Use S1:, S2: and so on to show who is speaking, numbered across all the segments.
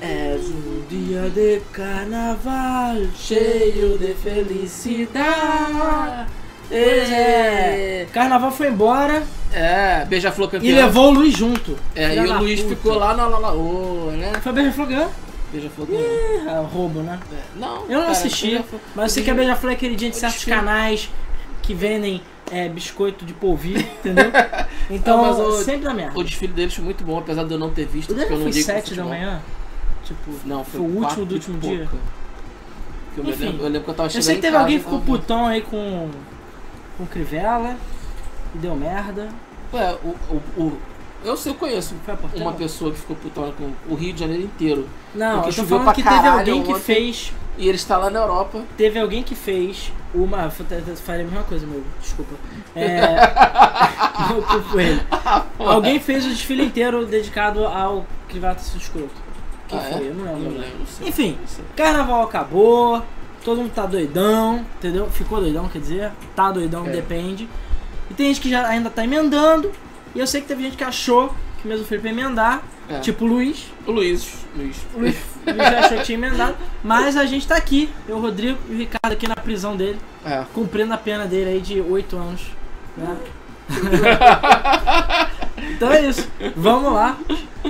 S1: És um dia de carnaval cheio de felicidade. É. Carnaval foi embora
S2: É, Beija-Flor
S1: e
S2: campeão.
S1: levou o Luiz junto.
S2: É, e
S1: Filha da
S2: o Luiz
S1: puta.
S2: ficou lá na Lalaô, né?
S1: Foi Beija-Flor ganhou.
S2: Beija-Flor ganhou.
S1: É, roubo, né?
S2: É, Não,
S1: Eu não
S2: cara,
S1: assisti,
S2: Beija-Flor-
S1: mas eu sei que a Beija-Flor é aquele dia de
S2: Eu
S1: certos
S2: desfio.
S1: canais que vendem é, biscoito de polvilho, entendeu? Então,
S2: Ah, mas o-
S1: sempre dá merda.
S2: O desfile deles foi muito bom, apesar de eu não ter visto,
S1: O dele
S2: porque eu não
S1: foi
S2: ligo pro
S1: 7 da
S2: futebol.
S1: manhã? Tipo,
S2: Não, foi,
S1: Foi o último
S2: quatro
S1: do
S2: e
S1: último
S2: pouco.
S1: dia?
S2: Que eu, me
S1: Enfim.
S2: lembro, eu lembro que eu tava
S1: eu
S2: chegando
S1: sei que
S2: em
S1: teve
S2: casa
S1: alguém
S2: e
S1: que ficou
S2: tava-
S1: putão aí com, com Crivella e deu merda.
S2: É, o, o, o- eu sei, eu conheço
S1: Foi a Portela?
S2: uma pessoa que ficou putona com o Rio de Janeiro inteiro.
S1: Não,
S2: porque
S1: eu tô
S2: choveu
S1: falando
S2: pra
S1: que teve
S2: caralho
S1: alguém que
S2: ontem.
S1: fez.
S2: E ele está lá na Europa.
S1: Teve alguém que fez uma. Faria a mesma coisa, meu, desculpa. É. meu cu ele.
S2: Ah,
S1: Alguém fez o desfile inteiro dedicado ao Crivella ser escroto. Quem
S2: Ah, é?
S1: foi? Eu não lembro.
S2: Eu lembro, não sei.
S1: Enfim,
S2: Não sei.
S1: Carnaval acabou, todo mundo tá doidão, entendeu? Ficou doidão, quer dizer, tá doidão,
S2: É.
S1: depende. E tem gente que já ainda tá emendando, e eu sei que teve gente que achou que mesmo foi pra emendar,
S2: É.
S1: tipo o Luiz.
S2: O Luiz. Luiz.
S1: O Luiz, o Luiz já achou que tinha emendado, mas a gente tá aqui, eu, Rodrigo e o Ricardo aqui na prisão dele,
S2: É.
S1: cumprindo a pena dele aí de 8 anos. né? então é isso, vamos lá.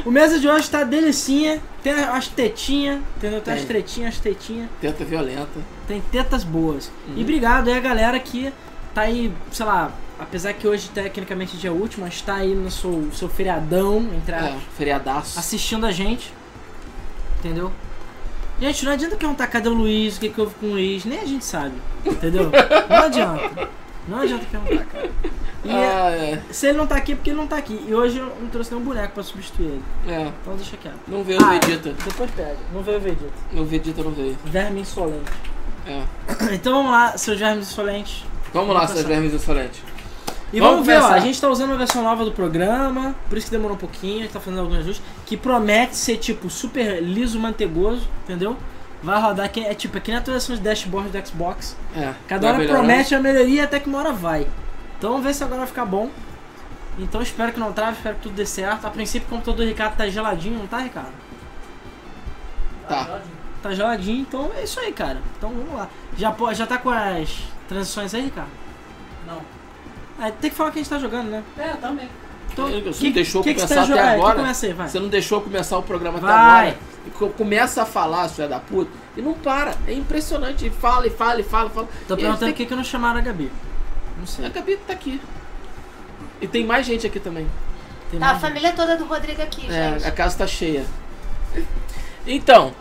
S1: O mesa de hoje tá delicinha, tem as tetinhas, entendeu? Tem as
S2: Tem.
S1: tretinhas, as tetinhas.
S2: Tenta violenta.
S1: Tem tetas boas.
S2: Uhum.
S1: E obrigado aí a galera que tá aí, sei lá, apesar que hoje tecnicamente é dia último, mas tá aí no seu, seu feriadão, entre a-
S2: É, feriadaço.
S1: assistindo a gente. Entendeu? Gente, não adianta perguntar cadê o Luiz, o que, que houve com o Luiz, nem a gente sabe. Entendeu? Não adianta. Não adianta perguntar, cara. E
S2: Ah, é.
S1: se ele não tá aqui, é porque ele não tá aqui. E hoje eu não trouxe nenhum boneco pra substituir ele.
S2: É.
S1: Então deixa quieto.
S2: Não veio o
S1: Ah.
S2: Vegeta.
S1: Depois pega. Não veio o Vegeta.
S2: O Vegeta não veio.
S1: Verme insolente.
S2: É.
S1: Então vamos lá, seus vermes insolentes.
S2: Vamos lá,
S1: Vamos
S2: seus
S1: começar.
S2: vermes insolentes.
S1: E vamos,
S2: Vamos
S1: ver, ó,
S2: começar.
S1: a gente tá usando uma versão nova do programa, por isso que demorou um pouquinho, a gente tá fazendo alguns ajustes, que promete ser tipo super liso, mantegoso, entendeu? Vai rodar, que é tipo, é que nem a atualização de dashboard do Xbox.
S2: É.
S1: Cada
S2: vai
S1: hora
S2: melhorar.
S1: promete uma melhoria até que uma hora vai. Então vamos ver se agora vai ficar bom. Então espero que não trave, espero que tudo dê certo. A princípio o computador do Ricardo tá geladinho, não tá, Ricardo?
S2: Tá.
S1: Tá geladinho, então é isso aí, cara. Então vamos lá. Já, pô- já tá com as transições aí, Ricardo?
S3: Não.
S1: Ah, tem que falar que a gente tá jogando, né?
S3: É, também.
S1: Então,
S2: Você não
S1: que-
S2: deixou
S1: que que
S2: começar
S1: você tá
S2: até
S1: jogando?
S2: agora?
S1: Que começa aí, vai.
S2: Você não deixou começar o programa
S1: Vai.
S2: até agora. E co- começa a falar, filha da puta, e não para. É impressionante. E fala, e fala, e fala, e fala.
S1: Tô
S2: E a gente
S1: perguntando por que, que não chamaram a Gabi. Não
S2: tem-
S1: sei.
S2: A Gabi tá aqui. E tem mais gente aqui também.
S1: Tem
S4: Tá, a
S1: mais-
S4: família toda do Rodrigo aqui, gente.
S2: É, a casa tá cheia. Então,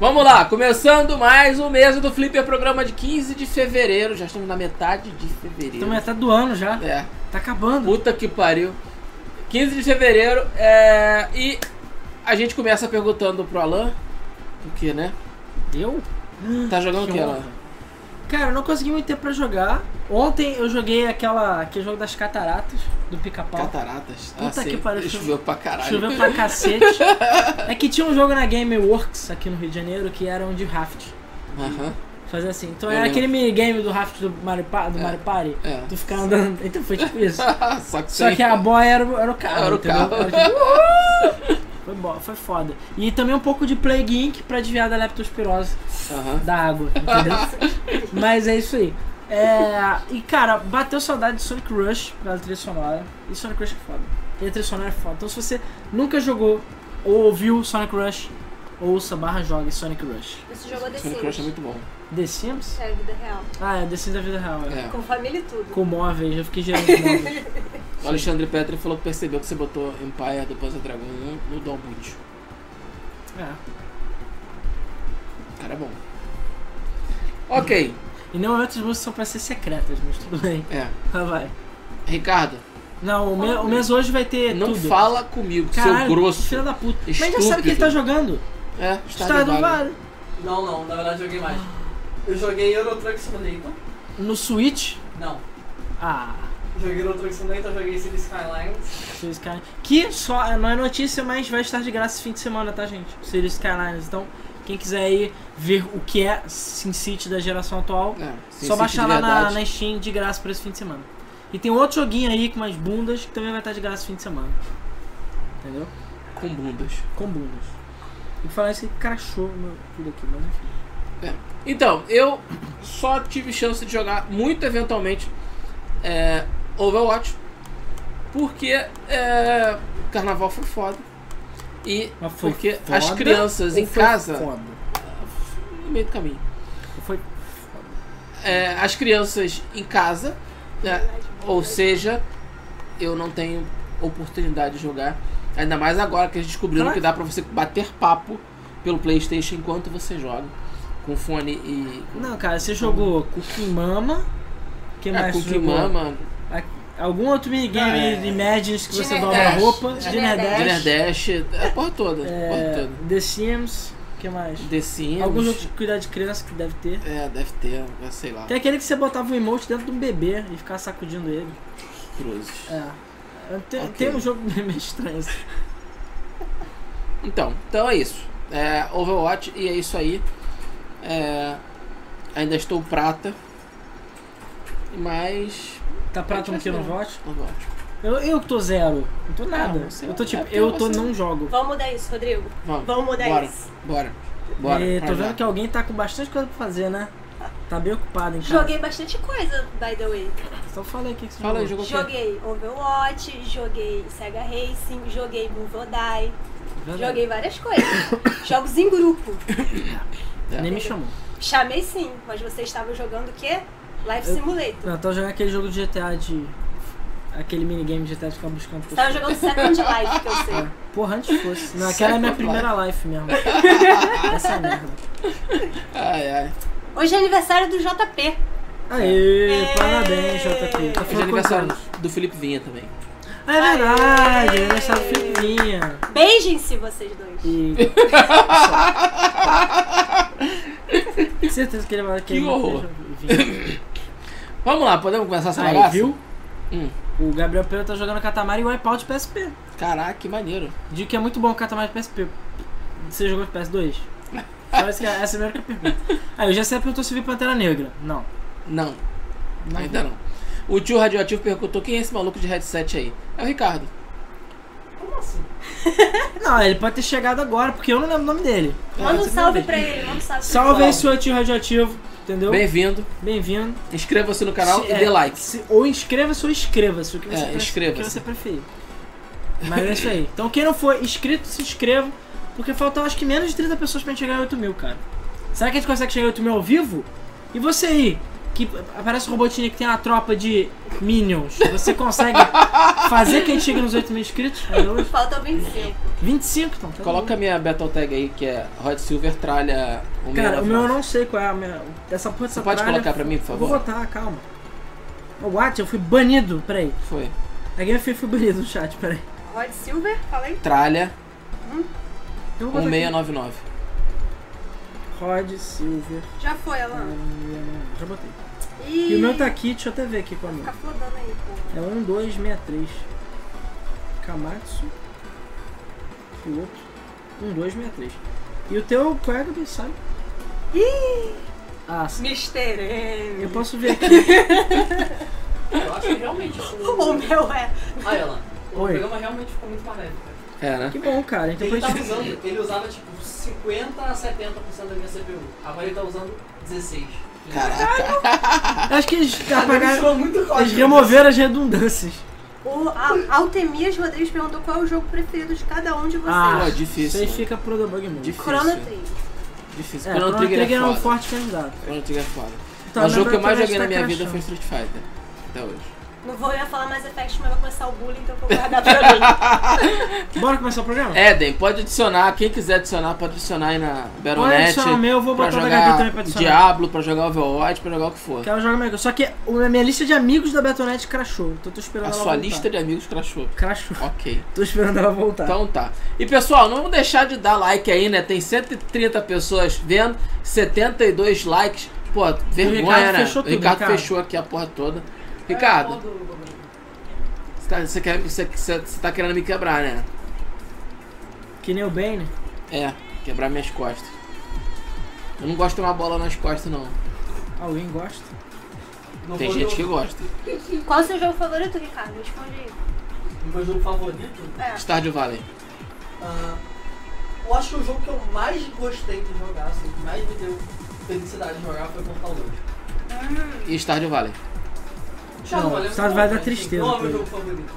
S2: vamos lá. Começando mais um mês do Flipper, programa de 15 de fevereiro. Já estamos na metade de fevereiro.
S1: Estamos até do ano já.
S2: É.
S1: Tá acabando.
S2: Puta que pariu. 15 de fevereiro é... e a gente começa perguntando pro Alan, porque, né?
S1: Deu?
S2: Tá jogando o que, Alan?
S1: honra. Cara, eu não consegui muito tempo pra jogar. Ontem eu joguei aquela, aquele jogo das cataratas do pica-pau.
S2: Cataratas.
S1: Puta
S2: ah,
S1: que
S2: sim.
S1: pariu,
S2: Choveu pra caralho.
S1: Choveu pra cacete. é que tinha um jogo na Gameworks aqui no Rio de Janeiro que era um de raft.
S2: Aham.
S1: Fazer assim. Então
S2: Eu
S1: era
S2: lembro.
S1: aquele minigame do raft do Mario, pa do
S2: É,
S1: Mario Party.
S2: é. Ah,
S1: Tu ficar andando. Então foi tipo isso.
S2: Só que
S1: Só
S2: sem-
S1: que é a boia era, o- era o carro.
S2: Era o
S1: entendeu?
S2: carro.
S1: Era tipo, "Uhul!" foi, bo- foi foda. E também um pouco de Plague Inc. pra desviar da leptospirose
S2: Aham.
S1: da água, entendeu? Mas é isso aí. É, e cara, bateu saudade de Sonic Rush pela trilha sonora. E Sonic Rush é foda. E a trilha sonora é foda. Então se você nunca jogou ou ouviu Sonic Rush, ouça barra jogue Sonic Rush.
S4: Esse jogo é The
S2: Sonic Rush é
S4: Sims.
S2: muito bom.
S1: The Sims?
S4: É, vida real.
S1: Ah, é The Sims da vida real. É.
S2: É.
S4: Com família e tudo.
S1: Com móveis, eu fiquei gerando móveis.
S2: O Alexandre Petri falou que percebeu que você botou Empire depois do Dragon no- no Dalboot.
S1: É.
S2: Cara, é bom. Ok.
S1: E não outras músicas são pra ser secretas, mas tudo bem.
S2: É.
S1: Vai, vai.
S2: Ricardo,
S1: Não, o, me, o mês hoje vai ter
S2: não
S1: É tudo.
S2: fala comigo,
S1: Caralho,
S2: seu grosso.
S1: Filha da puta. Mas já sabe
S2: Estúpido.
S1: que ele tá jogando.
S2: É,
S1: Estado do Vale.
S3: Não, não, na verdade joguei mais. Eu joguei Euro Truck Simulator.
S1: No Switch.
S3: Não.
S1: Ah,
S3: Joguei Euro Truck Simulator, joguei City Skylines.
S1: Cities Skylines. Que só não é notícia, mas vai estar de graça esse fim de semana, tá, gente? Cities Skylines. Então, quem quiser aí ver o que é Sin City da geração atual,
S2: É, Sin
S1: só
S2: City
S1: baixar
S2: de
S1: lá na,
S2: verdade.
S1: na Steam de graça pra esse fim de semana. E tem outro joguinho aí com umas bundas que também vai estar de graça esse fim de semana. Entendeu?
S2: Com bundas.
S1: Com bundas. E falar isso aí crachou meu, tudo aqui, mas enfim.
S2: Então, eu só tive chance de jogar muito eventualmente é, Overwatch, porque é, carnaval foi foda. E
S1: Mas foi
S2: porque
S1: foda
S2: as crianças
S1: ou
S2: em
S1: foi
S2: casa.
S1: Foda?
S2: No meio do caminho.
S1: Ou Foi foda.
S2: É, as crianças em casa, né, ou seja, eu não tenho oportunidade de jogar. Ainda mais agora que eles descobriram
S1: Caraca.
S2: que dá pra você bater papo pelo PlayStation enquanto você joga. Com fone e.
S1: Não, cara, você jogou Cookie Mama. Que
S2: É,
S1: mais
S2: com
S1: você
S2: que
S1: jogou?
S2: mama,
S1: A- Algum outro minigame
S2: É.
S1: de Madness que você
S4: Dinner
S1: dobra a
S2: Dash.
S1: roupa?
S4: Dinner
S1: Dinner
S4: Dash.
S1: Dash.
S2: Dinner Dash, a porra toda. a porra
S1: É,
S2: toda.
S1: The Sims. que mais?
S2: The Sims.
S1: Alguns outros de cuidar de criança que deve ter.
S2: É, deve ter, é, sei lá,
S1: Tem aquele que você botava um emote dentro de um bebê e ficava sacudindo ele.
S2: cruzes.
S1: É. Eu te- Tem,
S2: Ok.
S1: um jogo meio estranho assim.
S2: Então, então é isso. É, Overwatch e é isso aí. É, ainda estou prata. Mas.
S1: Tá prato no que não vote?
S2: Overwatch.
S1: Eu, eu que tô zero. Não tô nada.
S2: Não, Ah, você-
S1: eu tô tipo,
S2: é porque
S1: eu tô
S2: você-
S1: não jogo.
S5: Vamos mudar isso, Rodrigo.
S2: Vamos.
S5: Vamos mudar
S2: bora,
S5: isso.
S2: Bora. Bora.
S1: E
S2: pra
S1: tô
S2: lá.
S1: vendo que alguém tá com bastante coisa pra fazer, né? Tá bem ocupado, então.
S4: Joguei bastante coisa, by the way.
S1: Só falei aqui que você
S2: Fala aí,
S1: jogou.
S2: jogou o quê?
S5: Joguei Overwatch, joguei Sega Racing, joguei Move or Die,
S1: Verdade.
S5: joguei várias coisas. Jogos em grupo.
S2: É.
S1: Nem me chamou.
S5: Chamei sim, mas você estava jogando o quê? Life
S1: Eu-
S5: Simulator.
S1: Não, eu tava jogando aquele jogo de GTA de. Aquele minigame de GTA de ficar buscando
S5: Você estava
S1: pessoas. É.
S5: jogando Second Life, que eu sei.
S1: Porra, antes fosse. Não, aquela é a minha
S2: Second
S1: primeira life mesmo. Essa é merda.
S2: Ai, ai.
S5: Hoje é aniversário do JP.
S1: Aê,
S5: É.
S1: parabéns, JP. Tá
S2: Hoje é
S1: ficando
S2: aniversário
S1: contando.
S2: do Felipe Vinha também.
S1: Ah, É verdade,
S5: Aê.
S1: é aniversário do Filipinha.
S5: Beijem-se vocês dois.
S1: E. Com certeza que ele vai querer.
S2: horror. Vamos lá, podemos começar essa
S1: Aí,
S2: bagaça?
S1: viu?
S2: Hum.
S1: O Gabriel Pedro tá jogando Catamari e Wipeout PSP.
S2: Caraca, que maneiro.
S1: Digo que é muito bom o Catamari de PSP. Você jogou de PS2? Só isso que- essa é a única pergunta. Aí, o GC perguntou se viu Pantera Negra. Não.
S2: Não,
S1: não
S2: ainda não. O tio radioativo perguntou quem é esse maluco de headset aí. É o Ricardo.
S1: vi. Não, ele pode ter chegado agora, porque eu não lembro o nome dele.
S5: Manda
S2: Ah,
S5: um
S2: você
S5: salve
S2: não
S5: pra ele, manda um salve.
S1: Salve aí, seu tio radioativo. Entendeu?
S2: Bem-vindo.
S1: Bem-vindo.
S2: Inscreva-se no canal
S1: Se-
S2: e
S1: é,
S2: dê like.
S1: se- ou inscreva-se ou inscreva-se. O que
S2: É,
S1: você, pre-
S2: inscreva-se.
S1: o que você preferir. Mas é isso aí. Então, quem não for inscrito, se inscreva. Porque faltam acho que menos de 30 pessoas pra gente chegar a 8 mil, cara. Será que a gente consegue chegar a 8 mil ao vivo? E você aí, que aparece o robotinho que tem uma tropa de Minions, você consegue fazer que a gente chegue nos 8 mil inscritos? Ainda hoje?
S5: Faltam 25.
S1: 25, então. tá
S2: Coloca a minha Battle Tag aí, que é Rod Silver tralha o
S1: bom.
S2: meu.
S1: Cara, o meu eu não sei qual é a minha. Essa porra
S2: Você
S1: dessa
S2: pode
S1: tralha-
S2: colocar pra mim, por
S1: Eu Vou
S2: favor?
S1: botar, calma. Oh, what? Eu fui banido, peraí.
S2: Foi.
S1: A Game Free foi banida no chat, peraí.
S5: Rod Silver, fala aí.
S2: Tralha
S1: Eu vou botar aqui.
S2: 1699.
S1: Rod Silver. Ah,
S5: Já foi, Alan.
S1: Já botei.
S5: Ih,
S1: E o meu tá aqui, deixa eu até ver aqui qual é o meu.
S5: Fica flodando aí, pô.
S1: É 1263. Kamatsu. E o outro. 1263. E o teu, qual é, Gabi? Sabe? Ah, sim.
S5: Mister M.
S1: Eu posso ver aqui.
S3: Eu acho que realmente.
S5: O meu é.
S3: Olha lá. O
S1: Oi.
S3: programa realmente ficou muito mais leve, cara.
S2: É, né?
S1: Que bom, cara. Então
S3: Ele
S1: pra
S3: tava
S1: gente...
S3: usando, ele usava tipo 50 a 70% da minha CPU. Agora ele tá usando 16.
S2: Caraca.
S1: Acho que
S2: Tá
S1: eles apagaram.
S3: Apagaram muito
S1: Eles
S3: código.
S1: removeram as redundâncias.
S5: O a- Altemias Rodrigues perguntou qual é o jogo preferido de cada um de vocês.
S1: Ah,
S2: Pô, difícil.
S1: Isso aí
S2: né?
S1: fica pro debug mode.
S2: Difícil.
S5: Chrono Trigger.
S2: Difícil.
S1: É,
S2: Chrono
S1: Chrono
S2: Trigger é
S1: é um
S2: foda.
S1: forte candidato.
S2: Chrono Trigger é foda.
S1: Tá,
S2: Mas o jogo que eu
S1: laboratório
S2: mais joguei na minha vida
S1: crashando.
S2: foi Street Fighter. Até hoje.
S5: Não vou eu ia falar mais effect, mas vai começar o bullying, então eu vou guardar pra mim.
S1: Bora começar o programa?
S2: Eden, pode adicionar. Quem quiser adicionar, pode adicionar aí na
S1: Pode
S2: Baronet.
S1: adicionar é o meu, eu vou
S2: pra
S1: botar o da Gabi também pra
S2: jogar
S1: adicionar.
S2: Diablo, pra jogar Overwatch, pra jogar o que for.
S1: Quero jogar Mega. Só que a minha lista de amigos da Betonet crashou. Então eu tô esperando
S2: A
S1: ela
S2: sua
S1: voltar.
S2: lista de amigos crashou.
S1: crashou.
S2: Ok.
S1: Tô esperando ela voltar.
S2: Então tá. E pessoal, não vamos deixar de dar like aí, né? Tem 130 pessoas vendo, 72 likes. Pô, vergonha,
S1: Ricardo
S2: né?
S1: fechou
S2: o
S1: tudo,
S2: Ricardo,
S1: Ricardo.
S2: fechou aqui a porra toda. Ricardo,
S3: É,
S2: você tá, você quer, você, você- você tá querendo me quebrar, né?
S1: Que nem o Bane.
S2: É, quebrar minhas costas. Eu não gosto de tomar bola nas costas, não.
S1: Alguém gosta?
S3: Não
S2: Tem
S3: foi
S2: gente que
S3: jogo-
S2: gosta.
S5: Qual é o seu jogo favorito, Ricardo? Responde aí.
S3: Não foi jogo favorito?
S5: É.
S2: Stardew Valley.
S3: Ah, eu acho que o jogo que eu mais gostei de jogar, assim, que mais me deu felicidade de jogar foi Portal 2.
S2: E Stardew Valley.
S1: Não,
S3: Valley é
S1: Stardew Valley
S3: muito
S1: dá
S3: bom, mas,
S1: tristeza, tá?
S3: Não é
S1: cara.
S3: meu jogo favorito.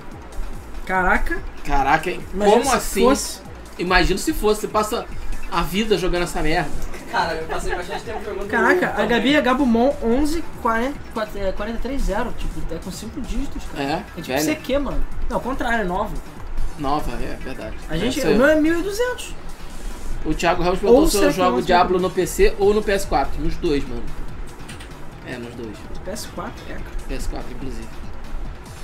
S1: Caraca,
S2: Caraca, hein?
S1: imagina
S2: Como
S1: se
S2: assim?
S1: fosse.
S2: Imagino se fosse, você passa a vida jogando essa merda.
S3: Cara, eu passei bastante tempo jogando.
S1: Caraca, a
S3: também.
S1: Gabi é Gabumon 11 40, 4, é, 43 0, tipo, é com 5 dígitos, cara.
S2: É,
S1: É tipo
S2: velho.
S1: CQ, mano. Não, ao contrário, é 9.
S2: Nova, é verdade.
S1: A gente,
S2: Essa-
S1: o meu é 1200.
S2: O Thiago Helms perguntou
S1: Ou
S2: se eu
S1: será que
S2: jogo
S1: nós
S2: Diablo no PC ou no PS4. Nos dois, mano. É, nos dois.
S1: PS4, é, cara.
S2: PS4, inclusive.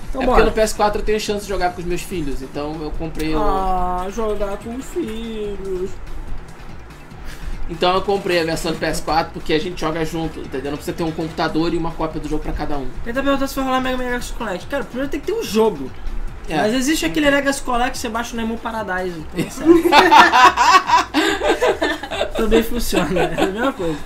S1: Então
S2: é
S1: bora.
S2: porque no PS4 eu tenho chance de jogar com os meus filhos, então eu comprei o-
S1: Ah, jogar com filhos.
S2: Então eu comprei a versão do PS4 porque a gente joga junto, entendeu? Não precisa ter um computador e uma cópia do jogo pra cada um.
S1: Tenta perguntar se vai rolar Mega Man Legacy Collect. Cara, primeiro tem que ter um jogo.
S2: É.
S1: Mas existe aquele Legacy Collect que você baixa no Emo Paradise. Então é certo. Também funciona, é a mesma coisa.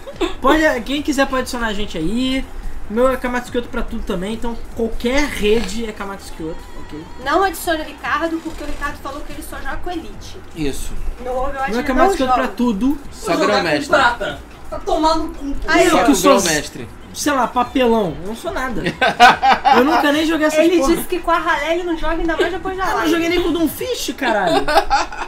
S1: Pode, quem quiser pode adicionar a gente aí. Meu é Kamatsu Kyoto pra tudo também, então qualquer rede é Kamatsu Kyoto, ok?
S5: Não adicione o Ricardo, porque o Ricardo falou que ele só joga com Elite.
S2: Isso.
S5: No Overwatch
S1: Meu é
S5: ele não
S6: um
S1: Kamatsu Kyoto pra
S5: joga.
S1: tudo.
S2: Só
S3: Vou jogar
S2: grão
S3: com
S2: mestre.
S3: prata. Tá tomando no cu.
S5: Aí,
S1: Eu
S5: ó.
S1: que
S2: Só
S1: sou,
S2: grão mestre.
S1: sei lá, papelão. Eu não sou nada. Eu nunca nem joguei essas
S5: Ele
S1: porra.
S5: disse que com a Ralé ele não joga ainda mais depois da
S1: Eu não
S5: live.
S1: joguei nem com o Doomfist, caralho.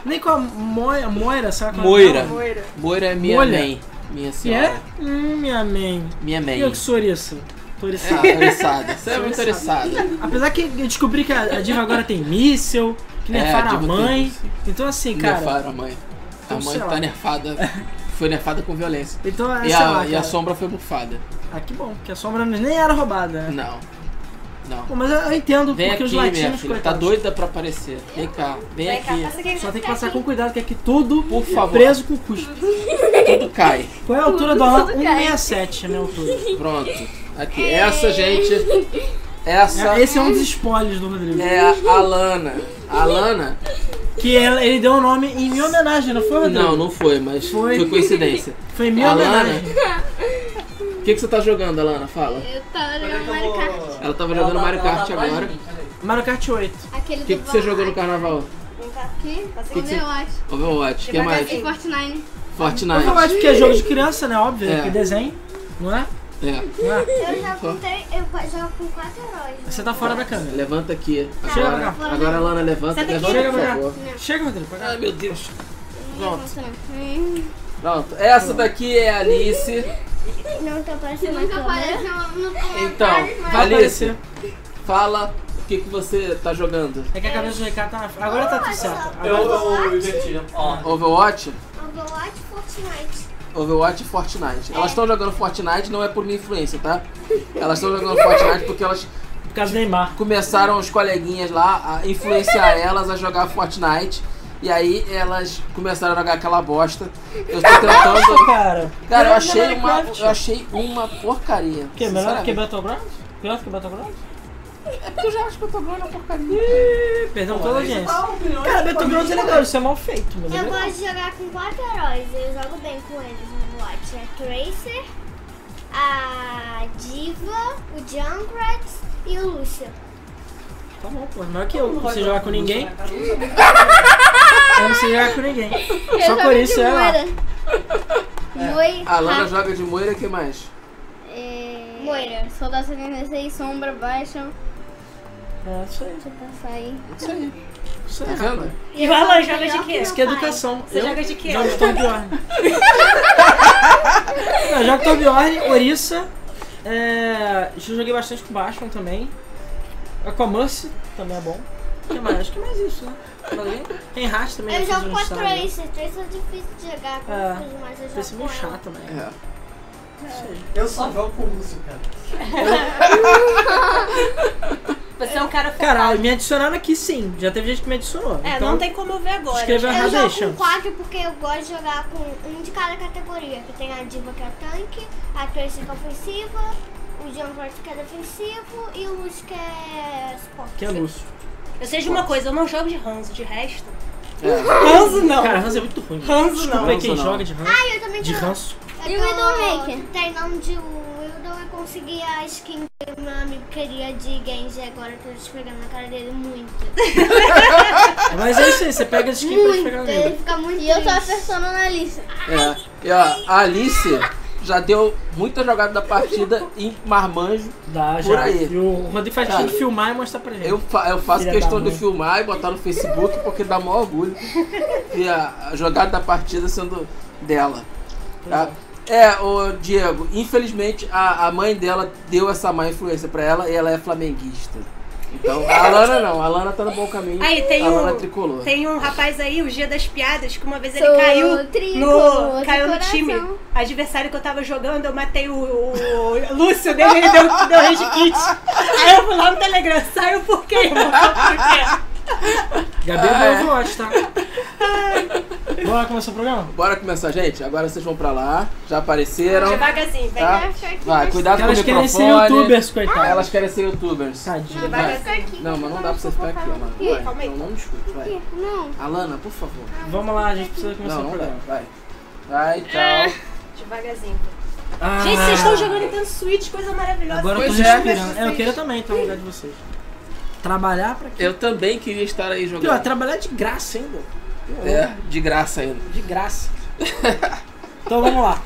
S1: nem com a Moira, Moira sabe? qual é o
S2: Moira.
S1: nome?
S5: Moira.
S2: Moira é minha
S1: Molha.
S2: mãe. Minha
S1: Que é?
S2: senhora.
S1: Hum, minha man.
S2: Minha
S1: E eu
S2: mãe.
S1: que sou oriça. Tô
S2: Ah,
S1: oriçada.
S2: interessada. Você é muito interessada.
S1: Apesar que eu descobri que a a diva agora tem míssel, que
S2: É, a
S1: nerfaram a
S2: diva tem
S1: mãe.
S2: míssil.
S1: Então assim, cara.
S2: Nerfaram a mãe. A
S1: então,
S2: mãe
S1: sei lá.
S2: tá nerfada. Foi nerfada com violência.
S1: Então, é,
S2: E
S1: sei lá,
S2: a, e a
S1: cara.
S2: sombra foi bufada.
S1: Ah, que bom, que a sombra nem era roubada, né?
S2: Não. Não.
S1: Bom, mas eu, eu entendo,
S2: Vem
S1: porque
S2: aqui,
S1: os
S2: minha
S1: latinos,
S2: filha. Tá
S1: coitados,
S2: doida pra aparecer. Vem cá. Vem
S5: Vem cá,
S2: aqui.
S5: passa aqui.
S1: Só tem que passar com cuidado, que aqui tudo
S2: Por
S1: é
S2: favor.
S1: preso com custo.
S2: Tudo cai.
S1: Qual é a altura do Alan?
S4: Tudo cai.
S1: 167 é a minha altura.
S2: Pronto. Aqui. Essa, gente. Essa.
S1: É, Esse é um dos spoilers do Rodrigo.
S2: É a Alana. A Alana?
S1: Que ela- ele deu o nome em minha homenagem, não foi, Rodrigo?
S2: Não, não foi, mas
S1: Foi.
S2: foi, coincidência.
S1: Foi em minha
S2: Alana?
S1: homenagem.
S2: O que, que você tá jogando, Alana? Fala.
S4: Eu tava
S3: Olha
S4: jogando
S3: que eu
S4: Mario
S3: vou-
S4: Kart.
S2: Ela tava
S3: Ela
S2: jogando
S3: tá-
S2: Mario
S3: ela tá
S2: Kart
S3: atrás de
S2: agora.
S3: mim, peraí.
S1: Mario Kart 8.
S4: Aquele
S2: O que,
S4: do
S2: que você
S4: Van-
S2: jogou no carnaval?
S5: Vem cá.
S4: Aqui?
S5: Passa
S2: Que que
S5: aqui. né?
S2: você-
S4: Overwatch.
S2: Overwatch. O que mais?
S4: E
S7: assim,
S4: Fortnite.
S2: Fortnite.
S1: Eu acho que é jogo de criança, né? Óbvio,
S2: É.
S1: que desenho. Não é?
S2: É.
S1: Não é?
S7: Eu já contei, eu co- jogo com quatro heróis. né?
S1: Você tá fora da câmera.
S2: Levanta aqui.
S1: Chega
S2: Agora,
S1: pra
S4: cá.
S2: agora Alana, levanta.
S5: Senta aqui.
S2: Levanta,
S1: Chega
S2: por
S1: pra cá.
S2: favor.
S1: Chega, Rodrigo, pra cá.
S2: Ai, meu Deus.
S4: Não levanta, não. Hum,
S2: Pronto. Essa daqui é a Alice.
S7: Não tá
S4: Você
S7: aparecendo
S4: nunca
S7: na câmera.
S4: apareceu no comentário,
S2: Então,
S4: mas...
S1: Vai
S2: Alice,
S1: aparecer.
S2: fala o que, que você tá jogando.
S1: É que a cabeça do Ricardo tá na frente. Agora tá tudo certo.
S3: Eu,
S1: Agora-
S3: eu me diverti. Ó,
S2: Overwatch?
S7: Overwatch Fortnite.
S2: Overwatch e Fortnite. Elas estão jogando Fortnite, não é por minha influência, tá? Elas estão jogando Fortnite porque elas
S1: Por causa do Neymar.
S2: começaram os coleguinhas lá a influenciar elas a jogar Fortnite. E aí elas começaram a jogar aquela bosta. Eu tô tentando.
S1: Cara,
S2: Cara, eu achei uma, eu achei uma porcaria.
S1: que é melhor que
S2: sinceramente.
S1: Battleground? Melhor que Battleground?
S2: Eu já acho que eu tô jogando uma porcaria.
S1: Perdão
S3: Pô,
S1: toda a
S3: aí
S1: audiência.
S3: tá uma opinião
S1: É. Cara,
S3: de
S1: Battleground é
S3: família.
S1: legal, isso é mal feito, mas é
S7: Eu
S1: legal.
S7: gosto de jogar com quatro heróis. Eu jogo bem com eles no Overwatch. É Tracer, a Diva, o Junkrat e o Lucio.
S1: Tá bom, pô. Melhor que eu,
S3: Não
S1: não
S3: vai
S1: sei jogar com ninguém.
S3: na cara, não sabe.
S1: Eu não sei jogar com ninguém.
S4: Eu
S1: Só
S4: jogo
S1: por
S4: de
S1: isso é lá.
S4: Moira.
S7: Moi,
S2: A Lana joga de moira, o que mais?
S4: É...
S7: Moira.
S4: Soldado 76, sombra baixa.
S1: É, isso aí.
S4: Deixa eu passar aí.
S2: Isso aí.
S1: Isso
S2: Tá
S1: aí.
S2: vendo?
S5: E o Alan joga de quê?
S1: Isso que é educação. Você
S5: joga de quê?
S6: é?
S1: Jogo de Tom Bjorn. eu jogo Tom Bjorn, Orissa. É, já joguei bastante com Bastion também. Aquamancy também é bom. O que mais? Acho que é mais isso, né? Tem Rash também.
S7: Eu
S1: já fiz
S7: jogo
S1: um
S7: com a
S1: sabe.
S7: Tracer. Tracer é difícil de jogar com
S1: É.
S7: eles, mas eu jogo
S1: Esse é meio
S7: com ela.
S1: chato, né?
S2: É.
S3: Eu só jogo com o Lúcio, cara.
S5: Você é um cara focado.
S1: Caralho, me adicionaram aqui sim. Já teve gente que me adicionou.
S5: É,
S1: então,
S5: não tem como eu ver agora.
S1: escreva
S7: Eu
S1: errado aí,
S7: jogo com
S1: Chance.
S7: quatro porque eu gosto de jogar com um de cada categoria. Que tem a Diva que é tanque, a Tracy que é ofensiva, o Junkrat que é defensivo e o Luz que é suporte.
S1: Que é Lúcio.
S5: Eu sei de uma coisa, eu não jogo de Hanzo, de resto.
S2: É.
S5: Ranzo não.
S1: Cara, Hans é muito ruim.
S5: Ranzo
S1: Desculpa
S5: não.
S1: aí quem
S2: Hanzo não.
S1: joga de Hans.
S7: Ah, Eu também
S1: De
S7: quero-
S1: ranço.
S7: Eu
S4: E o
S7: tô
S4: Widowmaker?
S7: treinando de Wildon e consegui a skin que meu amigo queria de Genji agora. Tô esfregando na cara dele muito.
S1: Mas é isso assim, você pega de skin pra
S7: Muito,
S1: pegar o
S7: ele
S1: nível.
S7: fica muito
S4: E eu tô
S7: triste.
S4: apertando na lista.
S2: É. E ó, a Alice já deu muita jogada da partida em marmanjo.
S1: Dá,
S2: Por
S1: já.
S2: aí.
S1: E o Rodrigo faz
S2: Cara,
S1: questão de filmar e mostrar pra gente.
S2: Eu, fa- eu faço
S1: Filha
S2: questão
S1: da
S2: de
S1: mãe.
S2: filmar e botar no Facebook porque dá maior orgulho. E a, a jogada da partida sendo dela. tá? É, o Diego, infelizmente a, a mãe dela deu essa má influência pra ela e ela é flamenguista. Então, a Lana não, a Lana tá no bom caminho.
S5: Aí, tem
S2: a
S5: um-
S2: Lana tricolor.
S5: Tem um rapaz aí, o G das Piadas, que uma vez ele
S4: Sou
S5: caiu
S4: tricolor
S5: no,
S4: de
S5: caiu no
S4: coração.
S5: time. Adversário que eu tava jogando, eu matei o, o Lúcio dele, ele deu, deu red kit. Aí eu fui lá no Telegram, saiu por quê, irmão? Por
S1: Gabi
S2: Ah, é.
S1: é do Overwatch, tá? Bora começar o programa?
S2: Bora começar, gente? Agora vocês vão pra lá. Já apareceram.
S1: um-
S5: quê? Devagarzinho, vem.
S2: Tá?
S7: Vai ficar aqui
S2: Vai,
S7: mais-
S2: cuidado com o
S1: Elas querem
S2: microfone.
S1: ser youtubers, coitadas.
S2: Elas querem ser youtubers.
S1: Tadinha.
S7: Não,
S2: Vai.
S7: vai ficar aqui.
S2: Não, mas não dá pra você ficar aqui, mano.
S7: Ih,
S2: Vai,
S5: calma aí.
S2: não, não me escute, vai.
S7: Não.
S2: Alana, por favor.
S1: Vamos lá, a gente precisa começar
S2: Não,
S1: o
S2: não dá,
S1: programa.
S2: vai. Vai, tchau.
S5: Devagarzinho.
S1: Ah,
S5: Gente, vocês estão jogando Nintendo Switch, coisa maravilhosa.
S1: Agora eu tô
S2: Pois é.
S1: respirando. É, eu queria também estar no lugar de vocês. Trabalhar pra quê?
S2: Eu também queria estar aí
S1: Aqui, ó,
S2: jogando.
S1: trabalhar de graça ainda.
S2: É, de graça ainda.
S1: De graça. então vamos lá.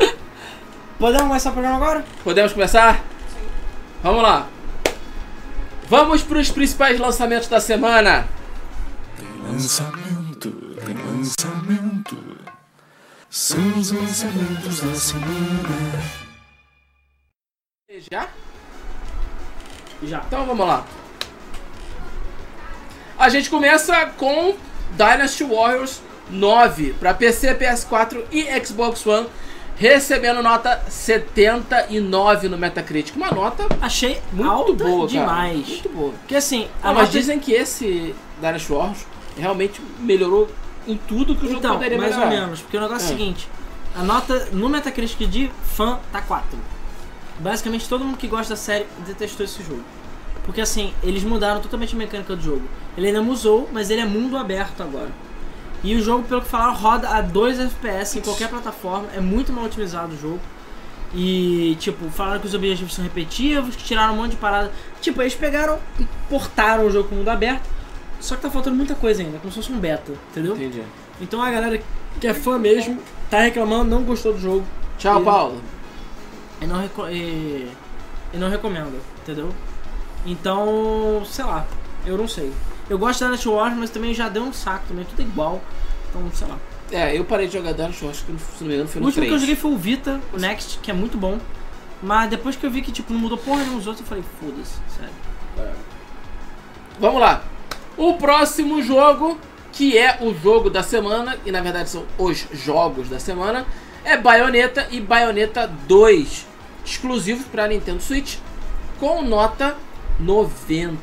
S1: Podemos começar o programa agora?
S2: Podemos começar? Vamos lá. Vamos para os principais lançamentos da semana.
S8: Lançamento, tem lançamento. São os lançamentos da semana.
S2: Já?
S1: Já.
S2: Então vamos lá. A gente começa com Dynasty Warriors 9 para PC, PS4 e Xbox One, recebendo nota 79 no Metacritic. Uma nota
S1: Achei
S2: muito
S1: alta
S2: boa, cara.
S1: demais.
S2: Muito boa.
S1: Porque assim,
S2: Ah,
S1: a
S2: mas
S1: Disney-
S2: dizem que esse Dynasty Warriors realmente melhorou em tudo que o jogo
S1: Então,
S2: poderia
S1: mais
S2: melhorar.
S1: ou menos, porque o negócio é o
S2: É.
S1: seguinte, a nota no Metacritic de fã tá 4. Basicamente todo mundo que gosta da série detestou esse jogo. Porque assim, eles mudaram totalmente a mecânica do jogo. Ele ainda não usou, mas ele é mundo aberto agora. E o jogo, pelo que falaram, roda a 2 FPS em qualquer plataforma, é muito mal otimizado o jogo. E, tipo, falaram que os objetivos são repetitivos, que tiraram um monte de parada. Tipo, eles pegaram e portaram o jogo com mundo aberto, só que tá faltando muita coisa ainda, como se fosse um beta, entendeu?
S2: Entendi.
S1: Então a galera que é fã mesmo tá reclamando, não gostou do jogo
S2: Tchau,
S1: E-
S2: Paulo.
S1: e não, reco e... e não recomendo, entendeu? Então, sei lá, eu não sei. Eu gosto da Night Wars, mas também já deu um saco também, tudo igual. Então, sei lá.
S2: É, eu parei de jogar Dynasty Warriors, que, se não me engano, foi
S1: o
S2: no
S1: último
S2: 3.
S1: que eu joguei foi o Vita, o Next, que é muito bom. Mas depois que eu vi que tipo, não mudou porra nenhuma os outros, eu falei, foda-se, sério.
S2: Vamos lá. O próximo jogo, que é o jogo da semana, e na verdade são os jogos da semana, é Bayonetta e Bayonetta 2, exclusivos para Nintendo Switch, com nota 90.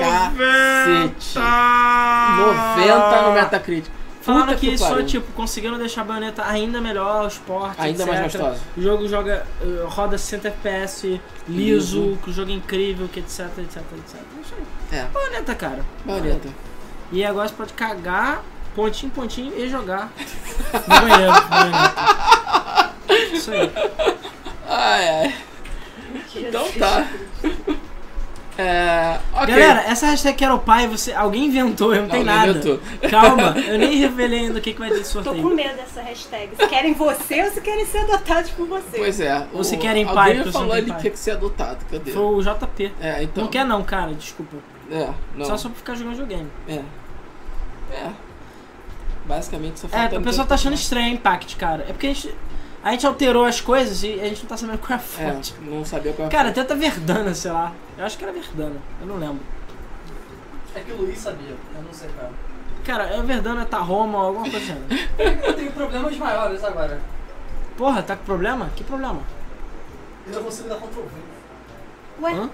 S2: Cacete.
S1: Ah.
S2: 90 no Metacritic.
S1: Falaram
S2: Puta
S1: que, só,
S2: pariu.
S1: tipo, conseguiram deixar a baioneta ainda melhor, os portes,
S2: Ainda mais
S1: etc.
S2: gostosa.
S1: O jogo joga, eh, roda 60 FPS, liso, que o jogo é incrível, que etc, etc, etc. Isso aí.
S2: É.
S1: Baioneta, cara.
S2: Bayonetta.
S1: E agora você pode cagar, pontinho, pontinho e jogar no banheiro. baioneta. Isso aí.
S2: Ai, ai. Então tá. É, ok.
S1: Galera, essa hashtag que era o pai, você, alguém inventou, eu não, tenho
S2: Alguém
S1: nada.
S2: inventou.
S1: Calma, eu nem revelei ainda o que, que vai ter esse
S5: Tô
S1: sorteio.
S5: com medo dessa hashtag. Se querem você ou se querem ser adotados por você.
S2: Pois é.
S1: Ou
S2: o-
S1: se querem pai,
S2: alguém
S1: porque eu sou
S2: falou
S1: bem
S2: ele
S1: pai.
S2: tinha que ser adotado. Cadê?
S1: Foi o JP.
S2: É, então.
S1: Não quer não, cara, desculpa.
S2: É, não.
S1: Só só pra ficar jogando videogame.
S2: É. É. Basicamente só
S1: É,
S2: falta.
S1: o pessoal tá achando estranho o Impact, cara. É porque a gente, a gente alterou as coisas e a gente não tá sabendo qual é a fonte.
S2: É, não sabia qual
S1: Cara, tenta Verdana, sei lá. Eu acho que era Verdana, eu não lembro.
S3: É que o Luiz sabia, eu não sei, cara.
S1: Cara, é Verdana, tá Roma, alguma coisa assim.
S3: Eu tenho problemas maiores agora.
S1: Porra, tá com problema? Que problema?
S3: Eu não consigo dar controle.
S5: Ué,
S1: Hã?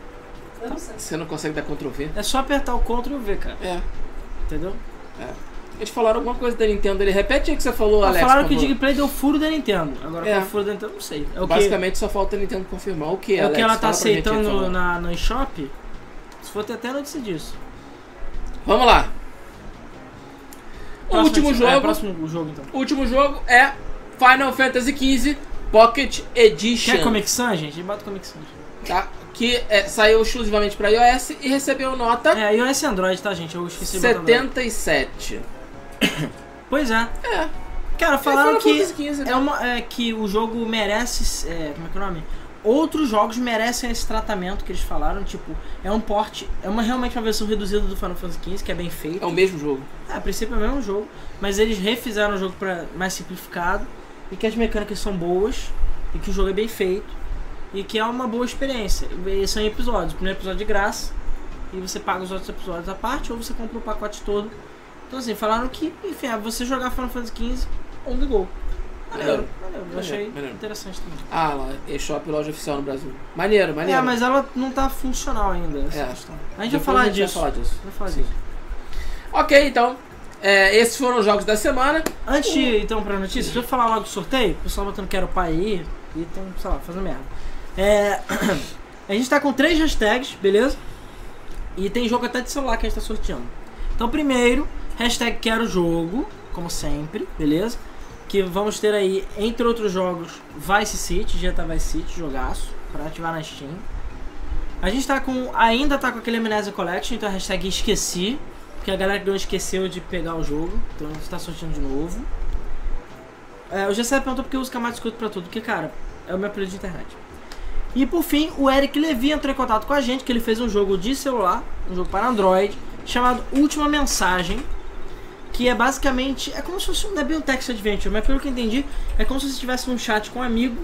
S3: Eu não sei.
S2: Você não consegue dar Ctrl V?
S1: É só apertar o Ctrl e o V, cara.
S2: É.
S1: Entendeu?
S2: Eles falaram alguma coisa da Nintendo. Ele repete aí o que você falou,
S1: Mas
S2: Alex.
S1: falaram
S2: por
S1: que o
S2: favor.
S1: Digplay deu furo da Nintendo. Agora
S2: É.
S1: qual é o furo da Nintendo, eu não sei. É o que,
S2: Basicamente só falta a Nintendo confirmar o que
S1: é o que
S2: Alex?
S1: ela tá
S2: Fala pra gente então. aí, por
S1: aceitando
S2: favor.
S1: na, no eShop. Se for ter até notícia disso.
S2: Vamos lá. O
S1: Próximo
S2: último
S1: edição- É,
S2: jogo.
S1: próximo jogo, então.
S2: O último jogo é Final Fantasy XV Pocket Edition.
S1: Quer Comic Sans, gente? Bota Comic Sans.
S2: Tá? que é, saiu exclusivamente para iOS e recebeu nota
S1: É, iOS e Android, tá, gente? Eu esqueci de botar no-
S2: 77.
S1: Pois é. Cara, falaram
S2: Ele
S1: que,
S2: falou Fantasy 15, né?
S1: é uma, é que o jogo merece. é, como é que é o nome? Outros jogos merecem esse tratamento que eles falaram. Tipo, é um porte. É uma, realmente uma versão reduzida do Final Fantasy XV, que é bem feito.
S2: É o mesmo jogo.
S1: É, a princípio é o mesmo jogo, mas eles refizeram o jogo para mais simplificado e que as mecânicas são boas e que o jogo é bem feito e que é uma boa experiência. E são em episódios, o primeiro episódio é de graça e você paga os outros episódios à parte ou você compra o pacote todo. Então assim, falaram que, enfim, é você jogar Final Fantasy XV on the go. Maneiro,
S2: Maneiro.
S1: maneiro. Eu
S2: Maneiro,
S1: achei
S2: maneiro.
S1: interessante também.
S2: Ah, lá, eShop loja oficial no Brasil. Maneiro, maneiro.
S1: É, mas ela não tá funcional ainda. essa
S2: É.
S1: questão. A gente vai
S2: Depois
S1: falar
S2: a gente
S1: disso.
S2: Vai falar disso.
S1: Vai falar
S2: Sim.
S1: disso.
S2: Ok, então. é, esses foram os jogos da semana.
S1: Antes de ir, então pra notícia, deixa eu falar logo do sorteio. O pessoal botando que era o pai aí e estão, sei lá, fazendo merda. É, a gente tá com três hashtags, beleza? E tem jogo até de celular que a gente tá sorteando. Então, primeiro, hashtag quero jogo, como sempre, beleza? Que vamos ter aí, entre outros jogos, Vice City, GTA Vice City, jogaço, pra ativar na Steam. A gente tá com, ainda tá com aquele Amnesia Collection, então hashtag esqueci, porque a galera que ganhou esqueceu de pegar o jogo, então a gente tá sorteando de novo. É, o Gessé perguntou porque eu uso camada de escudo pra tudo, porque, cara, é o meu apelido de internet. E por fim, o Eric Levi entrou em contato com a gente, que ele fez um jogo de celular, um jogo para Android, chamado Última Mensagem, que é basicamente, é como se fosse um Debian Text Adventure, mas pelo que eu entendi, é como se você tivesse um chat com um amigo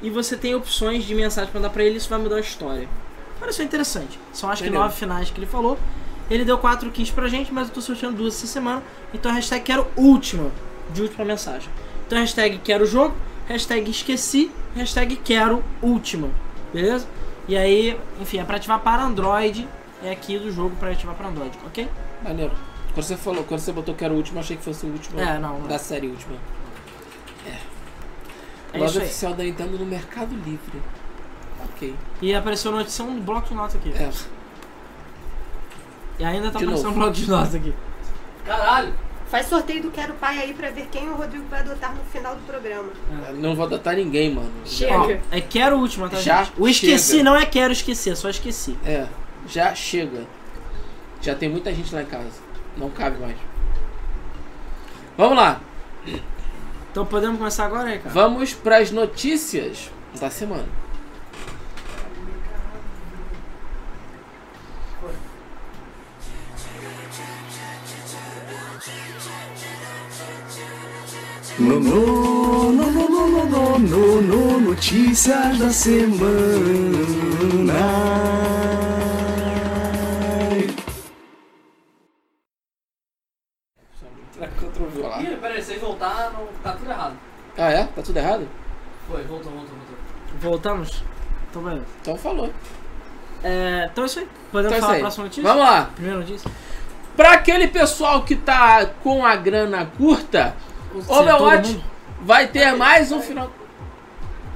S1: e você tem opções de mensagem pra dar pra ele, isso vai mudar a história. Pareceu interessante. São acho que
S2: Entendeu.
S1: nove finais que ele falou. Ele deu quatro kits pra gente, mas eu tô sorteando duas essa semana, então a hashtag quero última, de última mensagem. Então hashtag quero jogo, hashtag esqueci, hashtag quero última, beleza? E aí, enfim, é pra ativar para Android, é aqui do jogo pra ativar para Android, ok?
S2: Maneiro. Quando você falou, quando você botou que era o último, achei que fosse o último
S1: É, não, não.
S2: da série última.
S1: É
S2: loja
S1: isso aí.
S2: oficial da Nintendo no Mercado Livre. Ok.
S1: E apareceu a notição do bloco de notas aqui.
S2: É.
S1: E ainda tá
S2: De
S1: aparecendo
S2: novo.
S1: um bloco de notas aqui.
S3: Caralho!
S5: Faz sorteio do Quero Pai aí pra ver quem o Rodrigo vai adotar no final do programa.
S2: Não vou adotar ninguém, mano.
S1: Ó,
S5: Chega.
S1: é quero última, tá?
S2: Já
S1: gente? O esqueci
S2: chega.
S1: não é quero esquecer, só esqueci.
S2: É, já chega. Já tem muita gente lá em casa. Não cabe mais. Vamos lá.
S1: Então podemos começar agora, aí, cara?
S2: Vamos para as notícias da semana.
S8: No, no, no, no, no, no, no, no, no, notícias da semana.
S2: Vou lá.
S3: Ih, peraí, vocês voltaram, tá tudo errado.
S2: Ah, é? Tá tudo errado?
S3: Foi, voltou, voltou, voltou.
S1: Voltamos? Então beleza.
S2: Então falou.
S1: É, então é isso aí. Podemos
S2: Então é isso
S1: falar a
S2: aí.
S1: próxima notícia?
S2: Vamos lá.
S1: Primeira notícia?
S2: Pra aquele pessoal que tá com a grana curta,
S1: Sim, é todo
S2: Overwatch
S1: mundo?
S2: vai ter mais um final.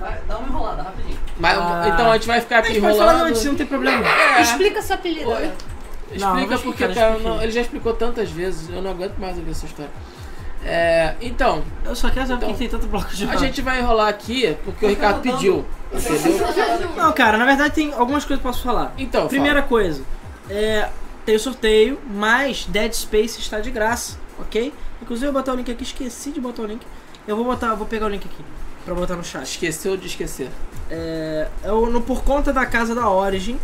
S3: Vai, dá uma enrolada, rapidinho.
S2: Mas-
S1: Ah.
S2: Então a gente vai ficar
S1: A
S2: aqui
S1: gente pode falar da
S2: enrolando.
S1: notícia, não tem problema.
S2: É,
S5: Explica sua apelido.
S2: Oi.
S1: Não, não
S2: Explica
S1: vou
S2: porque,
S1: explicar,
S2: cara,
S1: explica.
S2: não- ele já explicou tantas vezes, eu não aguento mais ouvir essa história. É, então,
S1: Eu só quero saber por que
S2: Então,
S1: tem tanto bloco de
S2: a
S1: notas.
S2: gente vai enrolar aqui porque
S1: Tá
S2: o Ricardo
S3: rodando.
S2: pediu. Entendeu?
S1: Não, cara, na verdade tem algumas coisas que eu posso falar.
S2: Então,
S1: Primeira coisa, é, tem o sorteio, mas Dead Space está de graça, ok? Inclusive eu vou botar o link aqui, esqueci de botar o link. Eu vou botar, vou pegar o link aqui pra botar no
S2: fala.
S1: chat.
S2: esqueceu de esquecer.
S1: É, é o no por conta da casa da Origin.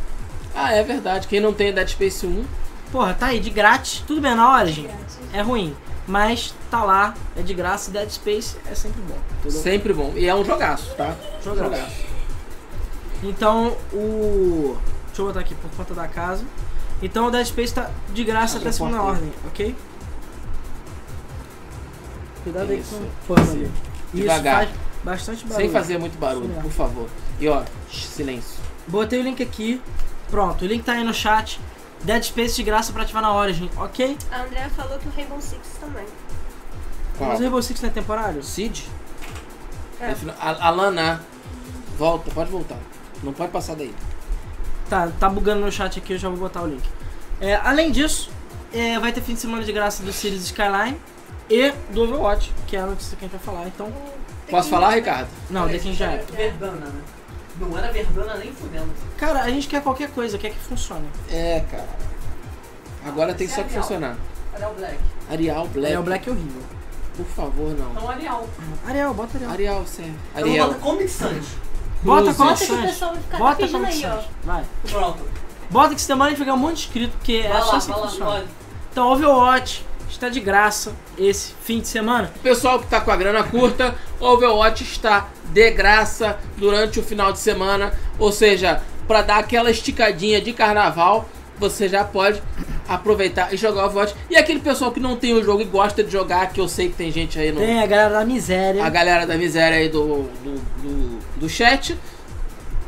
S2: Ah, é verdade. Quem não tem Dead Space 1,
S1: Porra, tá aí de grátis. Tudo bem na Origin, é ruim, mas tá lá, é de graça. Dead Space é sempre bom. Entendeu?
S2: sempre bom. E é um jogaço, tá?
S1: Jogaço. Então o deixa eu botar aqui por conta da casa. Então o Dead Space tá de graça
S2: Abre
S1: até
S2: a
S1: segunda
S2: porta aí.
S1: ordem, ok? Cuidado aí
S2: Isso.
S1: Tá com o pano ali.
S2: Devagar.
S1: Isso faz bastante barulho. é.
S2: Sem fazer muito barulho, por favor. E ó, shh, silêncio.
S1: Botei o link aqui. Pronto, o link tá aí no chat. Dead Space de graça pra ativar na Origin, ok?
S6: Tá.
S5: A Andrea falou que o Rainbow Six também.
S1: Mas o Rainbow Six não é temporário?
S2: Cid?
S5: É.
S2: É. final- A- Alana, volta, pode voltar. Não pode passar daí.
S1: Tá, tá bugando no chat aqui, eu já vou botar o link. É, além disso, é, vai ter fim de semana de graça do Series Skyline e do Overwatch, que é a notícia que a gente vai falar. Então,
S2: Posso falar, Ricardo?
S1: não, deixa já é.
S3: Verdana, né? Não era verdana nem fudendo.
S1: Cara, a gente quer qualquer coisa, quer que funcione.
S2: É, cara. Agora
S1: é
S2: tem só que funcionar.
S3: Arial Black.
S2: Arial Black.
S1: Ariel Black é horrível.
S2: Por favor, não.
S3: Então, Arial.
S1: Ariel, bota Ariel. é
S2: Arial, sério.
S3: Eu vou
S2: Ariel.
S3: botar Comic Sans.
S1: Bota
S2: Blues.
S1: Comic
S5: Bota que o
S1: Sans.
S5: pessoal vai ficar tá
S1: Bota
S5: pedindo
S1: Comic
S5: aí, ó.
S1: Sans. Vai.
S3: Pronto.
S1: Bota que esse demora a gente vai ganhar um monte de inscrito, porque é
S3: Vai
S1: só
S3: lá,
S1: assim que
S3: vai lá.
S1: funciona.
S3: vai.
S1: Então, Overwatch está de graça esse fim de semana.
S2: Pessoal que tá com a grana curta, Overwatch está de graça durante o final de semana. Ou seja, pra dar aquela esticadinha de carnaval, você já pode aproveitar e jogar Overwatch. E aquele pessoal que não tem o jogo e gosta de jogar, que eu sei que tem gente aí no,
S1: Tem a galera da miséria.
S2: a galera da miséria aí do, do, do, do chat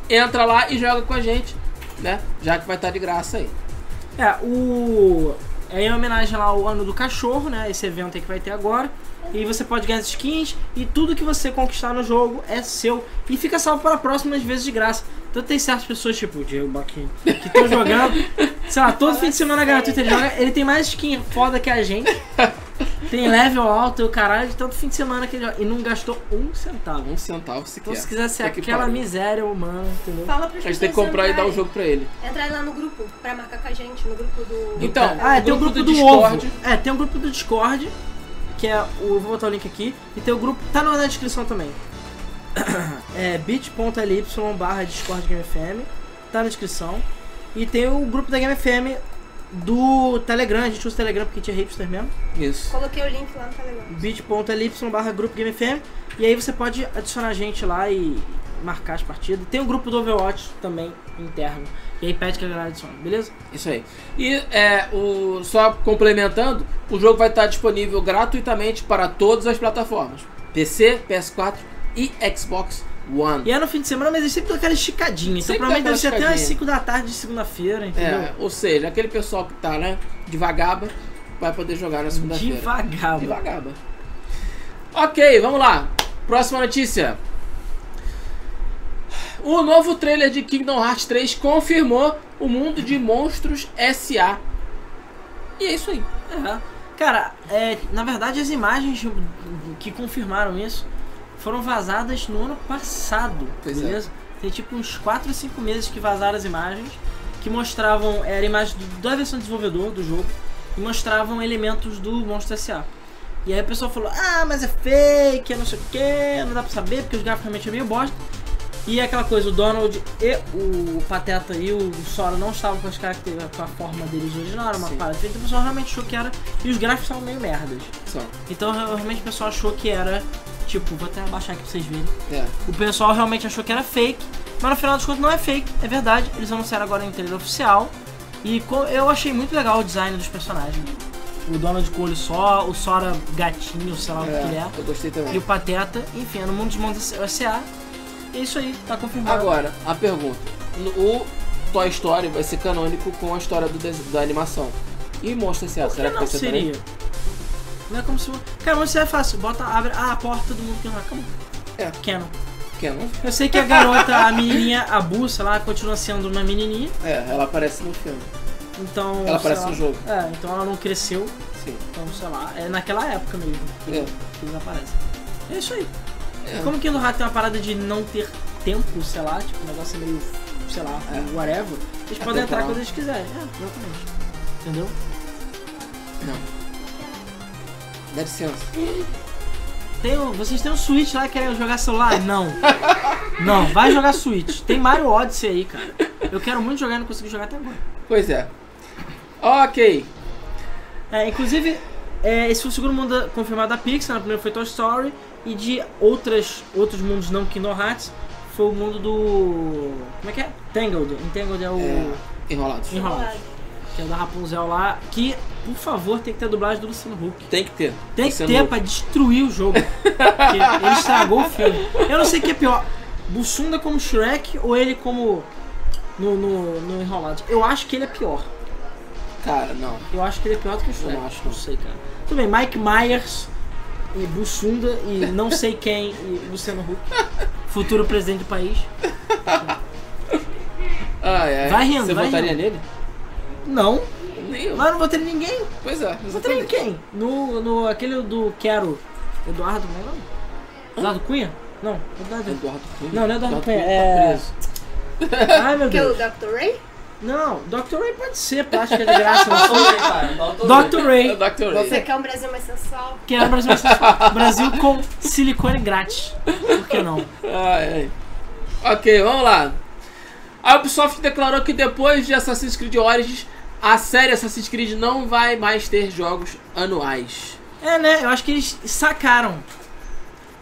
S2: entra lá e joga com a gente, né? Já que vai estar de graça aí.
S1: É, o. É em homenagem lá ao ano do cachorro, né? Esse evento aí que vai ter agora. E você pode ganhar as skins e tudo que você conquistar no jogo é seu. E fica salvo para próximas vezes de graça. Então tem certas pessoas, tipo o Diego Baquinho, que estão jogando. sei lá, todo fim de semana gratuito ele joga. Ele tem mais skin foda que a gente. Tem level alto e o caralho de tanto fim de semana que ele joga. E não gastou um centavo.
S2: Um centavo se
S1: Então
S2: quer.
S1: se quiser ser
S2: Puta que
S1: aquela
S2: pariu.
S1: miséria humana, entendeu?
S5: Fala pros
S2: A gente tem que comprar e dar
S5: o
S2: o jogo pra ele.
S5: Entrar lá no grupo, pra marcar com a gente, no grupo do...
S2: Então,
S1: Ah, é, tem o grupo do,
S2: Discord.
S1: Ovo. É, tem o grupo do Discord, que é o. Vou botar o link aqui. E tem o grupo. Tá na na descrição também. É bit.ly barra Discord Game FM. Tá na descrição. E tem o grupo da Game FM do Telegram. A gente usa o Telegram porque tinha hipster mesmo.
S2: Isso.
S5: Coloquei o link lá no Telegram.
S1: bit.ly barra grupo Game FM. E aí você pode adicionar a gente lá e marcar as partidas. Tem o grupo do Overwatch também interno. E aí pede que a galera adicione, beleza?
S2: Isso aí. E é, o, só complementando, o jogo vai estar disponível gratuitamente para todas as plataformas. PC, PS4 e Xbox One.
S1: E é no fim de semana, mas eles sempre dão aquela esticadinha. Então
S2: Sempre
S1: provavelmente
S2: dá
S1: deve ser
S2: aquela
S1: até umas
S2: esticadinha.
S1: 5 da tarde de segunda-feira, entendeu?
S2: É, ou seja, aquele pessoal que tá, né, de vagaba, vai poder jogar na segunda-feira.
S1: Devagar, mano.
S2: Devagar, mano. Ok, vamos lá. Próxima notícia. O novo trailer de Kingdom Hearts 3 confirmou o mundo de monstros SA. E é isso aí.
S1: É. Cara, é, na verdade as imagens que confirmaram isso foram vazadas no ano passado,
S2: Pois é.
S1: beleza? Tem tipo uns 4 ou 5 meses que vazaram as imagens que mostravam, era imagem do- da versão desenvolvedor do jogo e mostravam elementos do Monstro S.A. E aí o pessoal falou, ah, mas é fake, é não sei o que, não dá pra saber, porque os gráficos realmente é meio bosta. E aquela coisa, o Donald e o Pateta e o Sora não estavam com as características, com a forma deles original, era uma
S2: Sim.
S1: parada diferente, o pessoal realmente achou que era. E os gráficos estavam meio merdas.
S2: Só.
S1: Então realmente o pessoal achou que era. Tipo, vou até abaixar aqui pra vocês verem.
S2: É.
S1: O pessoal realmente achou que era fake, mas no final das contas não é fake, é verdade. Eles anunciaram agora em trailer oficial. E co- eu achei muito legal o design dos personagens. O Donald com olho só, o Sora gatinho, sei lá o que que ele é.
S2: É, eu gostei também.
S1: E o Pateta, enfim, é no mundo dos mundos S.A. É isso aí, tá confirmado.
S2: Agora, a pergunta. No- O Toy Story vai ser canônico com a história do des- da animação. E Monstro S.A.
S1: Por que
S2: Será que
S1: não
S2: vai ser
S1: seria?
S2: também?
S1: Não é como se. Cara, mas isso é fácil. Bota, abre ah, a porta do mundo que não acabou.
S2: É.
S1: Canon.
S2: Que não?
S1: Eu sei que a garota, a menininha, a bussa lá, continua sendo uma menininha.
S2: É, ela aparece no filme.
S1: Então.
S2: Ela
S1: sei
S2: aparece
S1: lá.
S2: no jogo.
S1: É, então ela não cresceu.
S2: Sim.
S1: Então, sei lá. É naquela época mesmo que,
S2: É.
S1: que eles aparecem. É isso aí. E Como que no rato tem uma parada de não ter tempo, sei lá, tipo, um negócio meio. sei lá,
S2: É.
S1: whatever. Eles podem entrar
S2: temporal.
S1: quando eles quiserem. É, exatamente. Entendeu?
S2: Dá licença.
S1: Tem o- vocês têm um Switch lá e querem jogar celular? Não. Não, vai jogar Switch. Tem Mario Odyssey aí, cara. Eu quero muito jogar e não consegui jogar até agora.
S2: Pois é. Ok.
S1: É, inclusive, é, esse foi o segundo mundo confirmado da Pixar. né? O primeiro foi Toy Story. E de outras, outros mundos não Kingdom Hearts, foi o mundo do... Como é que é? Tangled. Entangled é o...
S2: É, enrolados.
S1: Enrolados. Que é o da Rapunzel lá. Que, por favor, tem que ter a dublagem do Luciano Huck.
S2: Tem que ter.
S1: Tem que
S2: Você
S1: ter
S2: não-
S1: pra destruir o jogo. Porque ele estragou o filme. Eu não sei o que é pior. Bussunda como Shrek ou ele como. No, no, no Enrolados? Eu acho que ele é pior.
S2: Cara, não.
S1: Eu acho que ele é pior do que o Shrek.
S2: não acho, não.
S1: Não sei, cara. Tudo bem, Mike Myers e Bussunda e não sei quem e Luciano Huck. Futuro presidente do país.
S2: Ai, ai.
S1: Vai rindo,
S2: Você
S1: vai
S2: votaria
S1: rindo.
S2: nele?
S1: Não,
S2: Nem eu.
S1: mas eu não vou ter ninguém.
S2: Pois é.
S1: Vou ter em
S2: exatamente.
S1: quem? No, no aquele do Quero. é Eduardo, como é o nome? Eduardo Cunha? Não, Eduardo.
S2: Eduardo Cunha.
S1: Não, não é Eduardo Cunha,
S2: tá
S1: é-
S2: preso.
S1: Ai, meu
S6: Que é o
S1: Deus.
S6: Dr. Ray?
S1: Não, Dr. Ray pode ser, plástica é de graça. mas-
S3: Volta aí, cara. Volta aí.
S1: Dr.
S2: É
S1: Ray,
S2: Dr. Ray.
S6: Você quer um Brasil mais sensual?
S1: que era o Brasil, Brasil com silicone grátis. Por que não?
S2: Ai, ai. Ok, vamos lá. A Ubisoft declarou que depois de Assassin's Creed Origins, a série Assassin's Creed não vai mais ter jogos anuais.
S1: É, né? Eu acho que eles sacaram.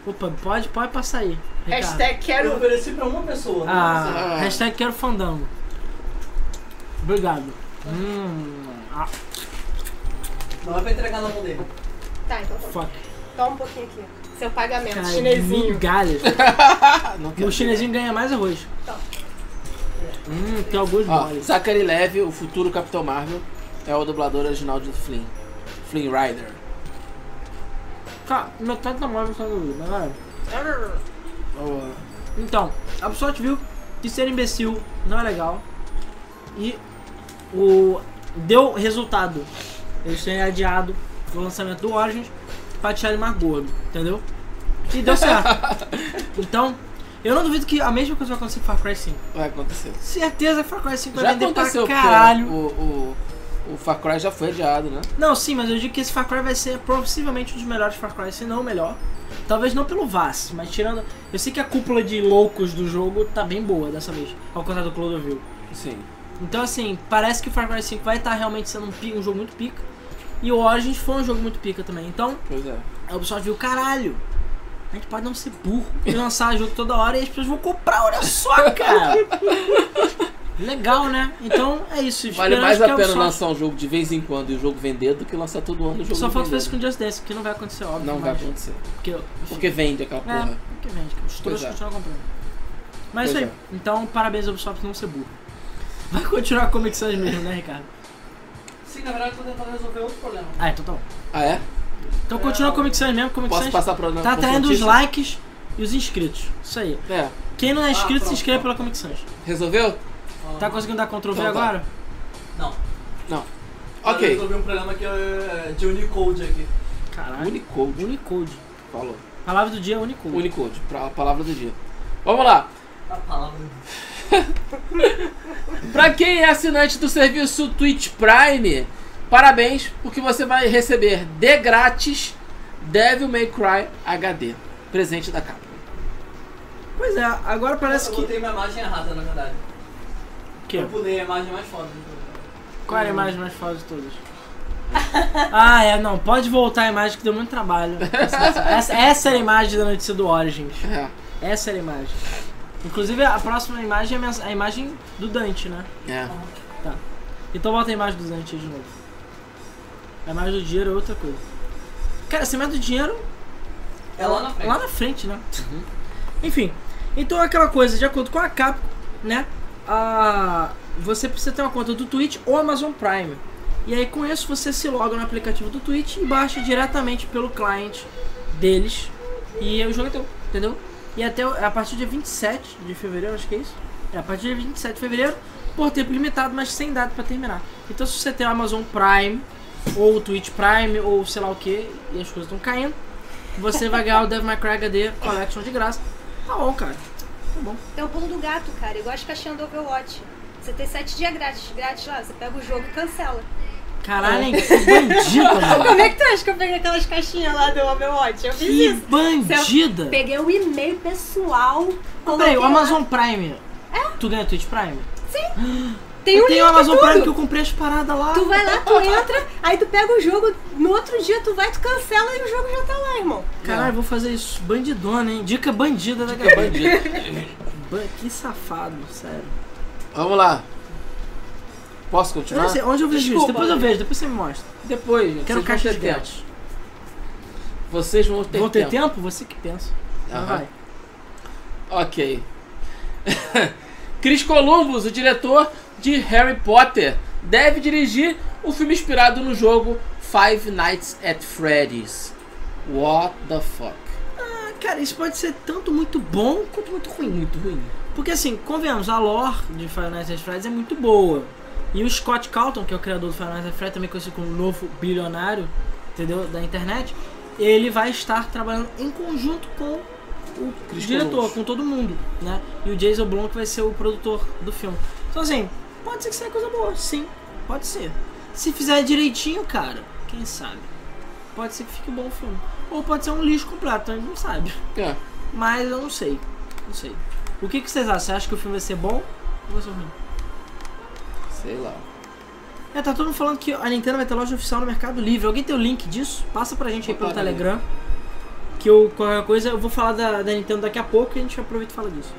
S1: Opa, pode, pode passar aí. Ricardo.
S6: Hashtag
S3: Eu
S6: quero.
S3: ofereci pra uma pessoa. né?
S1: Ah,
S2: Ah.
S1: hashtag quero fandango. Obrigado. Hum, ah,
S3: Não é pra entregar na mão dele.
S6: Tá, então toma.
S1: fuck.
S6: toma um pouquinho aqui. Seu pagamento,
S1: Cara,
S6: É um chinesinho.
S1: migalhas.
S2: Ah, não
S1: E o chinesinho ganha mais arroz.
S6: Tá.
S1: Hum, tem alguns
S2: Ó,
S1: moles.
S2: Zachary Levy, o futuro Capitão Marvel, é o dublador original de Flynn. Flynn Rider.
S1: Cara, meu tanto tá móvel só do mas vai.
S2: Ó,
S1: Então, a Ubisoft viu que ser imbecil não é legal. E o deu resultado. Eles têm adiado o lançamento do Origins pra tirar ele mais gordo, entendeu? E deu certo. então, eu não duvido que a mesma coisa vai acontecer com Far Cry 5.
S2: Vai acontecer.
S1: Certeza que Far Cry 5 vai
S2: Já
S1: vender
S2: aconteceu,
S1: pra
S2: porque
S1: caralho.
S2: O, o, o Far Cry já foi adiado, né?
S1: Não, sim, mas eu digo que esse Far Cry vai ser possivelmente um dos melhores Far Cry, se não o melhor. Talvez não pelo Vaz, mas tirando. Eu sei que a cúpula de loucos do jogo tá bem boa dessa vez, ao contrário do Clodovil.
S2: Sim.
S1: Então, assim, parece que o Far Cry 5 vai estar realmente sendo um, pi- um jogo muito pica. E o Origins foi um jogo muito pica também. Então,
S2: Pois é.
S1: a Ubisoft viu, caralho, a gente pode não ser burro e lançar jogo toda hora e as pessoas vão comprar, olha só, cara! Legal, né? Então é isso.
S2: Vale
S1: esperamos
S2: mais
S1: que
S2: a pena
S1: Ubisoft-
S2: lançar um jogo de vez em quando e o jogo vender do que lançar todo ano o jogo
S1: Só
S2: não
S1: falta fazer
S2: vender. né?
S1: isso com Just Dance, que não vai acontecer, óbvio.
S2: Não vai
S1: mas-
S2: acontecer.
S1: Porque,
S2: Porque vende aquela
S1: É,
S2: porra.
S1: porque vende, cara. Os trouxas
S2: é.
S1: continuam comprando. Mas
S2: Pois
S1: é isso aí. Então, parabéns ao Ubisoft não ser burro. Vai continuar com Comic Sans mesmo, né, Ricardo?
S3: Sim, na verdade, eu tô tentando resolver outro problema.
S1: Ah, então tá bom.
S2: Ah, é?
S1: Então continua com Comic Sans mesmo, Comic
S2: Posso
S1: Sans
S2: passar pra
S1: tá atraindo os
S2: notícia?
S1: likes e os inscritos. Isso aí.
S2: É.
S1: Quem não é inscrito, se
S3: pronto,
S1: inscreve pela Comic Sans.
S2: Resolveu?
S3: Ah,
S1: Tá conseguindo dar Ctrl V
S2: Então tá.
S1: agora?
S3: Não.
S2: Não.
S1: Tá
S3: Eu
S2: Ok.
S3: resolvi um problema que é de Unicode aqui.
S1: Caralho.
S2: Unicode.
S1: Unicode.
S2: Falou.
S1: Palavra do dia é Unicode.
S2: Unicode, pra, a palavra do dia. Vamos lá.
S3: A palavra.
S2: Pra quem é assinante do serviço Twitch Prime, parabéns, porque você vai receber de grátis Devil May Cry HD, presente da capa.
S1: Pois é, agora parece
S3: eu
S1: que.
S3: botei minha imagem errada, na verdade.
S1: que?
S3: Eu pulei a imagem mais foda.
S1: Qual era a imagem mais foda de todas? ah, é, não. Pode voltar a imagem que deu muito trabalho. Essa, essa era a imagem da notícia do Origins.
S2: É,
S1: Essa era a imagem. Inclusive, a próxima imagem é a mens- a imagem do Dante, né?
S2: é.
S1: Então bota a imagem do Dante aí de novo. A imagem do dinheiro é outra coisa. Cara, essa imagem do dinheiro
S3: É lá na frente.
S1: Lá na frente, né? Enfim, então é aquela coisa, de acordo com a Capcom, né? A... Você precisa ter uma conta do Twitch ou Amazon Prime. E aí com isso você se loga no aplicativo do Twitch e baixa diretamente pelo cliente deles. E o jogo é teu, entendeu? E até o- é a partir de 27 de fevereiro, acho que é isso. É, a partir de 27 de fevereiro, por tempo limitado, mas sem data pra terminar. Então se você tem o Amazon Prime, ou o Twitch Prime, ou sei lá o que, e as coisas estão caindo, você vai ganhar o Devil May Cry HD Collection de graça. Tá bom, cara.
S5: Tem É o pulo do gato, cara. Igual as caixinhas do Overwatch. Você tem sete dias grátis, grátis lá. Você pega o jogo e cancela.
S1: Caralho, hein? É. Que bandida, mano.
S5: Como é que tu acha que eu peguei aquelas caixinhas lá do Overwatch? Eu fiz
S1: Que
S5: isso.
S1: bandida.
S5: Peguei o e-mail pessoal.
S1: Peraí,
S5: coloquei
S1: o
S5: lá.
S1: Amazon Prime. Tu ganha o Twitch Prime?
S5: É? Tem um
S1: eu tenho o
S5: link e
S1: Amazon
S5: tudo.
S1: Prime que eu comprei as paradas lá.
S5: Tu vai lá, tu entra, aí tu pega o jogo, no outro dia tu vai, tu cancela e o jogo já tá lá, irmão.
S1: Caralho, vou fazer isso. Bandidona, hein? Dica bandida da galera. Ban- Que safado, sério.
S2: Vamos lá. Posso
S1: Eu
S2: continuar?
S1: não sei, assim, onde eu vejo isso?
S2: Desculpa.
S1: Depois eu vejo, depois você me mostra.
S2: Depois, gente.
S1: Quero
S2: vocês vão
S1: caixa
S2: ter
S1: de
S2: tempo.
S1: grátis.
S2: Vocês vão ter
S1: Vão ter
S2: tempo.
S1: tempo? Você que pensa. Mas
S2: Aham.
S1: Vai.
S2: Ok. Chris Columbus, o diretor de Harry Potter, deve dirigir o filme inspirado no jogo Five Nights at Freddy's. What the fuck?
S1: Cara, isso pode ser tanto muito bom quanto muito ruim. Muito ruim. Porque assim, convenhamos, a lore de Final Fantasy Freddy's é muito boa. E o Scott Calton, que é o criador do Final Fantasy Freddy's, também conhecido como o novo bilionário, entendeu? Da internet, ele vai estar trabalhando em conjunto com o
S2: Chris
S1: diretor,
S2: Columbus.
S1: com todo mundo, né? E o Jason Blum que vai ser o produtor do filme. Então assim, pode ser que saia coisa boa, sim. Pode ser. Se fizer direitinho, cara, quem sabe? Pode ser que fique bom o filme. Ou pode ser um lixo completo, a gente não sabe.
S2: É.
S1: Mas eu não sei. Não sei. O que, que vocês acham? Você acha que o filme vai ser bom ou vai ser ruim?
S2: Sei lá.
S1: É, tá todo mundo falando que a Nintendo vai ter loja oficial no Mercado Livre. Alguém tem o link disso? Passa pra gente aí pelo
S2: Opa, né?
S1: Telegram. Que eu, qualquer coisa, eu vou falar da, da Nintendo daqui a pouco e a gente aproveita e fala disso.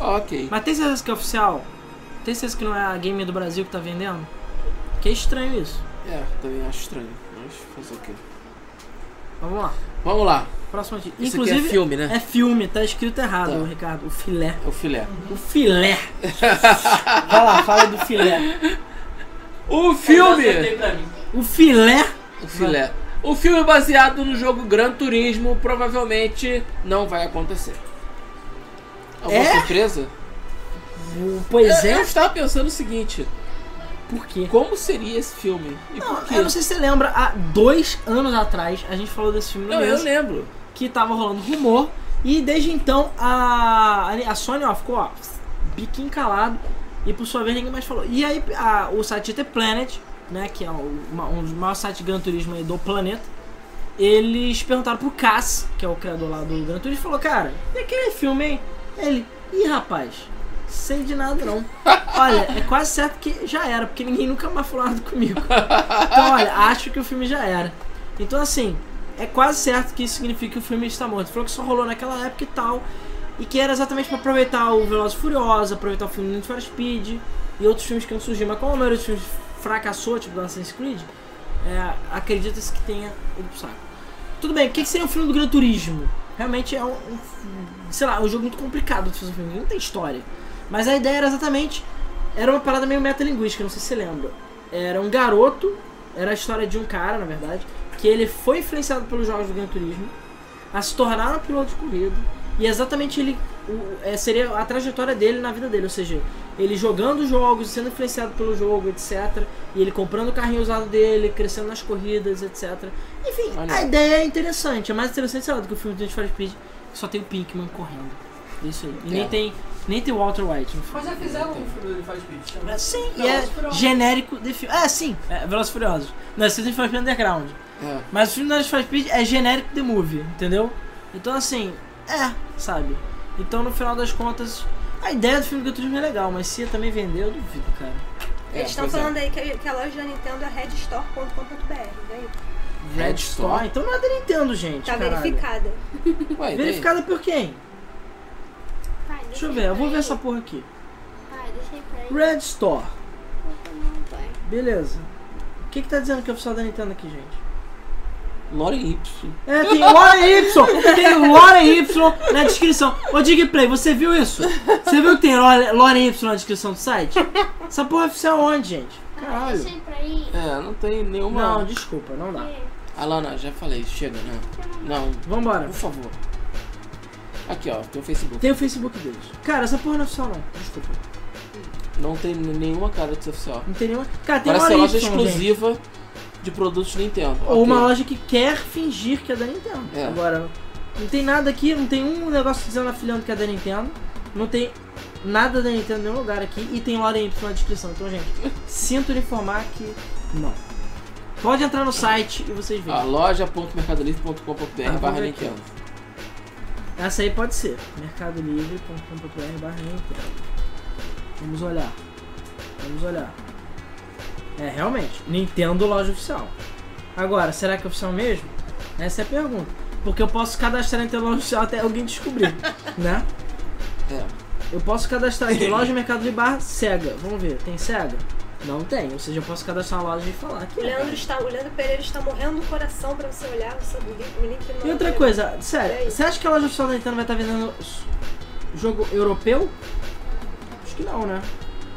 S2: Ok.
S1: Mas tem certeza que é oficial? Tem certeza que não é a Game do Brasil que tá vendendo? Que é estranho isso.
S2: É, também acho estranho. Mas fazer o quê?
S1: Mas vamos lá.
S2: Vamos lá.
S1: Próxima notícia.
S2: Isso
S1: Inclusive,
S2: aqui é filme, né?
S1: é filme, tá escrito errado,
S2: Tá.
S1: Ricardo. O filé.
S2: É o filé.
S1: O filé. Vai lá, fala do filé. É
S2: O
S3: Eu
S2: filme!
S3: acertei pra mim.
S1: O filé.
S2: O filé. O filme baseado no jogo Gran Turismo provavelmente não vai acontecer. Alguma
S1: É?
S2: surpresa?
S1: O- Pois
S2: Eu, eu
S1: é.
S2: estava pensando o seguinte:
S1: Por quê?
S2: como seria esse filme? E
S1: Não,
S2: por quê?
S1: eu não sei se você lembra, há dois anos atrás a gente falou desse filme no
S2: Não, eu
S1: mês,
S2: lembro.
S1: que tava rolando rumor, e desde então a, a Sony ó, ficou ó, biquinho calado, e por sua vez ninguém mais falou. E aí a- o site GT Planet, né, que é o- uma- um dos maiores sites de Gran Turismo aí do planeta, eles perguntaram pro Cass, que é o criador lá do Gran Turismo, e falou, cara, e aquele filme, hein? Ele, ih rapaz, sei de nada não. Olha, é quase certo que já era, porque ninguém nunca mais falou nada comigo. Então, olha, acho que o filme já era. Então, assim, é quase certo que isso significa que o filme está morto. Falou que só rolou naquela época e tal. E que era exatamente pra aproveitar o Veloz e Furiosa, aproveitar o filme Need for Speed e outros filmes que iam surgir. Mas como a maioria dos filmes fracassou, tipo do Assassin's Creed, é, acredita-se que tenha ido pro saco. Tudo bem, o que que seria um filme do Gran Turismo? Realmente é um, um sei lá, um jogo muito complicado de fazer um filme, não tem história. Mas a ideia era exatamente, era uma parada meio metalinguística, não sei se você lembra. Era um garoto, era a história de um cara, na verdade, que ele foi influenciado pelos jogos do Gran Turismo a se tornar um piloto de corrida e exatamente ele o- é, seria a trajetória dele na vida dele, ou seja, ele jogando os jogos, sendo influenciado pelo jogo, etc. E ele comprando o carrinho usado dele, crescendo nas corridas, etc. Enfim,
S2: Olha.
S1: a ideia é interessante, é mais interessante sei lá, do que o filme do Need for Speed, que só tem o Pinkman correndo. Isso aí. E nem
S2: É.
S1: tem nem tem o Walter White no filme.
S3: Mas já fizeram um filme do Faz Beat.
S1: É, Sim, e
S3: Velozes
S1: é
S3: e Furiosos.
S1: genérico de filme. É, sim, é Velozes e Furiosos. Não, esse é Need for Speed Underground.
S2: É.
S1: Mas o filme do Need for Speed é genérico de movie, entendeu? Então, assim, é, sabe? Então, no final das contas, a ideia do filme do Gran Turismo é legal, mas se ia também vender, eu duvido, cara.
S2: É,
S1: tá
S6: Eles estão
S2: pois é.
S6: falando aí que, que a loja da Nintendo é redstore.com.br, daí.
S2: Red
S1: Red Store?
S2: Store?
S1: Então não é da Nintendo, gente.
S6: Tá
S1: caralho.
S6: verificada.
S2: Ué, e daí?
S1: Verificada por quem?
S7: Pai, deixa
S1: Deixa eu ver, eu vou ver
S7: aí.
S1: essa porra aqui.
S7: Pai, deixa aí pra ele.
S1: Red Store.
S7: Não, pai.
S1: Beleza. O que que tá dizendo que é oficial da Nintendo aqui, gente?
S2: Lore Y.
S1: É, tem Lore Y, tem Lore Y na descrição. Ô Digplay, você viu isso? Você viu que tem Lore Lore Y na descrição do site? Essa porra é oficial onde, gente?
S7: Pai,
S2: Caralho.
S7: deixa aí pra ele.
S2: É, não tem nenhuma.
S1: Não, desculpa, não dá.
S2: Alana, já falei, chega, não. Não,
S1: Vambora.
S2: por favor. Aqui, ó, tem o Facebook.
S1: Tem o Facebook deles. Cara, essa porra não é oficial não, desculpa.
S2: Não tem nenhuma cara de ser oficial.
S1: Não tem nenhuma... Cara, tem
S2: Parece ser
S1: Lore
S2: loja
S1: Y, gente.
S2: exclusiva de produtos Nintendo.
S1: Ou
S2: Ok.
S1: uma loja que quer fingir que é da Nintendo.
S2: É.
S1: Agora, não tem nada aqui, não tem um negócio dizendo afiliando que é da Nintendo. Não tem nada da Nintendo em nenhum lugar aqui. E tem Lore Y na descrição. Então, gente, sinto lhe informar que não. Pode entrar no site e vocês
S2: Ah,
S1: veem.
S2: loja.mercadolivre.com.br
S1: Ah, vou
S2: barra
S1: ver aqui.
S2: Nintendo.
S1: Essa aí pode ser. mercadolivre.com.br barra Nintendo. Vamos olhar. Vamos olhar. É, realmente. Nintendo loja oficial. Agora, será que é oficial mesmo? Essa é a pergunta. Porque eu posso cadastrar Nintendo loja oficial até alguém descobrir, né?
S2: É.
S1: Eu posso cadastrar aqui, loja Mercado Livre barra Sega. Vamos ver, tem Sega? Não tem, ou seja, eu posso cadastrar uma loja e falar
S6: O
S1: que é.
S6: Leandro, está, o Leandro Pereira está morrendo no coração pra você olhar o seu o link, o link no-
S1: E outra coisa, sério, você acha que a loja oficial da Nintendo vai estar vendendo s- jogo europeu? Acho que não, né?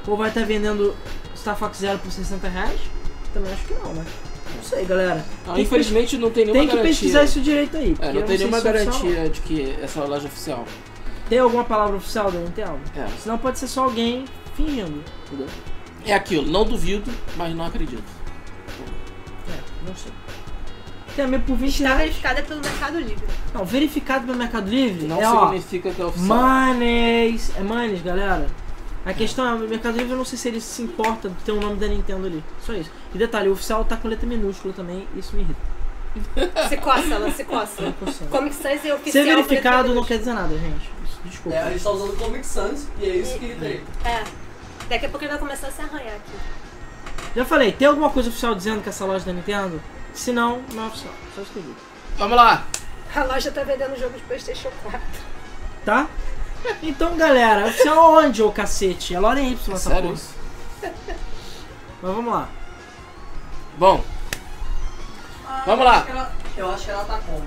S1: Ou vai estar vendendo Star Fox Zero por 60 reais? Também acho que não, né? Não sei, galera.
S2: Não,
S1: Tem que
S2: infelizmente não tem
S1: pes-
S2: nenhuma
S1: Tem que
S2: garantia.
S1: pesquisar isso direito aí. porque
S2: É,
S1: eu
S2: não tem
S1: sei
S2: nenhuma
S1: se é oficial ou não.
S2: garantia de que essa é a loja oficial.
S1: Tem alguma palavra oficial da Nintendo?
S2: É,
S1: Senão pode ser só alguém fingindo, entendeu?
S2: é aquilo, não duvido, mas não acredito.
S1: É, não sei. Tem amigo por 20
S6: Está
S1: reais.
S6: verificada pelo Mercado Livre.
S1: Não, verificado pelo Mercado Livre
S2: Não
S1: é, ó,
S2: significa que é oficial.
S1: Manes. É Manes, galera. A questão é, o Mercado Livre eu não sei se ele se importa de ter o nome da Nintendo ali. Só isso. E detalhe, o oficial tá com letra minúscula também, isso me irrita.
S6: Se coça, ela se coça.
S1: Funciona.
S6: Comic Sans é
S1: Ser
S6: oficial.
S1: verificado não
S6: Mercado
S1: quer dizer nada, gente. Isso, Desculpa.
S3: É, a gente tá usando Comic Sans e é isso que ele tem.
S6: Livre. É. Daqui a pouco ele vai começar a se arranhar aqui.
S1: Já falei, tem alguma coisa oficial dizendo que essa loja é da Nintendo? Se não, não é oficial. Só isso que eu digo.
S2: Vamos lá.
S6: A loja tá vendendo jogo de Playstation 4.
S1: Tá? Então, galera, oficial onde, ô cacete? É Loren Y essa
S2: Sério
S1: porra.
S2: isso?
S1: Mas vamos lá.
S2: Bom. Vamos lá.
S3: Eu acho que ela tá como?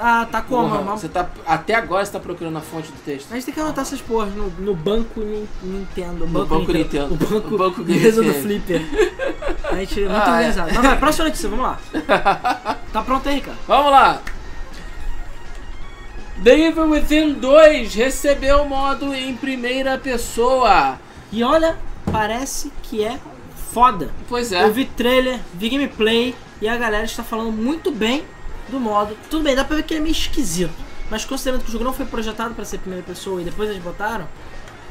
S1: Ah, tá como?
S2: Porra,
S1: mas-
S2: Você tá, até agora você tá procurando a fonte do texto.
S1: A gente tem que anotar essas porras no, no banco Nin- Nintendo.
S2: No banco Nintendo.
S1: O banco,
S2: O banco
S1: beleza do
S2: GameStop.
S1: Flipper. A gente é muito
S2: Ah, é.
S1: organizado. Mas vai, próxima notícia, vamos lá. Tá pronto aí, cara?
S2: Vamos lá. The Evil Within 2 recebeu o modo em primeira pessoa.
S1: E olha, parece que é foda.
S2: Pois
S1: Eu
S2: é.
S1: vi trailer, vi gameplay e a galera está falando muito bem do modo. Tudo bem, dá pra ver que ele é meio esquisito. Mas considerando que o jogo não foi projetado pra ser primeira pessoa e depois eles botaram,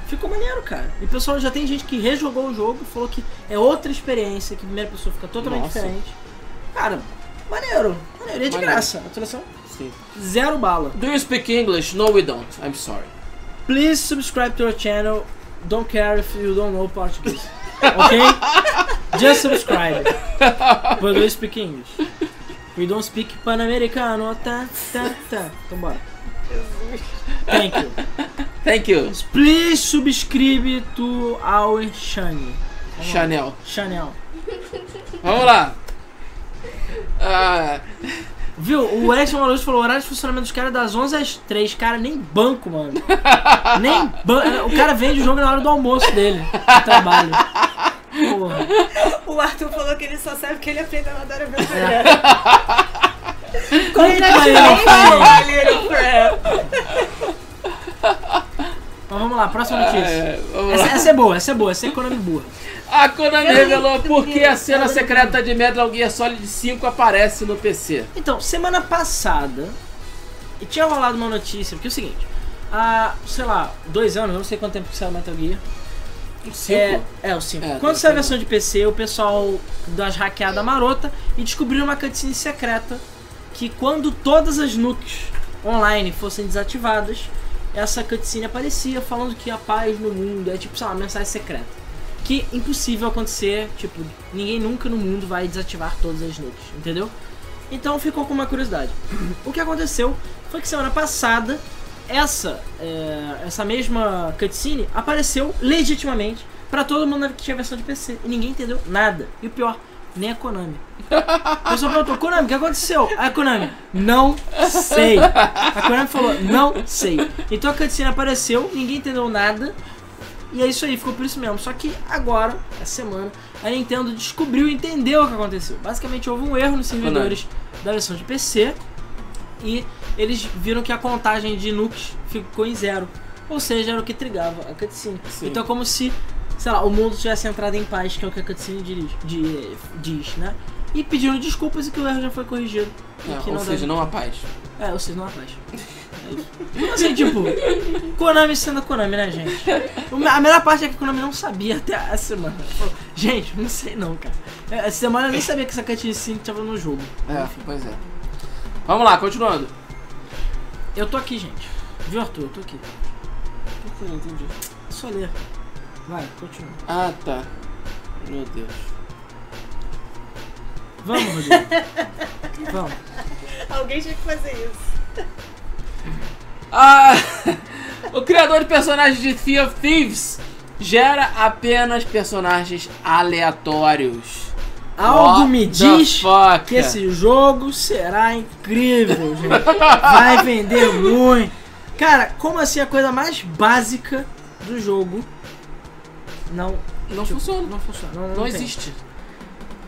S1: ficou maneiro, cara. E pessoal, já tem gente que rejogou o jogo, falou que é outra experiência, que primeira pessoa fica totalmente
S2: Nossa.
S1: diferente. Cara, maneiro, maneiro. E é de
S2: Maneiro.
S1: graça. A atualização
S2: Sim.
S1: zero bala.
S2: Do you speak English? No, we don't. I'm sorry.
S1: Please subscribe to our channel. Don't care if you don't know Portuguese. Okay? Just subscribe. But we speak English. We don't speak Pan-Americano. Tá, tá, tá. Então bora. Thank you.
S2: Thank you,
S1: Please subscribe to our channel.
S2: Chanel.
S1: Chanel.
S2: Vamos lá. Ah,
S1: Viu? O Edson Maluco falou: o horário de funcionamento dos caras é das 11 às 3. Cara, nem banco, mano. Nem banco. O cara vende o jogo na hora do almoço dele. do Trabalho. Porra.
S5: O Arthur falou que ele só sabe que ele é treinador
S1: É.
S5: brasileiro.
S1: Congratulations! Mas Então, vamos lá, próxima notícia.
S2: é, vamos
S1: Essa,
S2: lá.
S1: essa é boa, essa é boa, essa é economia burra.
S2: A Konami revelou por que a cena secreta de Metal Gear Solid 5 aparece no PC.
S1: Então, semana passada e tinha rolado uma notícia, porque é o seguinte, há, sei lá, dois anos, eu não sei quanto tempo que saiu Metal Gear. É, é, o 5.
S2: É,
S1: Quando
S2: dois
S1: saiu a
S2: anos.
S1: versão de PC, o pessoal das hackeadas marota e descobriram uma cutscene secreta que quando todas as nukes online fossem desativadas, essa cutscene aparecia falando que a paz no mundo é tipo, sei lá, uma mensagem secreta. Que impossível acontecer, tipo, ninguém nunca no mundo vai desativar todas as nukes, entendeu? Então ficou com uma curiosidade. O que aconteceu foi que semana passada essa é, essa mesma cutscene apareceu legitimamente pra todo mundo que tinha versão de PC e ninguém entendeu nada. E o pior, nem a Konami. O pessoal perguntou: Konami, o que aconteceu? A Konami, não sei. A Konami falou: não sei. Então a cutscene apareceu, ninguém entendeu nada. E é isso aí, ficou por isso mesmo. Só que agora, essa semana, a Nintendo descobriu e entendeu o que aconteceu. Basicamente, houve um erro nos servidores da versão de PC e eles viram que a contagem de nukes ficou em zero. Ou seja, era o que trigava a cutscene.
S2: Sim.
S1: Então é como se, sei lá, o mundo tivesse entrado em paz, que é o que a cutscene diz, de- diz, né? E pediram desculpas e que o erro já foi corrigido. E
S2: É,
S1: que
S2: ou
S1: dá-
S2: seja, não a paz.
S1: É, ou seja, não atrás. Assim, tipo, Konami sendo Konami, né, gente? O me- A melhor parte é que a Konami não sabia até a semana. Falou, Gente, não sei não, cara. É, Essa semana eu nem sabia que essa cutscene tava no jogo.
S2: É, pois é. Vamos lá, continuando.
S1: Eu tô aqui, gente. Viu, Arthur? Eu tô aqui. Por que eu não entendi? É só ler. Vai, continua.
S2: Ah, tá. Meu Deus.
S1: Vamos, Rodrigo. Vamos.
S5: Alguém tinha que fazer isso.
S2: Ah, o criador de personagens de Sea of Thieves gera apenas personagens aleatórios.
S1: Algo
S2: What
S1: me
S2: the
S1: diz
S2: fuck?
S1: que esse jogo será incrível, gente. Vai vender muito. Cara, como assim a coisa mais básica do jogo não
S2: Não funciona. tipo Não funciona.
S1: Não-
S2: Não,
S1: não tem.
S2: existe.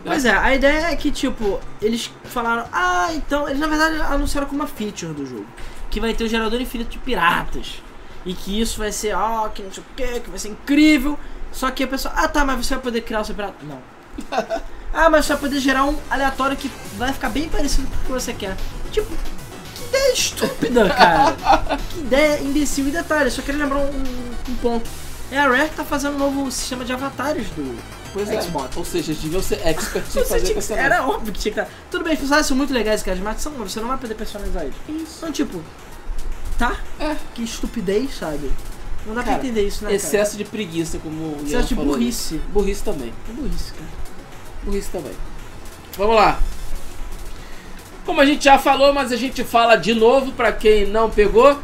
S1: Pois é, a ideia é que, tipo, eles falaram, ah, então. Eles na verdade anunciaram como uma feature do jogo. Que vai ter o gerador infinito de piratas. E que isso vai ser, ó, que não sei o que, que vai ser incrível. Só que a pessoa, ah tá, mas você vai poder criar o seu pirata. Não. Ah, mas você vai poder gerar um aleatório que vai ficar bem parecido com o que você quer. Tipo, que ideia estúpida, cara. que ideia imbecil. E detalhe, só queria lembrar um, um ponto. É a Rare que tá fazendo um novo sistema de avatares do
S2: Pois é.
S1: Xbox.
S2: Ou seja, eles deviam ser experts em
S1: Você
S2: fazer
S1: tinha que-
S2: personagem.
S1: era óbvio que tinha que estar. Tudo bem, os personagens são muito legais, cara, mas são, você não vai poder personalizar eles. Então, tipo, tá? Que estupidez, sabe? Não dá
S2: É. Cara,
S1: pra entender isso, né?
S2: Excesso de preguiça, como o
S1: cara?
S2: Ian
S1: Excesso de
S2: falou.
S1: burrice.
S2: Burrice também.
S1: É burrice, cara.
S2: Burrice também. Vamos lá. Como a gente já falou, mas a gente fala de novo pra quem não pegou.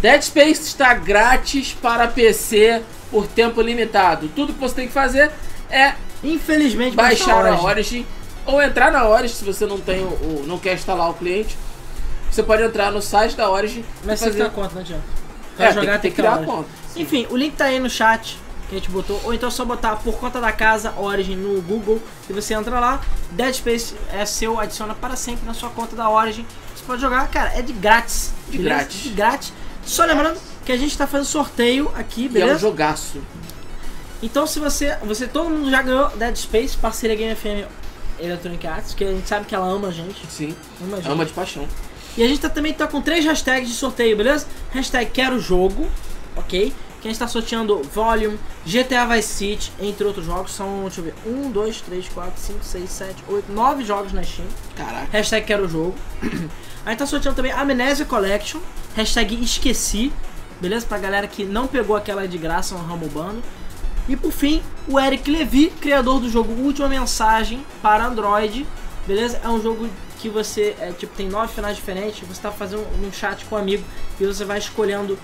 S2: Dead Space está grátis para PC por tempo limitado. Tudo que você tem que fazer é
S1: Infelizmente, tá
S2: baixar
S1: baixa
S2: na Origin ou entrar na Origin se você não tem o, o- não quer instalar o cliente. Você pode entrar no site da Origin
S1: Mas
S2: e
S1: você tem
S2: fazer.
S1: a conta, não adianta. Pra
S2: É,
S1: jogar
S2: tem que, tem que
S1: ter
S2: criar a
S1: hora.
S2: conta.
S1: Enfim, o link tá aí no chat que a gente botou, ou então é só botar por conta da casa Origin no Google e você entra lá. Dead Space é seu, adiciona para sempre na sua conta da Origin. Você pode jogar, cara, é de grátis.
S2: De
S1: beleza?
S2: grátis.
S1: De grátis. Só lembrando que a gente tá fazendo sorteio aqui,
S2: E é um
S1: beleza?
S2: jogaço.
S1: Então se você, você todo mundo já ganhou Dead Space, parceria Game FM Electronic Arts, que a gente sabe que ela ama a gente,
S2: Sim.
S1: ama a gente.
S2: Ama de paixão.
S1: E a gente tá, também tá com três hashtags de sorteio, beleza? Hashtag quero jogo, ok? Que a gente tá sorteando Volume, GTA Vice City, entre outros jogos. São, deixa eu ver, 1, 2, 3, 4, 5, 6, 7, 8, 9 jogos na Steam.
S2: Caraca.
S1: Hashtag quero jogo. A gente tá sorteando também Amnesia Collection, hashtag esqueci, beleza? Pra galera que não pegou aquela de graça no ramo urbano. E por fim, o Eric Levy, criador do jogo Última Mensagem para Android, beleza? É um jogo que você é, tipo tem nove finais diferentes, você tá fazendo um chat com um amigo e você vai escolhendo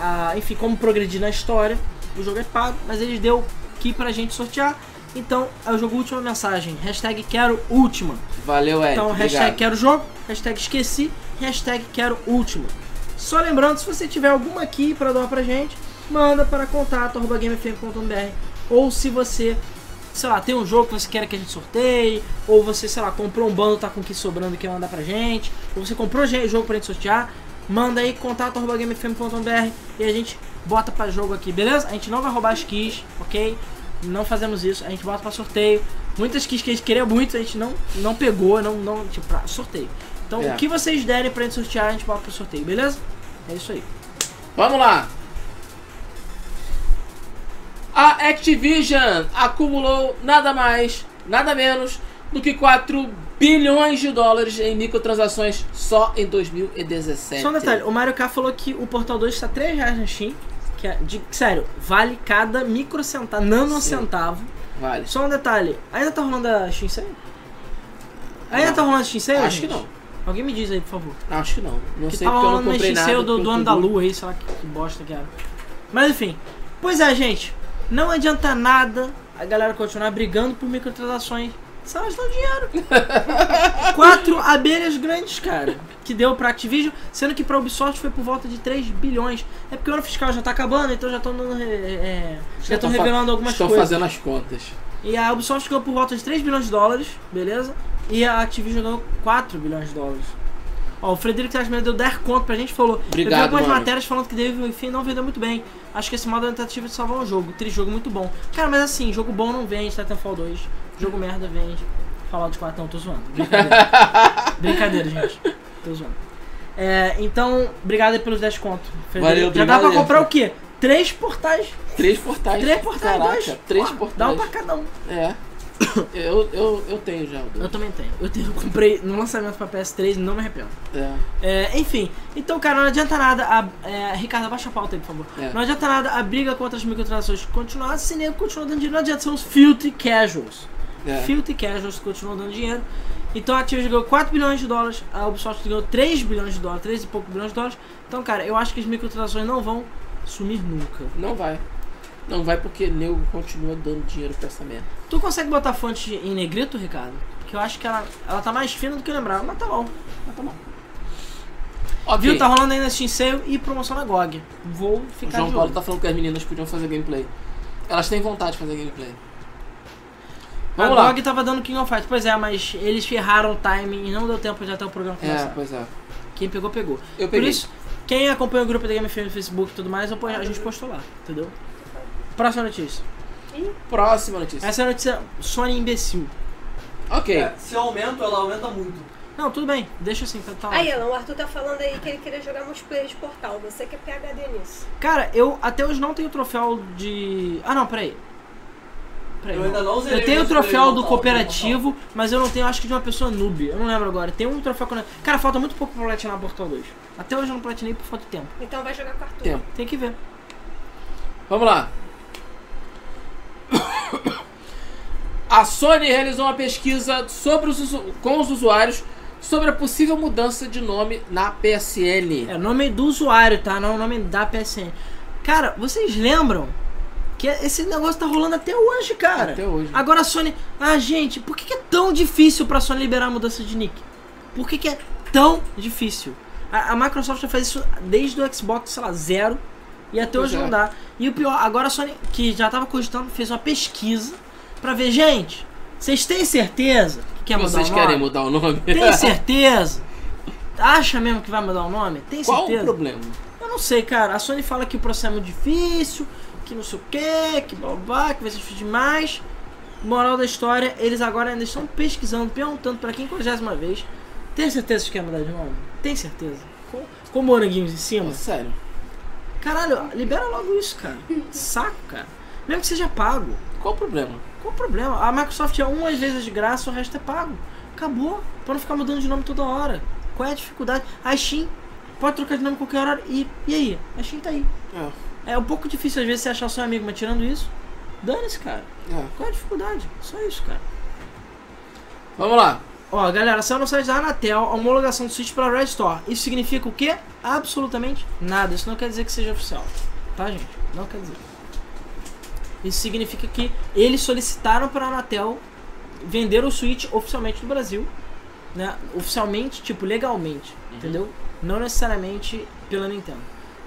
S1: a, enfim, como progredir na história. O jogo é pago, mas ele deu aqui pra gente sortear. Então, é o jogo Última Mensagem, hashtag quero última.
S2: Valeu, Eric.
S1: Então, hashtag
S2: Obrigado.
S1: quero jogo, hashtag esqueci, hashtag quero último. Só lembrando, se você tiver alguma aqui pra dar pra gente, manda para contato.gamefm.br. Ou se você, sei lá, tem um jogo que você quer que a gente sorteie, ou você, sei lá, comprou um bando, tá com o que sobrando e quer mandar pra gente, ou você comprou gen- jogo pra gente sortear, manda aí contato.gamefm.br e a gente bota pra jogo aqui, beleza? A gente não vai roubar as keys, ok? Não fazemos isso, a gente bota pra sorteio. Muitas keys que a gente queria muito, a gente não, não pegou, não, não, tipo, pra sorteio. Então,
S2: É.
S1: o que vocês derem pra gente sortear, a gente bota pro sorteio, beleza? É isso aí.
S2: Vamos lá. A Activision acumulou nada mais, nada menos do que 4 bilhões de dólares em microtransações só em 2017.
S1: Só um detalhe, o Mario K falou que o Portal 2 está 3 reais na Steam, que é de, sério, vale cada micro centavo, nano
S2: Sim.
S1: centavo.
S2: Vale.
S1: Só um detalhe, ainda tá rolando a Steam Sale? Ainda
S2: Não.
S1: tá rolando a Steam Sale?
S2: Acho que
S1: gente?
S2: não.
S1: Alguém me diz aí, por favor.
S2: Acho que não. Não
S1: Ah, que tá
S2: sei
S1: tava
S2: porque eu não
S1: rolando uma
S2: comprei
S1: Steam
S2: nada.
S1: Sale do,
S2: porque
S1: do
S2: eu
S1: ano da
S2: Google-
S1: lua aí, sei lá que, que bosta que era. Mas enfim, pois é, gente, não adianta nada a galera continuar brigando por microtransações. Só elas dão dinheiro. Quatro abelhas grandes, cara. Que deu pra Activision, sendo que pra Ubisoft foi por volta de 3 bilhões. É porque o ano fiscal já tá acabando, então já estão é, já estão
S2: Estou tá fa-
S1: revelando algumas
S2: Estou
S1: coisas.
S2: fazendo as contas.
S1: E a Ubisoft ganhou por volta de 3 bilhões de dólares, beleza? E a Activision ganhou 4 bilhões de dólares. Ó, o Frederico Tasmania deu 10 conto pra gente falou. eu
S2: Obrigado,
S1: vi algumas
S2: mano.
S1: matérias falando que Devil Enfim não vendeu muito bem. Acho que esse modo é uma tentativa de salvar o jogo. Trijogo muito bom. Cara, mas assim, jogo bom não vende, Titanfall 2. Jogo merda vende. Fallout 4 não, tô zoando. Brincadeira. Brincadeira, gente. Tô zoando. É, então, obrigado aí pelos 10 conto. Frederico.
S2: Valeu,
S1: Já dá pra
S2: obrigado.
S1: comprar o quê? Três portais.
S2: Três portais.
S1: Três portais,
S2: Caraca,
S1: dois.
S2: Três
S1: Ó, Dá
S2: portais.
S1: um pra cada um.
S2: É. Eu, eu, eu tenho já o
S1: Eu
S2: dois.
S1: também tenho. Eu tenho, eu comprei no lançamento pra PS3, não me arrependo.
S2: É.
S1: É, enfim, então, cara, não adianta nada. A, é, Ricardo, abaixa a pauta aí, por favor.
S2: É.
S1: Não adianta nada a briga contra as microtransações continuar, se nem continua dando dinheiro. Não adianta, são os filthy casuals.
S2: É.
S1: Filthy casuals que continuam dando dinheiro. Então a Activision ganhou 4 bilhões de dólares, a Ubisoft ganhou 3 bilhões de dólares, 3 e pouco bilhões de dólares. Então, cara, eu acho que as microtransações não vão sumir nunca.
S2: Não vai. Não vai porque nego continua dando dinheiro pra essa merda.
S1: Tu consegue botar a fonte em negrito, Ricardo? Porque eu acho que ela, ela tá mais fina do que eu lembrava, mas tá bom.
S2: Óbvio,
S1: Viu? Tá rolando ainda Steam Sale e promoção na GOG. Vou
S2: O
S1: ficar
S2: João
S1: de
S2: Paulo
S1: olho.
S2: tá falando que as meninas podiam fazer gameplay. Elas têm vontade de fazer gameplay. Vamos
S1: a
S2: lá.
S1: GOG tava dando King of Fighters. Pois é, mas eles ferraram o timing e não deu tempo de até o programa
S2: É,
S1: começar.
S2: pois é.
S1: Quem pegou, pegou.
S2: Eu
S1: tá Por
S2: peguei.
S1: isso, quem acompanha o grupo da Game FM no Facebook e tudo mais, eu ponho- a gente postou lá, entendeu? Próxima notícia.
S2: Próxima notícia.
S1: Essa é a notícia Sony imbecil.
S2: Ok.
S3: É, se eu aumento, ela aumenta muito.
S1: Não, tudo bem, deixa assim, tá, tá
S6: Aí,
S1: ótimo.
S6: Elan, o Arthur tá falando aí que ele queria jogar multiplayer de portal. Você que é PHD nisso.
S1: Cara, eu até hoje não tenho troféu de. Ah, não, peraí. Peraí.
S3: Eu
S1: não.
S3: ainda não zerei
S1: Eu tenho o
S3: esse
S1: troféu
S3: Play
S1: do
S3: Mortal,
S1: cooperativo, mas eu não tenho, acho que de uma pessoa noob. Eu não lembro agora. Tem um troféu quando. Cara, falta muito pouco pra platinar Portal 2. Até hoje eu não platinei por falta de tempo.
S6: Então vai jogar com o Arthur.
S2: Tempo.
S1: Tem que ver.
S2: Vamos lá. A Sony realizou uma pesquisa sobre os usu- com os usuários sobre a possível mudança de nome na PSN.
S1: É nome do usuário, tá? Não o nome da PSN. Cara, vocês lembram que esse negócio tá rolando até hoje, cara.
S2: Até hoje. né?
S1: Agora a Sony. Ah, gente, por que, que é tão difícil pra Sony liberar a mudança de nick? Por que, que é tão difícil? A, a Microsoft já faz isso desde o Xbox, sei lá, zero. E até
S2: Pois
S1: hoje
S2: é.
S1: não dá. E o pior, agora a Sony, que já tava cogitando, fez uma pesquisa pra ver, gente, vocês têm certeza que quer mudar
S2: Vocês
S1: o nome?
S2: querem mudar o nome?
S1: Tem certeza? Acha mesmo que vai mudar o nome? Tem
S2: Qual o
S1: certeza?
S2: problema?
S1: Eu não sei, cara. A Sony fala que o processo é muito difícil, que não sei o que, que blá blá, blá, que vai ser difícil demais. Moral da história, eles agora ainda estão pesquisando, perguntando pra quem uma vez. Tem certeza que é quer mudar de nome? Tem certeza? Com, com moranguinhos em cima?
S2: Sério.
S1: Caralho, libera logo isso, cara. Saco, cara. Mesmo que seja pago.
S2: Qual o problema?
S1: Qual o problema? A Microsoft é um às vezes de graça, o resto é pago. Acabou. Pra não ficar mudando de nome toda hora. Qual é a dificuldade? A Steam pode trocar de nome a qualquer hora e, e aí? A Steam tá aí. É um pouco difícil às vezes você achar o seu amigo, mas tirando isso, dane-se, cara.
S2: É.
S1: Qual é a dificuldade? Só isso, cara.
S2: Vamos lá.
S1: Ó, galera, saiu no site da Anatel a homologação do Switch pra Red Store. Isso significa o quê? Absolutamente nada. Isso não quer dizer que seja oficial. Tá, gente? Não quer dizer. Isso significa que eles solicitaram pra Anatel vender o Switch oficialmente no Brasil. Né? Oficialmente, tipo, legalmente. Entendeu? Não necessariamente pela Nintendo.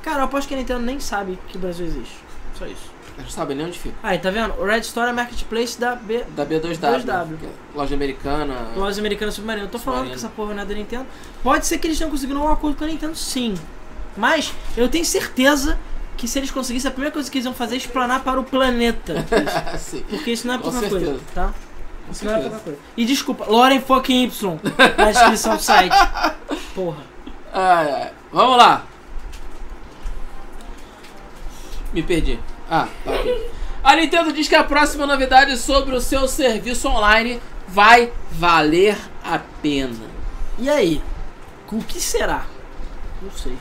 S1: Cara, eu aposto que a Nintendo nem sabe que o Brasil existe. Só isso.
S2: Não sabem nem onde fica.
S1: Aí, tá vendo? O Red Store é marketplace da B,
S2: Da B2W.
S1: 2W.
S2: que é Loja americana.
S1: Lojas americanas submarinas. Eu tô falando que
S2: Submarino.
S1: essa porra não é da Nintendo. Pode ser que eles tenham conseguido um acordo com a Nintendo, sim. Mas eu tenho certeza que se eles conseguissem, a primeira coisa que eles iam fazer é explanar para o planeta. isso.
S2: Sim.
S1: Porque isso não é
S2: Com
S1: pouca
S2: certeza.
S1: coisa, tá?
S2: Com
S1: Isso não é
S2: certeza.
S1: pouca coisa. E desculpa, Loren fucking Y na descrição do site. Porra.
S2: Ai, ai. Vamos lá. Me perdi. Ah, tá aqui. A Nintendo diz que a próxima novidade sobre o seu serviço online vai valer a pena.
S1: E aí? Com o que será? Não sei.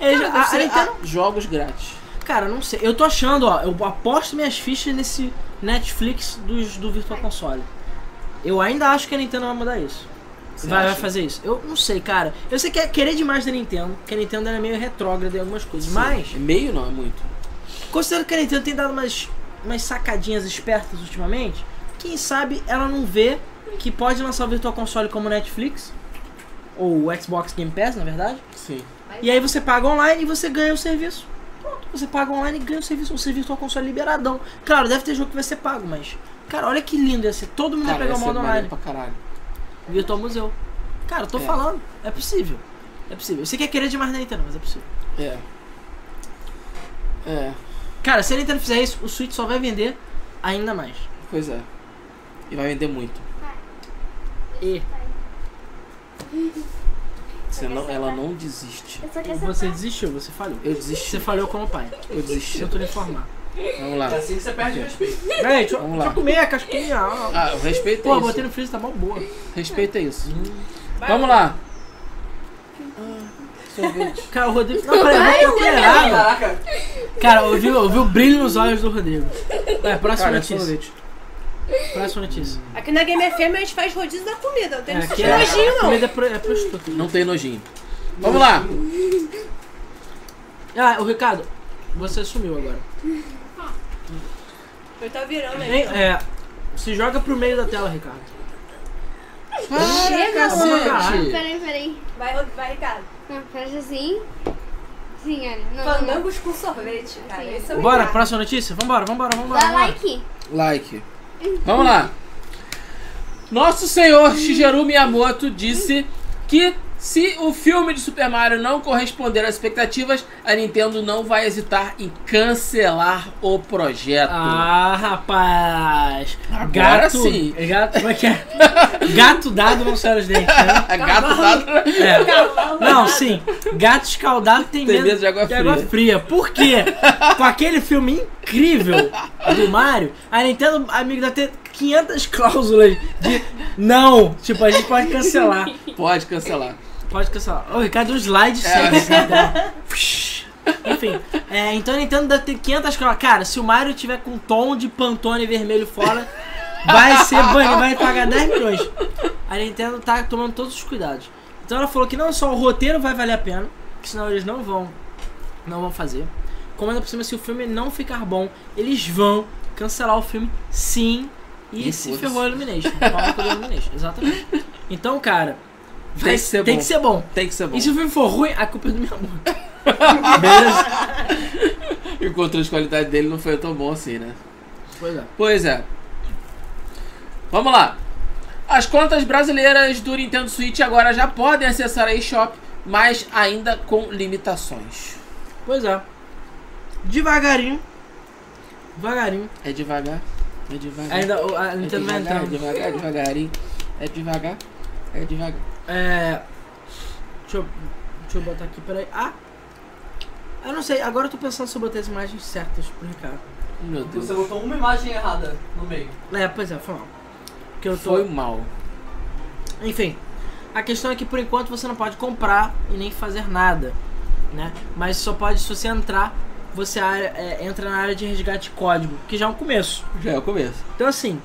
S1: Eles-
S2: Cara,
S1: a- a
S2: deve ser
S1: Nintendo-
S2: a- jogos grátis.
S1: Cara, não sei. Eu tô achando, ó, eu aposto minhas fichas nesse Netflix dos, do Virtual Console. Eu ainda acho que a Nintendo vai mudar isso.
S2: Você
S1: Vai, vai
S2: acha?
S1: fazer isso. Eu não sei, cara. Eu sei que é querer demais da Nintendo, que a Nintendo ela é meio retrógrada em algumas coisas, mas
S2: Sim. Meio não, é muito.
S1: considerando que a Nintendo tem dado umas, umas sacadinhas espertas ultimamente, quem sabe ela não vê que pode lançar o Virtual Console como Netflix ou o Xbox Game Pass, na verdade.
S2: Sim.
S1: E aí você paga online e você ganha o serviço. Pronto, você paga online e ganha o serviço. O serviço do console liberadão. Claro, deve ter jogo que vai ser pago, mas. Cara, olha que lindo ia ser. Todo mundo
S2: Cara,
S1: vai pegar o
S2: essa é
S1: modo
S2: maneiro
S1: online.
S2: pra caralho.
S1: Virtual Museu. Cara, eu tô
S2: É.
S1: falando. É possível. É possível. Você quer querer demais na Nintendo, mas é possível.
S2: É. É,
S1: Cara, se a Nintendo fizer isso, o Switch só vai vender ainda mais.
S2: pois é. E vai vender muito.
S1: E
S2: Senão ela não desiste.
S7: Eu só quero
S1: você
S7: acertar.
S1: desistiu, você falhou.
S2: Eu
S1: Você
S2: desisti.
S1: falhou como pai.
S2: Eu desisti.
S1: Sinto lhe informar.
S2: Vamos lá.
S3: É assim que você perde o respeito.
S1: Véi, deixa, eu-
S2: Vamos
S1: deixa
S2: lá.
S1: eu comer a casquinha. ó.
S2: Ah, respeita
S1: Pô, Hum.
S2: isso.
S1: botei no freezer, tá mó boa.
S2: Respeita isso. Vamos lá. sorvete.
S1: Cara, o Rodrigo. Não, peraí, eu vou errado.
S3: Caraca,
S1: Cara, eu vi, eu vi o brilho nos olhos do Rodrigo. Vai, próxima
S2: Cara,
S1: notícia.
S2: sorvete.
S1: Próxima notícia.
S6: Aqui na Game FM a gente faz rodízio da comida. Não tem isso
S1: aqui
S6: de nojinho, não.
S1: comida é pro- é prostituta.
S2: Não tem nojinho. Vamos lá.
S1: Ah, o Ricardo, você sumiu agora.
S6: Eu tô virando aí.
S1: Vem, é, se joga pro meio da tela, Ricardo.
S2: Para, cacete.
S4: Ah, Peraí, peraí.
S6: Vai, vai, Ricardo.
S4: Não, faz assim. Sim, olha. Não, não, não.
S6: Fandangos com sorvete, cara.
S4: Sim.
S6: Esse é o
S1: Bora,
S6: Ricardo.
S1: próxima notícia? Vambora, vambora, vambora.
S4: Dá
S1: vambora.
S4: like.
S2: Like. Vamos lá. Nosso senhor Shigeru Miyamoto disse que Se o filme de Super Mario não corresponder às expectativas, a Nintendo não vai hesitar em cancelar o projeto.
S1: Ah, rapaz!
S2: Agora
S1: gato.
S2: sim.
S1: é Gato, como é que é? Gato dado não sai os dentes, né?
S2: Gato dado.
S1: É.
S5: Cavalo
S1: Não,
S5: danado.
S1: sim. Gato escaldado tem,
S2: Tem medo de água fria.
S1: Por quê? Com aquele filme incrível do Mario, a Nintendo, amigo, deve ter 500 cláusulas de não. Tipo, a gente pode cancelar.
S2: Pode cancelar.
S1: Pode cancelar. Ô, Ricardo, um slide
S2: É.
S1: sexy. né? Fush. Enfim, é, então a Nintendo deve ter 500 cláusulas. Cara, se o Mario tiver com tom de pantone vermelho fora, vai ser banido, vai pagar 10 milhões. A Nintendo tá tomando todos os cuidados. Então ela falou que não só o roteiro vai valer a pena, que senão eles não vão, não vão fazer. Como ainda por cima, se o filme não ficar bom, eles vão cancelar o filme sim. E,
S2: E
S1: se
S2: foda-se.
S1: ferrou a Illumination. Pau no cu da Illumination, Exatamente. Então, cara,
S2: Tem
S1: vai-
S2: que ser
S1: tem
S2: bom.
S1: que ser bom.
S2: Tem que ser bom.
S1: E se o filme for ruim, a culpa é do meu amor. Beleza?
S2: E o controle de qualidade dele não foi tão bom assim, né?
S1: Pois é.
S2: Pois é. Vamos lá. As contas brasileiras do Nintendo Switch agora já podem acessar a eShop, mas ainda com limitações.
S1: Pois é. Devagarinho. Devagarinho.
S2: É devagar, é devagar.
S1: Ainda o- a
S2: é
S1: Nintendo vai
S2: devagar,
S1: entrar.
S2: é devagar, é devagarinho. É devagar, é devagar.
S1: É. Deixa eu, deixa eu botar aqui, peraí. Ah! Eu não sei, agora eu tô pensando se eu botei as imagens certas pro Ricardo.
S2: Meu Deus.
S3: Você botou uma imagem errada no meio.
S1: É, pois é, foi mal. Porque eu tô.
S2: Foi mal.
S1: Enfim, a questão é que por enquanto você não pode comprar e nem fazer nada, né? Mas só pode se você entrar, você área- é, entra na área de resgate de código, que já é um começo.
S2: Já é o começo.
S1: Então assim,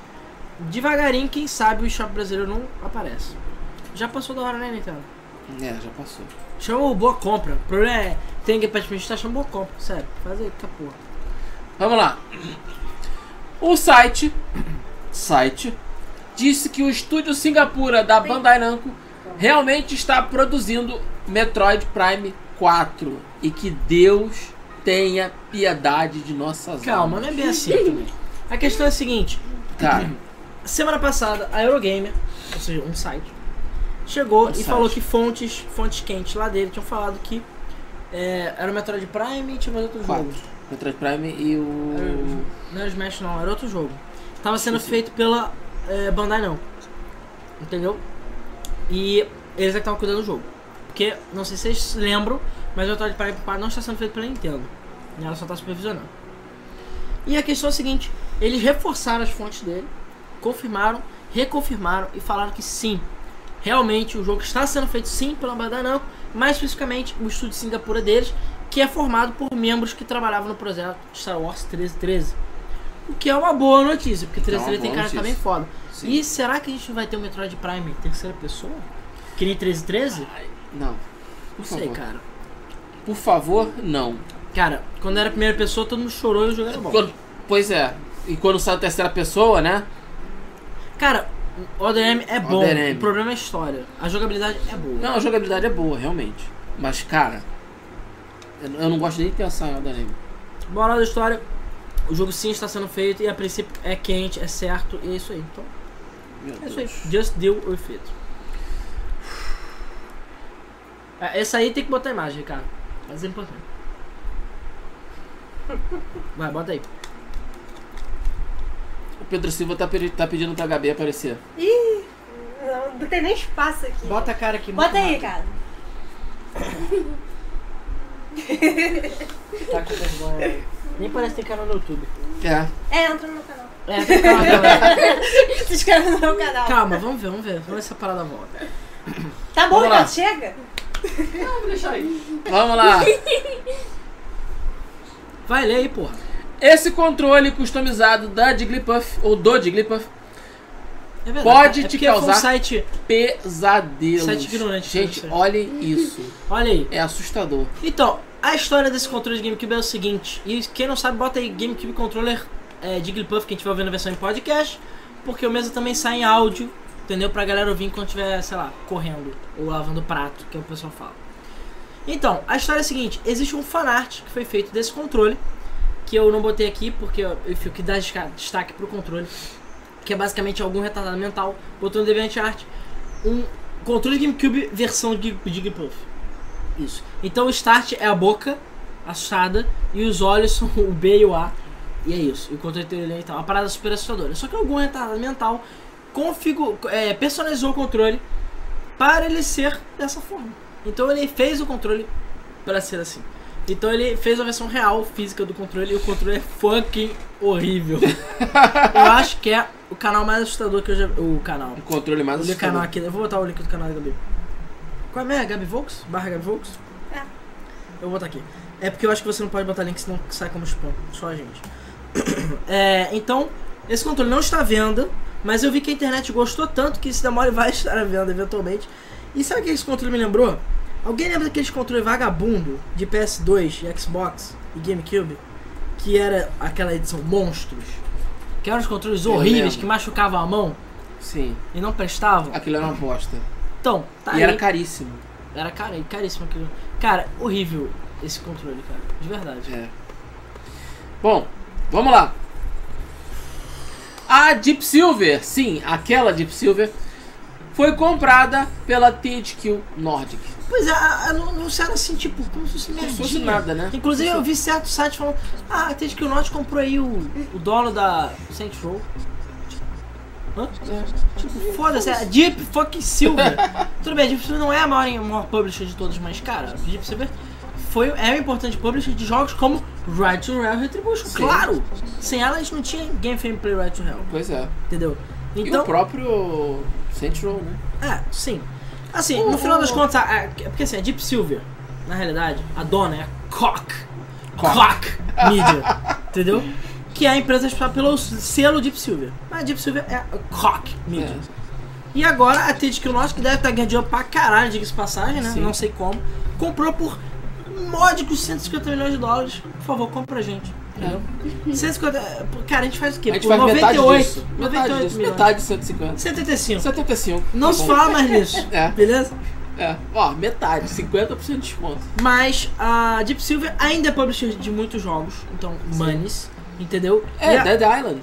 S1: devagarinho, quem sabe o eShop brasileiro não aparece. Já passou da hora, né, Nintendo?
S2: É, já passou.
S1: Chama o Boa Compra. O problema é, tem que praticamente tá chamando Boa Compra, sério. Faz aí, tá porra.
S2: Vamos lá. O site, site disse que o estúdio Singapura da Bandai Namco realmente está produzindo Metroid Prime 4 e que Deus tenha piedade de nossas
S1: Calma,
S2: almas.
S1: não é bem assim também. A questão é a seguinte,
S2: Cara,
S1: Semana passada, a Eurogamer, ou seja, um site, chegou
S2: Um
S1: e
S2: site.
S1: falou que fontes, fontes quentes lá dele tinham falado que é, era o Metroid Prime e tinha mais outro
S2: Quatro.
S1: jogo.
S2: Metroid Prime e o
S1: Não era Smash não, era outro jogo. Tava sendo feito pela é, Bandai não. Entendeu? E eles é que estavam cuidando do jogo. Porque, não sei se vocês lembram, mas o Metroid Prime 4 não está sendo feito pela Nintendo. né? Ela só está supervisionando. E a questão é a seguinte, eles reforçaram as fontes dele, confirmaram, reconfirmaram e falaram que sim. Realmente o jogo está sendo feito sim pela Bandai Namco, mais especificamente o estúdio de Singapura deles, que é formado por membros que trabalhavam no projeto Star Wars 1313. O que é uma boa notícia, porque
S2: Então, é uma
S1: 1313 tem
S2: boa
S1: cara que tá bem
S2: notícia.
S1: foda.
S2: Sim.
S1: E será que a gente vai ter o Metroid Prime em terceira pessoa? Que nem 1313?
S2: não. Por
S1: Não sei,
S2: favor.
S1: cara.
S2: Por favor, não.
S1: Cara, quando era a primeira pessoa, todo mundo chorou e o jogo era bom.
S2: Quando- pois é. E quando sai a terceira pessoa, né?
S1: Cara, o ODM é bom.
S2: ODM.
S1: O problema é a história. A jogabilidade é boa.
S2: Não, a jogabilidade é boa, realmente. Mas, cara, eu eu não gosto nem de pensar em Elden Ring.
S1: Moral da história, o jogo sim está sendo feito e a princípio é quente, é certo, e é isso aí. Então,
S2: Meu
S1: é isso aí.
S2: Deus.
S1: Just deal with it. É, Essa aí tem que botar a imagem, cara. Mas é importante. Vai, bota aí.
S2: O Pedro Silva tá, pedi- tá pedindo pra Gabi aparecer.
S6: Não, não tem nem espaço aqui.
S1: a cara aqui.
S6: Bota aí, cara.
S1: Tá com vergonha. Nem parece ter canal no YouTube.
S2: É.
S6: É, entra no meu canal.
S1: É, tem canal também.
S6: Se inscreve no meu canal.
S1: Calma, vamos ver, vamos ver. Vamos ver se a parada volta.
S6: Tá bom,
S2: Vamos lá.
S6: Ricardo, chega.
S3: Vou deixar aí.
S2: Vamos lá.
S1: Vai ler aí, porra.
S2: Esse controle customizado da Jigglypuff, ou do Jigglypuff,
S1: É verdade.
S2: Pode
S1: É
S2: te
S1: porque foi um
S2: causar-
S1: site...
S2: pesadelo.
S1: Site ignorante,
S2: Gente,
S1: professor.
S2: olhem isso.
S1: Olha aí.
S2: É assustador.
S1: Então, a história desse controle de GameCube é o seguinte. E quem não sabe, bota aí GameCube Controller é, Jigglypuff, que a gente vai ver na versão em podcast. Porque o mesmo também sai em áudio, entendeu? Pra galera ouvir enquanto estiver, sei lá, correndo ou lavando prato, que é o que o pessoal fala. Então, a história é a seguinte. Existe um fanart que foi feito desse controle. Que eu não botei aqui, porque eu eu fico que dá desca- destaque pro controle. Que é basicamente algum retardado mental. Botou no DeviantArt um Controle GameCube versão Gi- Jigglypuff. Isso. Então o start é a boca, assustada, e os olhos são o B e o A. E é isso. E o controle tem e tal. Uma parada super assustadora. Só que algum retardado mental configu- é, personalizou o controle para ele ser dessa forma. Então ele fez o controle para ser assim. Então ele fez a versão real física do controle e o controle é fucking horrível. eu acho que é o canal mais assustador que eu já o canal.
S2: O Um controle mais
S1: O canal
S2: assustador.
S1: aqui, eu vou botar o link do canal da Gabi. Qual é? Gabi Volks? Barra Gabi Volks?
S6: É.
S1: Eu vou botar aqui. É porque eu acho que você não pode botar link, senão sai como spam. Só a gente. É, então, esse controle não está à venda, mas eu vi que a internet gostou tanto que esse demore vai estar à venda eventualmente. E sabe o que esse controle me lembrou? Alguém lembra daqueles controle vagabundo de PS2, e Xbox e GameCube? Que era aquela edição Monstros? Que eram os controles
S2: Eu
S1: horríveis
S2: lembro.
S1: que machucavam a mão
S2: Sim.
S1: e não prestavam?
S2: Aquilo era uma bosta.
S1: Então, tá
S2: e
S1: aí.
S2: era caríssimo.
S1: Era cara, caríssimo aquilo. Cara, horrível esse controle, cara. De verdade.
S2: É. Bom, vamos lá. A Deep Silver, sim, aquela Deep Silver, foi comprada pela THQ Nordic.
S1: Pois é, a- a- não, não será assim, tipo, como se fosse
S2: Não
S1: merdinha.
S2: fosse nada, né?
S1: Inclusive eu vi certos sites falando, ah, desde que o Norte comprou aí o, o dono da Saints Row. Hã? Tipo, foda-se, é a Deep fucking Silver. Tudo bem, a Deep Silver não é a maior, a maior publisher de todos, mas cara, a Deep Silver foi, é uma importante publisher de jogos como Right to Hell Retribution.
S2: Sim.
S1: Claro! Sem ela a gente não tinha Game Play Right to Hell,
S2: Pois é.
S1: entendeu? Então,
S2: e o próprio Central, né?
S1: É, sim. Assim, no final das contas, a, a- é porque assim, a Deep Silver, na realidade, a dona é a Cock.
S2: Cock.
S1: Cock Media. entendeu? Que é a empresa responsável pelo selo Deep Silver. Mas a Deep Silver é a Cock Media.
S2: É.
S1: E agora a THQ Norte, que deve estar ganhando dinheiro pra caralho, diga-se de passagem, né?
S2: Sim.
S1: Não sei como. Comprou por módicos 150 milhões de dólares. Por favor, compra pra gente. Entendeu? 150. é, pô, Cara, a gente faz o quê?
S2: É. A gente
S1: Pô,
S2: faz metade disso.
S1: 98.
S2: Metade
S1: 98
S2: disso.
S1: milhões.
S2: Metade de 150.
S1: 75.
S2: 75.
S1: Não
S2: Tá
S1: se
S2: bom.
S1: fala mais nisso.
S2: É.
S1: Beleza?
S2: É. Ó, metade. 50% de desconto.
S1: Mas a Deep Silver ainda é publisher de muitos jogos, então manes, entendeu?
S2: É,
S1: E a-
S2: Dead Island.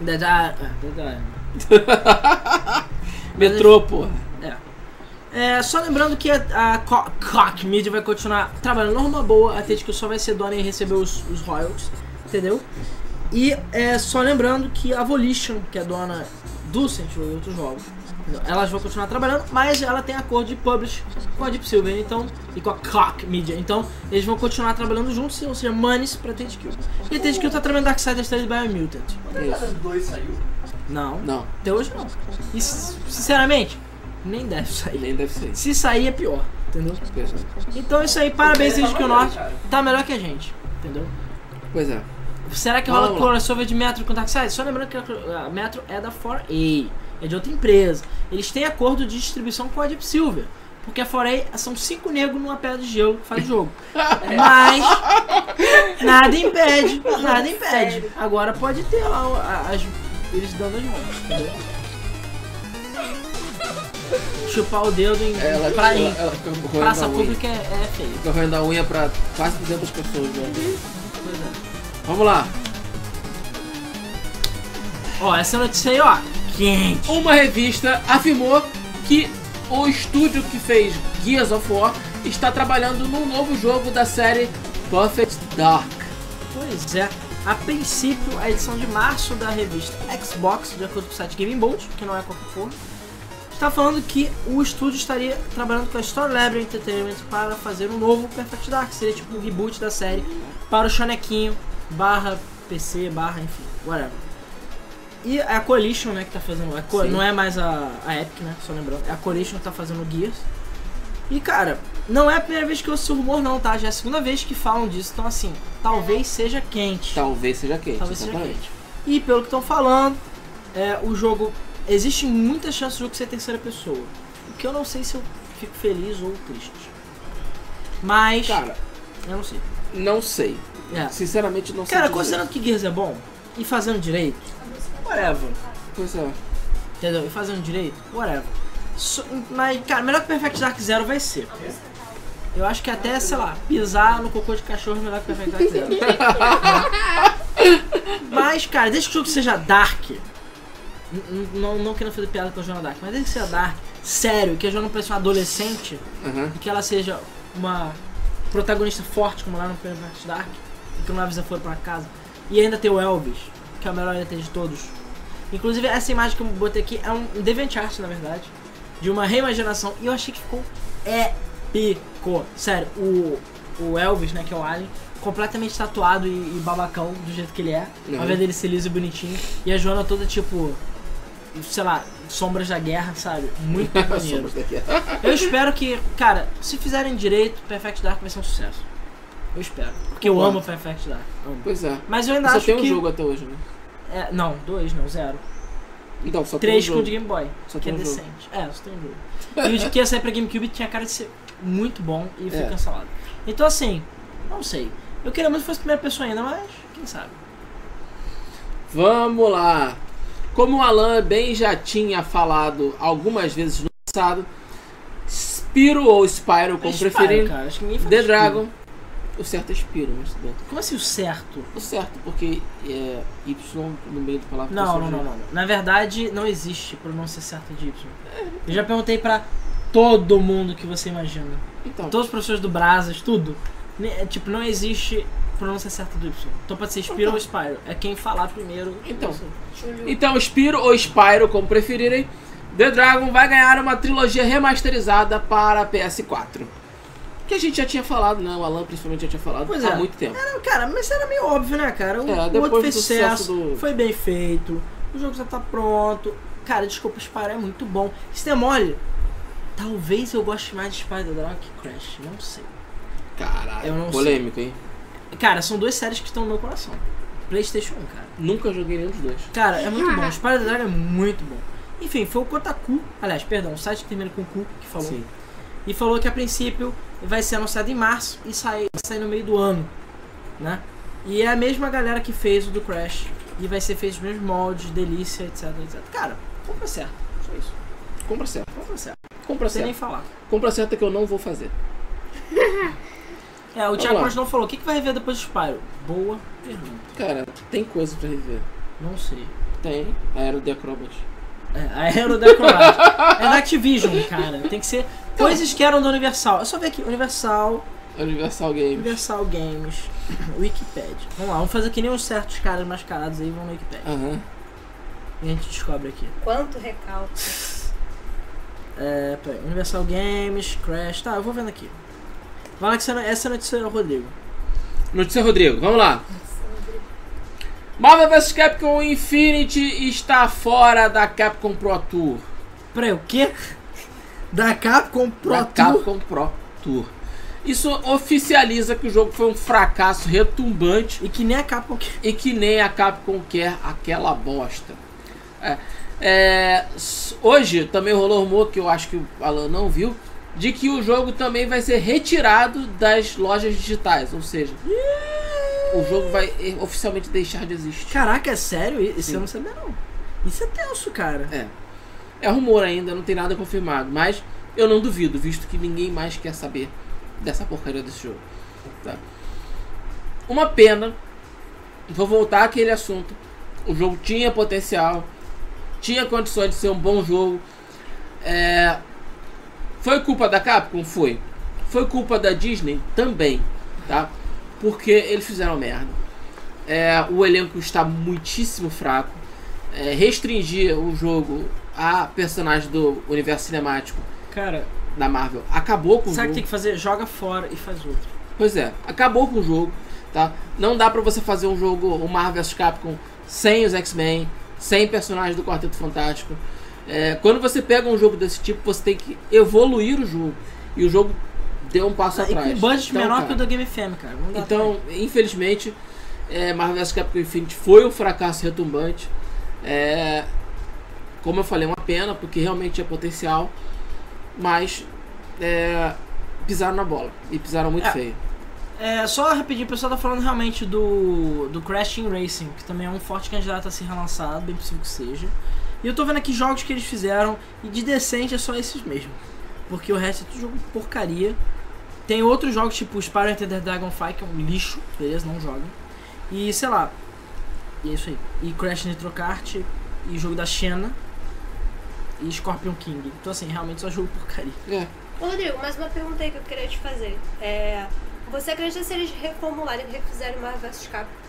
S1: Dead Island. é, Dead Island.
S2: Metrô, porra.
S1: É, só lembrando que a, a Co- Cock Media vai continuar trabalhando numa boa, até que só vai ser dona e receber os, os royalties, entendeu? E é, só lembrando que a Volition, que é dona do Saints Row e outros jogos, entendeu? elas vão continuar trabalhando, mas ela tem acordo de publish com a Deep Silver então, e com a Cock Media. Então, eles vão continuar trabalhando juntos, ou seja, manes pra THQ. E a THQ tá trabalhando Darksiders 3 Biomutant.
S2: Isso.
S3: Os dois saiu.
S1: Não,
S2: Não,
S1: até hoje não. E, sinceramente, nem deve sair.
S2: nem deve ser.
S1: Se sair é pior, entendeu?
S2: Pois é.
S1: Então é isso aí, parabéns, gente, que o
S3: Tá
S1: Norte
S3: maneiro,
S1: tá melhor que a gente, entendeu?
S2: Pois é.
S1: Será que rola
S2: Vamos lá.
S1: crossover de Metro com Darkseid? Só lembrando que a a Metro é da 4A, é de outra empresa. Eles têm acordo de distribuição com a Deep Silver, porque a 4A são cinco negros numa pedra de gelo que faz jogo. Mas nada impede, nada impede. Agora pode ter lá o- a- as, eles dando as mãos, entendeu? Chupar o dedo em
S2: É, Ela,
S1: é pra
S2: ela, ela fica roendo
S1: praça
S2: a unha.
S1: pública é, é feio.
S2: Fica roendo a unha pra quase 200 pessoas, né?
S1: Pois é.
S2: Vamos lá.
S1: Ó, essa notícia aí, ó, quente.
S2: Uma revista afirmou que o estúdio que fez Gears of War está trabalhando num novo jogo da série Perfect Dark.
S1: Pois é. A princípio, a edição de março da revista Xbox, de acordo com o site Gaming Bolt, que não é qualquer forma, está falando que o estúdio estaria trabalhando com a Story Lab Entertainment para fazer um novo Perfect Dark, que seria tipo um reboot da série para o Chonequinho, barra PC, barra, enfim, whatever. E é a Coalition, né, que tá fazendo. é Co-
S2: Sim.
S1: não é mais a, a Epic, né? Só lembrando. É a Coalition que tá fazendo o Gears. E cara, não é a primeira vez que eu ouço o rumor, não, tá? Já é a segunda vez que falam disso. Então, assim, talvez seja quente.
S2: Talvez seja quente.
S1: Talvez seja
S2: exatamente.
S1: E pelo que estão falando, é, o jogo. Existe muita chance do jogo ser terceira pessoa. O que eu não sei se eu fico feliz ou triste. Mas.
S2: Cara,
S1: eu não sei.
S2: não sei.
S1: É.
S2: Sinceramente, não sei.
S1: Cara,
S2: dizer.
S1: considerando que Gears é bom e fazendo direito, whatever.
S2: Pois é.
S1: Entendeu? E fazendo direito, whatever. So- mas, cara, melhor que Perfect Dark Zero vai ser. Eu acho que até, sei lá, pisar no cocô de cachorro é melhor que Perfect Dark Zero. mas, cara, desde que o jogo seja dark. n- n- Não, não querendo fazer piada com o Jonah Dark, mas desde que seja dark, sério, que a Joana parece uma adolescente
S2: Aham.
S1: e que ela seja uma protagonista forte, como lá no primeiro Parte Dark, e que o Navisa foi pra casa. E ainda tem o Elvis, que é o melhor ET de todos. Inclusive, essa imagem que eu botei aqui é um DeviantArt, na verdade, de uma reimaginação, e eu achei que ficou épico. Sério, o, o Elvis, né, que é o Alien, completamente tatuado e, e babacão, do jeito que ele é,
S2: Uhum.
S1: ao invés dele ser liso e bonitinho, e a Joana toda, tipo, sei lá, sombras da guerra, sabe? Muito maneiro. Tá
S2: Somos daqui.
S1: Eu espero que, cara, se fizerem direito, Perfect Dark vai ser um sucesso. Eu espero. Porque eu
S2: Bom.
S1: amo Perfect Dark. Amo.
S2: Pois é.
S1: Mas eu ainda
S2: Só
S1: acho
S2: tem um
S1: que.
S2: jogo até hoje, né?
S1: É, não, dois, não, zero.
S2: Então, só
S1: Três
S2: tem
S1: com
S2: um
S1: o de
S2: jogo.
S1: Game Boy,
S2: Só
S1: que é
S2: tem um jogo.
S1: decente. É, só tem um jogo. E o de que ia sair pra GameCube tinha cara de ser muito bom e foi
S2: É.
S1: cancelado. Então assim, não sei. Eu queria muito que fosse a primeira pessoa ainda, mas quem sabe.
S2: Vamos lá. Como o Alan bem já tinha falado algumas vezes no passado, Spiro ou Spyro, como
S1: Spyro,
S2: preferirem,
S1: cara, acho que ninguém fala
S2: The
S1: de Spyro.
S2: Dragon. O certo é Spiro, mas tudo bem.
S1: Como assim o certo?
S2: O certo, porque é Y no meio da palavra.
S1: Não, não, não, não. Na verdade, não existe pronúncia certa de Y. Eu já perguntei pra todo mundo que você imagina.
S2: Então,
S1: Todos os professores do Brasas, tudo. Ne- Tipo, não existe pronúncia certa do Y. Então pode ser Spiro ou Spyro. É quem falar primeiro.
S2: Então.
S1: Isso.
S2: então Spiro ou Spyro, como preferirem, The Dragon vai ganhar uma trilogia remasterizada para PS4. Que a gente já tinha falado, né? O Alan principalmente já tinha falado
S1: Pois
S2: há
S1: é.
S2: muito tempo.
S1: Não, cara, mas era meio óbvio, né, cara? O,
S2: É,
S1: o
S2: depois
S1: outro
S2: do
S1: fez
S2: sucesso
S1: sucesso,
S2: do-
S1: foi bem feito, o jogo já tá pronto. Cara, desculpa, Spyro é muito bom. Se der mole, talvez eu goste mais de Spyro Dragon que Crash, não sei.
S2: Caralho,
S1: Eu não
S2: polêmico, hein?
S1: Cara, são duas séries que estão no meu coração. Playstation 1, cara.
S2: Nunca joguei nenhum dos dois.
S1: Cara, é muito bom. Spyro the Dragon é muito bom. Enfim, foi o Kotaku, aliás, perdão, o site que termina com Ku que falou.
S2: Sim.
S1: E falou que a princípio vai ser anunciado em março e sai, sai no meio do ano, né? E é a mesma galera que fez o do Crash. E vai ser feito os mesmos moldes, delícia, etc, etc. Cara, compra certo. Só isso.
S2: Compra certo.
S1: Compra certo.
S2: Compra
S1: Não sei nem
S2: certo.
S1: falar.
S2: Compra certo é que eu não vou fazer.
S1: É, o
S2: Vamos
S1: Thiago
S2: lá.
S1: Costa não falou. O que, que vai rever depois do Spyro? Boa pergunta.
S2: Cara, tem coisa pra rever.
S1: Não sei.
S2: Tem. Aero de Acrobat.
S1: É, a Aero da Acrobat. é da Activision, cara. Tem que ser coisas que eram da Universal. É só ver aqui, Universal,
S2: Universal Games.
S1: Universal Games, Wikipedia. Vamos lá, vamos fazer que nem uns certos caras mascarados aí vão no Wikipedia.
S2: Aham.
S1: E a gente descobre aqui.
S6: Quanto recalque.
S1: É, peraí, Universal Games, Crash, tá, eu vou vendo aqui. Vai lá que essa- essa é a notícia do Rodrigo.
S2: Notícia Rodrigo, vamos lá. Marvel vs Capcom Infinity está fora da Capcom Pro Tour.
S1: Peraí, o quê? Da Capcom Pro
S2: da
S1: Tour?
S2: Capcom Pro Tour. Isso oficializa que o jogo foi um fracasso retumbante
S1: E que nem a Capcom que...
S2: e que nem a Capcom quer aquela bosta. É, é, s- hoje também rolou um rumor, que eu acho que o Alan não viu, de que o jogo também vai ser retirado das lojas digitais. Ou seja, o jogo vai eh, oficialmente deixar de existir.
S1: Caraca, é sério? Isso
S2: Sim.
S1: eu não sabia não. Isso é tenso, cara.
S2: É. É rumor ainda, não tem nada confirmado, mas eu não duvido, visto que ninguém mais quer saber dessa porcaria desse jogo. tá? Uma pena. Vou voltar àquele assunto. O jogo tinha potencial, tinha condições de ser um bom jogo. É, Foi culpa da Capcom? Foi. Foi culpa da Disney? Também, tá? Porque eles fizeram merda. É, o elenco está muitíssimo fraco. É, restringir o jogo a personagens do universo cinemático
S1: Cara,
S2: da Marvel acabou com o
S1: sabe o
S2: jogo.
S1: que tem que fazer? Joga fora e faz outro.
S2: Pois é, acabou com o jogo, tá? Não dá pra você fazer um jogo, o Marvel vs Capcom, sem os X-Men, sem personagens do Quarteto Fantástico. É, quando você pega um jogo desse tipo, você tem que evoluir o jogo. E o jogo deu um passo
S1: Ah, e
S2: atrás.
S1: com budget
S2: Então,
S1: menor
S2: cara,
S1: que o da Game FM, cara. Não dá
S2: Então, infelizmente, é, Marvel vs Capcom Infinity foi um fracasso retumbante. É, como eu falei, é uma pena, porque realmente tinha potencial, mas é, pisaram na bola e pisaram muito
S1: É,
S2: feio.
S1: É, só rapidinho, o pessoal tá falando realmente do, do Crash Team Racing, que também é um forte candidato a ser relançado, bem possível que seja. E eu tô vendo aqui jogos que eles fizeram, e de decente é só esses mesmo. Porque o resto é tudo jogo porcaria. Tem outros jogos, tipo Spyro and the Dragonfly, que é um lixo, beleza? Não joga. E sei lá. E é isso aí. E Crash Nitro Kart, e jogo da Xena. e Scorpion King. Então, assim, realmente só jogo porcaria.
S2: É.
S6: Ô, Rodrigo, mais uma pergunta aí que eu queria te fazer. É, você acredita se eles reformularem, refizerem Marvel vs Capcom?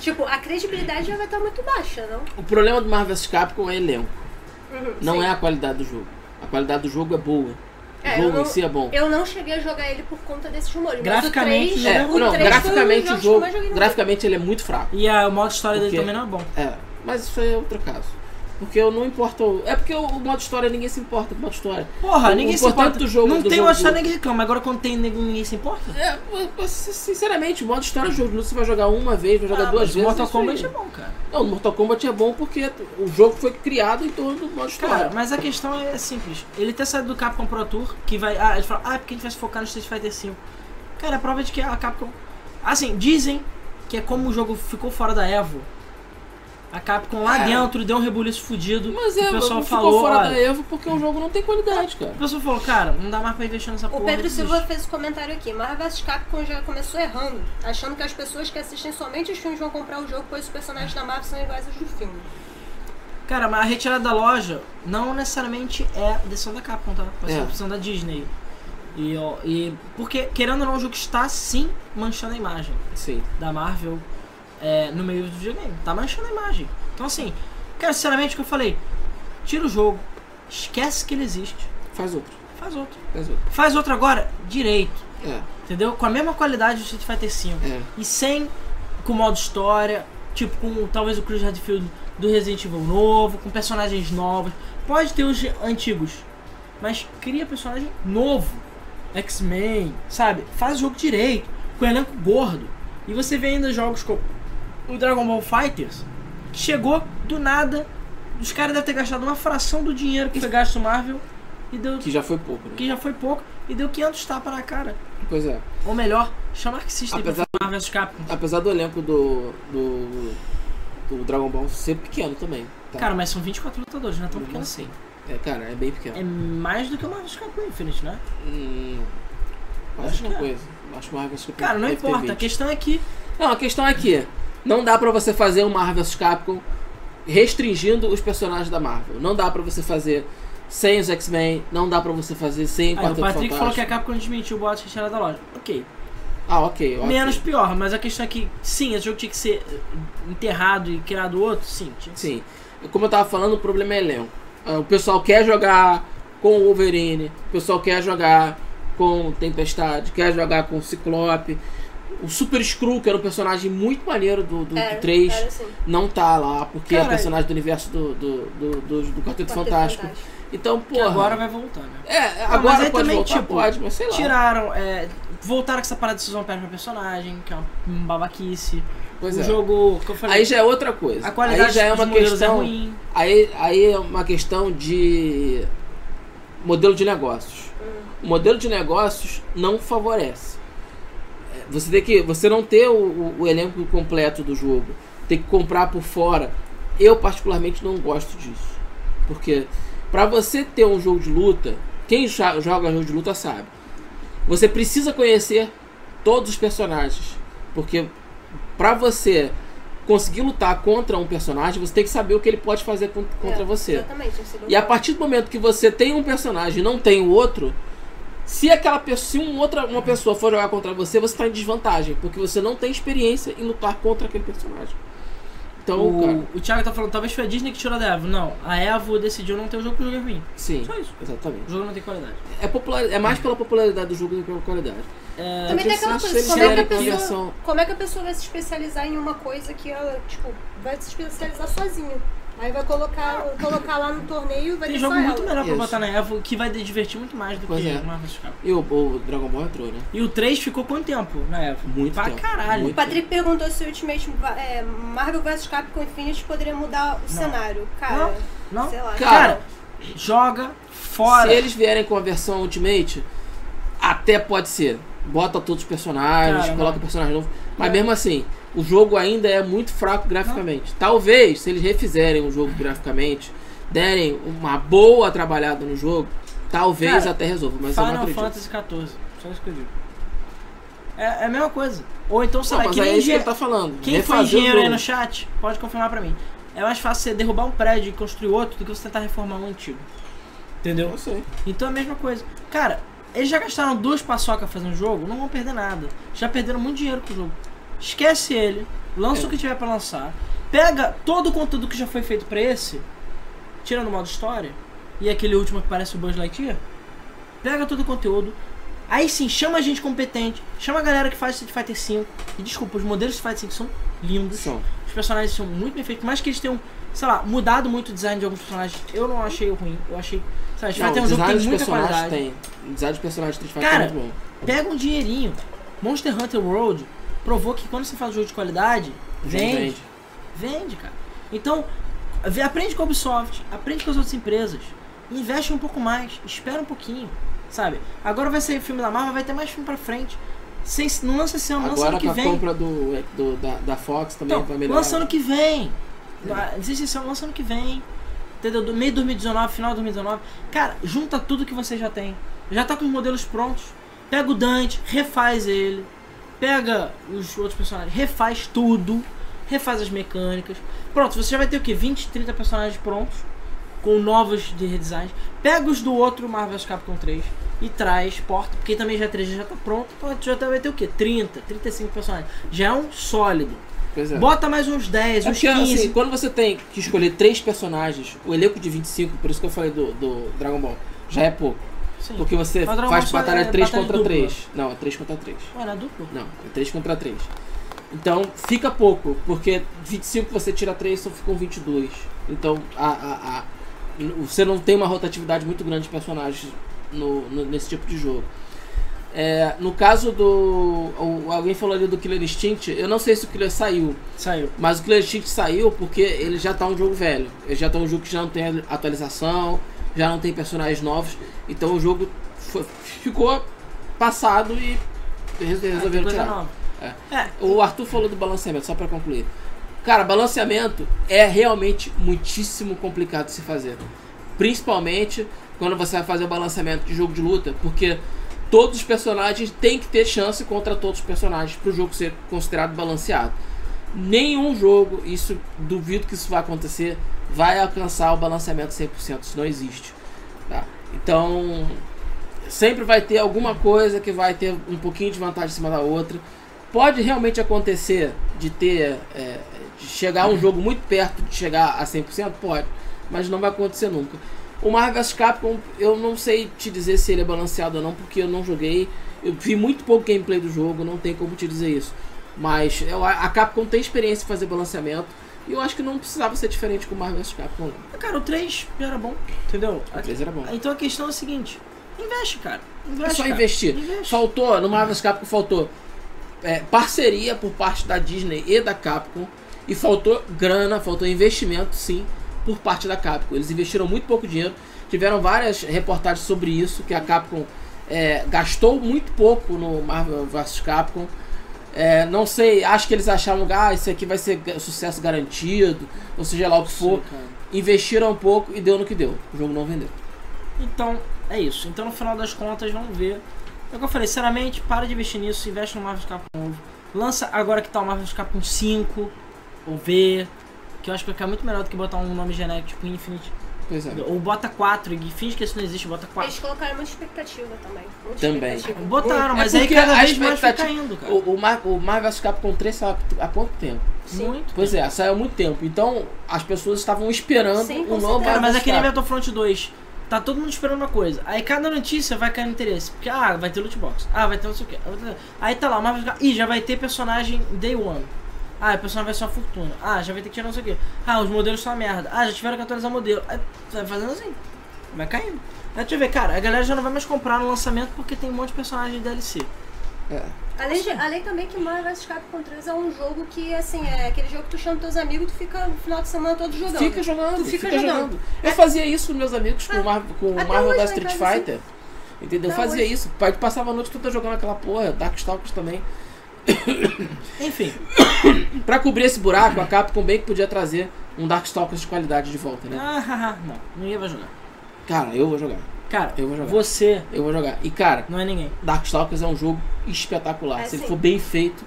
S6: Tipo, a credibilidade já vai estar muito baixa, não?
S2: O problema do Marvel vs Capcom é elenco.
S6: Uhum.
S2: Não é a qualidade do jogo. A qualidade do jogo é boa. O
S6: É, eu
S2: jogo
S6: não-
S2: em si é bom.
S6: Eu não cheguei a jogar ele por conta desses rumores.
S1: Graficamente,
S6: mas o 3,
S2: É,
S1: né?
S6: o
S2: não,
S6: 3
S2: graficamente
S6: foi
S2: o
S6: um
S2: jogo.
S6: dos jogos que eu mais joguei na
S2: Graficamente ele é muito fraco.
S1: E a, o modo história
S2: Por
S1: dele
S2: quê?
S1: também não é bom.
S2: É. Mas isso aí é outro caso. Porque eu não importo. É porque o, o modo história ninguém se importa com o modo história.
S1: Porra,
S2: O-
S1: ninguém
S2: o
S1: se
S2: importante
S1: importa.
S2: do jogo-
S1: não
S2: do
S1: tem
S2: jogo-
S1: uma história, ninguém reclama. Agora quando tem nego, ninguém se importa.
S2: É, mas- mas, sinceramente, o modo história de jogo de luta você vai jogar uma vez, vai jogar
S1: Ah,
S2: duas
S1: mas
S2: vezes.
S1: Mortal
S2: é isso aí.
S1: Kombat é bom, cara.
S2: Não, o Mortal Kombat é bom porque o jogo foi criado em torno do modo
S1: Cara,
S2: história.
S1: mas a questão é simples. Ele ter saído do Capcom Pro Tour, que vai. Ah, eles falam, ah, é porque a gente vai se focar no Street Fighter V. Cara, a prova de que a Capcom. Assim, dizem que é como o jogo ficou fora da Evo. A Capcom lá
S2: É.
S1: dentro deu um rebuliço fudido.
S2: Mas
S1: e
S2: é,
S1: o
S2: não
S1: pessoal
S2: ficou
S1: falou.
S2: fora
S1: olha,
S2: da Evo porque o jogo não tem qualidade, cara.
S1: O pessoal falou, cara, não dá mais pra investir nessa
S6: O
S1: porra.
S6: Pedro
S1: desiste.
S6: Silva fez o comentário aqui. Marvel vs Capcom já começou errando, achando que as pessoas que assistem somente os filmes vão comprar o jogo, pois os personagens da Marvel são iguais aos do filme.
S1: Cara, mas a retirada da loja não necessariamente é decisão da Capcom, tá? Pode ser
S2: É.
S1: decisão da Disney. E, ó, e porque, querendo ou não, o jogo está sim manchando a imagem.
S2: Sim.
S1: da Marvel é, no meio do videogame. Tá manchando a imagem. Então, assim, cara, sinceramente, o que eu falei, tira o jogo, esquece que ele existe,
S2: Faz outro.
S1: faz outro.
S2: Faz outro.
S1: Faz outro agora, direito,
S2: É,
S1: entendeu? Com a mesma qualidade do Street Fighter V.
S2: é.
S1: E sem, com modo história, tipo, com talvez o Chris Redfield do Resident Evil novo, com personagens novos. Pode ter os antigos, mas cria personagem novo. X-Men, sabe? Faz o jogo direito, com elenco gordo. E você vê ainda jogos como o Dragon Ball Fighters, que chegou do nada. Os caras devem ter gastado uma fração do dinheiro que foi gasto no Marvel e deu.
S2: Que já foi pouco, né?
S1: que já foi pouco, e deu 500 tapas na cara.
S2: Pois é.
S1: Ou melhor, chama Arc System
S2: Apesar-
S1: pra Marvel vs Capcom.
S2: Apesar do elenco do. do. do Dragon Ball ser pequeno também. tá?
S1: Cara, mas são 24 lutadores, não é tão
S2: Não
S1: pequeno assim.
S2: É, cara, é bem pequeno.
S1: É mais do que o Marvel vs Capcom Infinite, né?
S2: Hum,
S1: Acho
S2: acho
S1: que
S2: uma
S1: é.
S2: coisa. Acho que o Marvel vs Capcom
S1: Cara, não
S2: deve ter
S1: importa, a
S2: 20.
S1: questão é que
S2: Não, a questão é que não dá pra você fazer um Marvel vs Capcom restringindo os personagens da Marvel. Não dá pra você fazer sem os X-Men, não dá pra você fazer sem
S1: Aí, Ah,
S2: o
S1: o
S2: Quarteto
S1: Patrick
S2: Fantástico.
S1: falou que a Capcom desmentiu o boato de retirada da loja. Ok.
S2: Ah, ok. ok.
S1: Menos pior, mas a questão é que, sim, esse jogo tinha que ser eh, enterrado e criado outro, sim. Tinha que ser.
S2: Sim. Como eu tava falando, o problema é elenco. Ah, O pessoal quer jogar com o Wolverine, o pessoal quer jogar com o Tempestade, quer jogar com o Ciclope. O Super Screw, que era um personagem muito maneiro do, do,
S6: Era,
S2: 3,
S6: era assim.
S2: não tá lá, porque é
S1: Caralho.
S2: personagem do universo do, do, do, do, do Quarteto
S6: Quarteto
S2: Fantástico. Então,
S1: Que
S2: porra.
S1: agora vai voltar, né?
S2: É,
S1: Ah,
S2: agora
S1: mas aí
S2: pode
S1: também,
S2: voltar,
S1: tipo,
S2: pode, mas sei lá.
S1: Tiraram, é, voltaram com essa parada de Season Pass pra personagem, que é um babaquice.
S2: Pois
S1: o
S2: é.
S1: jogo que eu falei.
S2: Aí já é outra coisa.
S1: a qualidade
S2: aí já é
S1: dos
S2: uma
S1: modelos é
S2: questão.
S1: ruim.
S2: Aí, aí é uma questão de modelo de negócios. O modelo de negócios não favorece. É, Você tem que, você não ter o, o- o elenco completo do jogo, tem que comprar por fora. Eu particularmente não gosto disso, porque para você ter um jogo de luta, quem já joga jogo de luta sabe. Você precisa conhecer todos os personagens, porque para você conseguir lutar contra um personagem, você tem que saber o que ele pode fazer con- contra
S6: É,
S2: você.
S6: Exatamente. esse
S2: E a
S6: do-
S2: partir do momento que você tem um personagem e não tem o outro, se aquela pessoa, se um outra, uma pessoa for jogar contra você, você está em desvantagem, porque você não tem experiência em lutar contra aquele personagem. Então, cara,
S1: O, o Thiago tá falando, talvez foi a Disney que tirou da Evo. Não, a Evo decidiu não ter o jogo porque o jogo é ruim.
S2: sim,
S1: Só isso. O
S2: exatamente.
S1: jogo não tem qualidade.
S2: É, popular, é mais pela popularidade do jogo do que pela qualidade.
S1: É,
S6: Também tem aquela
S2: Se
S6: coisa,
S2: eles
S6: como é, que
S2: fizerem
S6: a pessoa,
S2: conversão-
S6: como é que a pessoa vai se especializar em uma coisa que ela, tipo, vai se especializar sozinha? Aí vai colocar, colocar lá no torneio e vai
S1: tem
S6: ter
S1: jogo
S6: só
S1: muito
S6: ela.
S1: melhor pra
S2: Isso.
S1: botar na Evo que vai divertir muito mais do
S2: Pois
S1: que
S2: é.
S1: o Marvel vs. Capcom.
S2: E o, o Dragon Ball entrou, né?
S1: E o 3 ficou quanto tempo na Evo?
S2: Muito
S1: pra
S2: tempo.
S1: caralho.
S6: O
S2: Muito.
S6: Patrick perguntou se o Ultimate é, Marvel vs Capcom Infinity poderia mudar o cenário. Cara,
S1: Não?
S6: sei lá.
S1: Cara, joga fora.
S2: Se eles vierem com a versão Ultimate, até pode ser. Bota todos os personagens,
S1: Cara,
S2: coloca
S1: não.
S2: personagem novo.
S1: É.
S2: Mas mesmo assim, o jogo ainda é muito fraco graficamente. Talvez, se eles refizerem o jogo graficamente, derem uma boa trabalhada no jogo, talvez
S1: Cara,
S2: até resolva. Mas eu não
S1: Final
S2: acredito.
S1: Fantasy XIV. Só isso que eu digo. É, é a mesma coisa. Ou então,
S2: Não,
S1: sabe,
S2: mas
S1: que
S2: é
S1: nem
S2: isso que
S1: engen-
S2: ele tá falando.
S1: quem foi
S2: Refazer o
S1: engenheiro aí
S2: jogo.
S1: no chat, pode confirmar pra mim. é mais fácil você derrubar um prédio e construir outro do que você tentar reformar um antigo. Entendeu?
S2: Eu sei.
S1: Então é a mesma coisa. Cara, eles já gastaram duas paçocas fazendo o jogo, não vão perder nada. Já perderam muito dinheiro com o jogo. Esquece ele, lança o que tiver pra lançar. Pega todo o conteúdo que já foi feito pra esse, tira no modo história, e aquele último que parece o Buzz Lightyear. Pega todo o conteúdo. Aí sim, chama a gente competente, chama a galera que faz Street Fighter 5. E desculpa, os modelos de Street Fighter 5 são lindos.
S2: São.
S1: Os personagens são muito bem feitos, por mais que eles tenham, sei lá, mudado muito o design de alguns personagens. Eu não achei ruim, eu achei. Sabe, Street Fighter é um jogo que tem
S2: dos
S1: muita qualidade.
S2: personagens tem. O design dos personagens do Street
S1: Cara,
S2: Fighter é muito bom.
S1: Pega um dinheirinho. Monster Hunter World provou que quando você faz um jogo de qualidade,
S2: O jogo
S1: vende. Vende, cara. Então, vê- aprende com a Ubisoft, aprende com as outras empresas. Investe um pouco mais, espera um pouquinho, sabe? Agora vai sair filme da Marvel, vai ter mais filme pra frente. Sem, não lança esse ano, lança
S2: Agora
S1: ano
S2: com
S1: que
S2: a
S1: vem.
S2: compra do, do- da, da Fox também
S1: Então,
S2: vai melhorar.
S1: lança ano que vem. Não existe esse ano, lança ano que vem. Entendeu? Do meio de 2019, final de 2019. Cara, junta tudo que você já tem. Já tá com os modelos prontos. Pega o Dante, refaz ele. Pega os outros personagens, refaz tudo. Refaz as mecânicas. Pronto, você já vai ter o quê? 20, 30 personagens prontos. Com novos de redesigns. Pega os do outro Marvel vs Capcom 3 e traz, porta, porque também já 3 já tá pronto. Então já vai ter o quê? 30, 35 personagens. Já é um sólido.
S2: Pois é.
S1: Bota mais uns 10,
S2: É
S1: uns
S2: porque,
S1: 15.
S2: assim, quando você tem que escolher três personagens, o elenco de 25, por isso que eu falei do, do Dragon Ball, já é pouco.
S1: Sim.
S2: Porque você
S1: Mas Dragon
S2: faz
S1: Ball
S2: batalha
S1: só é
S2: 3
S1: batalha
S2: contra
S1: dupla.
S2: 3. Não, é 3 contra 3.
S1: Ué, era duplo?
S2: Não, é 3 contra 3. Então fica pouco, porque 25 você tira 3, só ficam 22. Então a, a, a- você não tem uma rotatividade muito grande de personagens no, no- nesse tipo de jogo. É, no caso do. o- Alguém falou ali do Killer Instinct, eu não sei se o Killer saiu,
S1: Saiu.
S2: mas o Killer Instinct saiu porque ele já tá um jogo velho. Ele já tá um jogo que já não tem atualização, já não tem personagens novos. Então o jogo foi- ficou passado e reso-
S1: É,
S2: resolveram
S1: coisa
S2: tirar.
S1: nova.
S2: É.
S1: É.
S2: O Arthur falou do balanceamento, só pra concluir. Cara, balanceamento é realmente muitíssimo complicado de se fazer. Principalmente quando você vai fazer o balanceamento de jogo de luta, porque todos os personagens têm que ter chance contra todos os personagens para o jogo ser considerado balanceado. Nenhum jogo, isso duvido que isso vai acontecer, vai alcançar o balanceamento 100%, isso não existe. tá? Então, sempre vai ter alguma coisa que vai ter um pouquinho de vantagem em cima da outra. Pode realmente acontecer de ter. é, de chegar um jogo muito perto de chegar a 100%? Pode, mas não vai acontecer nunca. O Marvel vs Capcom, eu não sei te dizer se ele é balanceado ou não, porque eu não joguei. Eu vi muito pouco gameplay do jogo, não tem como te dizer isso. Mas eu- a Capcom tem experiência em fazer balanceamento. E eu acho que não precisava ser diferente com o Marvel vs Capcom, não.
S1: Ah, Cara, o 3 já era bom, entendeu?
S2: O 3 era bom.
S1: Então a questão é a seguinte: investe, cara.
S2: É
S1: Investe,
S2: só
S1: cara.
S2: investir.
S1: Investe.
S2: Faltou, no Marvel vs Capcom faltou é, parceria por parte da Disney e da Capcom. E faltou grana, faltou investimento, sim, por parte da Capcom. Eles investiram muito pouco dinheiro. Tiveram várias reportagens sobre isso, que a Capcom é, gastou muito pouco no Marvel vs Capcom. É, não sei, acho que eles acharam que ah, isso aqui vai ser ga- sucesso garantido, ou seja lá o que for. Investiram um pouco e deu no que deu. O jogo não vendeu.
S1: Então, é isso. Então, no final das contas, vamos ver. É o que eu falei, sinceramente, para de investir nisso, investe no Marvel Capcom novo. Lança agora que tá o Marvel Capcom 5, ou V, que eu acho que vai ficar muito melhor do que botar um nome genérico tipo Infinite.
S2: Pois é.
S1: Ou bota 4 e finge que isso não existe, bota 4.
S6: Eles colocaram muita expectativa também. Muita
S2: Também.
S6: expectativa.
S1: Botaram,
S2: É
S1: mas aí
S2: porque
S1: cada
S2: a
S1: vez mais fica
S2: expectativa-
S1: caindo, cara.
S2: O, o, Mar, o Marvel vs Capcom 3 saiu há pouco tempo.
S1: Muito.
S2: Pois é, saiu há muito tempo. Então as pessoas estavam esperando
S6: Sim, com
S2: o novo
S1: Cara,
S2: Marvel
S1: mas
S2: vs
S1: é que nem
S2: Capcom.
S1: Metal Front 2. Tá todo mundo esperando uma coisa. Aí cada notícia vai cair no interesse. Porque, ah, vai ter loot box. Ah, vai ter não sei o quê. Aí tá lá, o Marvel vs. Ih, já vai ter personagem Day One. Ah, o personagem vai ser uma fortuna. Ah, já vai ter que tirar não sei o quê. Ah, os modelos são uma merda. Ah, já tiveram que atualizar o modelo. Aí vai fazendo assim. Vai caindo. Aí tu vê, cara, a galera já não vai mais comprar no lançamento porque tem um monte de personagem DLC.
S2: É.
S6: Além, de- além também que Marvel vs Capcom 3 é um jogo que, assim, é aquele jogo que tu chama teus amigos e tu fica no final de semana todo jogando.
S2: Fica jogando,
S6: Tu
S2: fica,
S6: fica
S2: jogando.
S6: jogando. É. Ah.
S2: Eu fazia isso com meus amigos, com o Marvel, com o
S6: até
S2: Marvel
S6: hoje
S2: da
S6: lá em
S2: Street
S6: casa,
S2: Fighter. Entendeu? Eu
S6: Até
S2: fazia
S6: hoje.
S2: isso. Pai, passava a noite toda jogando aquela porra, Darkstalkers também.
S1: Enfim,
S2: Pra cobrir esse buraco, a Capcom bem que podia trazer um Darkstalkers de qualidade de volta, né?
S1: ah, haha, não, ninguém vai jogar.
S6: Ah.
S2: Cara, eu vou jogar.
S1: Cara,
S2: Eu vou jogar.
S1: você
S2: Eu vou jogar. E cara,
S1: não é ninguém.
S2: Darkstalkers é um jogo espetacular.
S6: É,
S2: Se ele
S6: sim.
S2: for bem feito,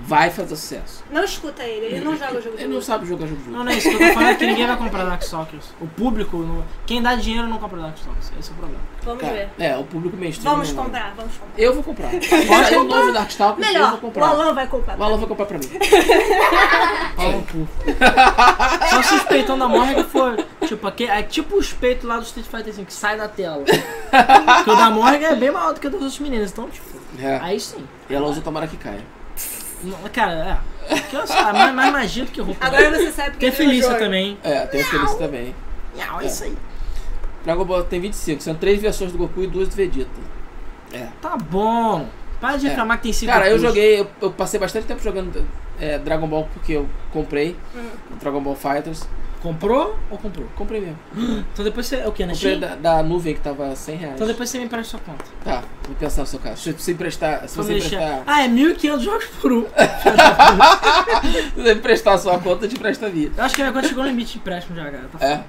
S2: vai fazer sucesso.
S6: Não escuta ele, ele não joga o jogo de
S2: Ele não
S6: luta.
S2: sabe jogar jogo de
S1: Não,
S2: luta.
S1: não é isso. O que eu tô falando é que ninguém vai comprar Darkstalkers. O público, não- quem dá dinheiro não compra Darkstalkers. Esse é o problema.
S6: Vamos ver.
S2: Cara, é, o público mainstream.
S6: Vamos
S2: não-
S6: comprar, vamos comprar.
S2: Eu vou comprar. Pode ser o novo Darkstalkers, eu
S5: Melhor,
S2: vou
S5: o
S2: comprar.
S5: Alan vai comprar.
S2: O Alan vai comprar pra mim.
S1: Pau no cu. Só se os peitão da Morgan for. Tipo, aque- é tipo os peitos lá do Street Fighter V que sai da tela. Porque o da Morgan é bem maior do que o dos outros meninos. Então, tipo,
S2: É.
S1: aí sim.
S2: E ela usa o Tomara que caia.
S1: Não, cara, é. Porque eu sou a mais, mais magia do que roupa.
S6: Agora você sabe porque
S1: Tem
S6: ele não
S1: Felícia
S6: joga.
S1: também.
S2: É, tem a Felícia também.
S1: Não, é isso aí.
S2: Dragon Ball tem 25, são três versões do Goku e duas do Vegeta.
S1: Tá bom. Para de
S2: É.
S1: reclamar que tem cinco.
S2: Cara, eu
S1: Gokus.
S2: joguei, eu, eu passei bastante tempo jogando é, Dragon Ball porque eu comprei
S6: Hum.
S2: Dragon Ball Fighters.
S1: Comprou ou comprou?
S2: Comprei mesmo.
S1: Então depois você. É o que, né?
S2: Comprei da, da nuvem que tava 100 reais.
S1: Então depois você me empresta sua conta.
S2: Tá, vou pensar no seu caso. Se você emprestar, se
S1: Vamos
S2: você
S1: deixar.
S2: emprestar,
S1: Ah, é 1.500 jogos por um.
S2: se você emprestar a sua conta, eu te empresta a minha.
S1: Eu acho que a minha conta chegou no limite de empréstimo já, cara. Tá
S2: É.
S1: foda.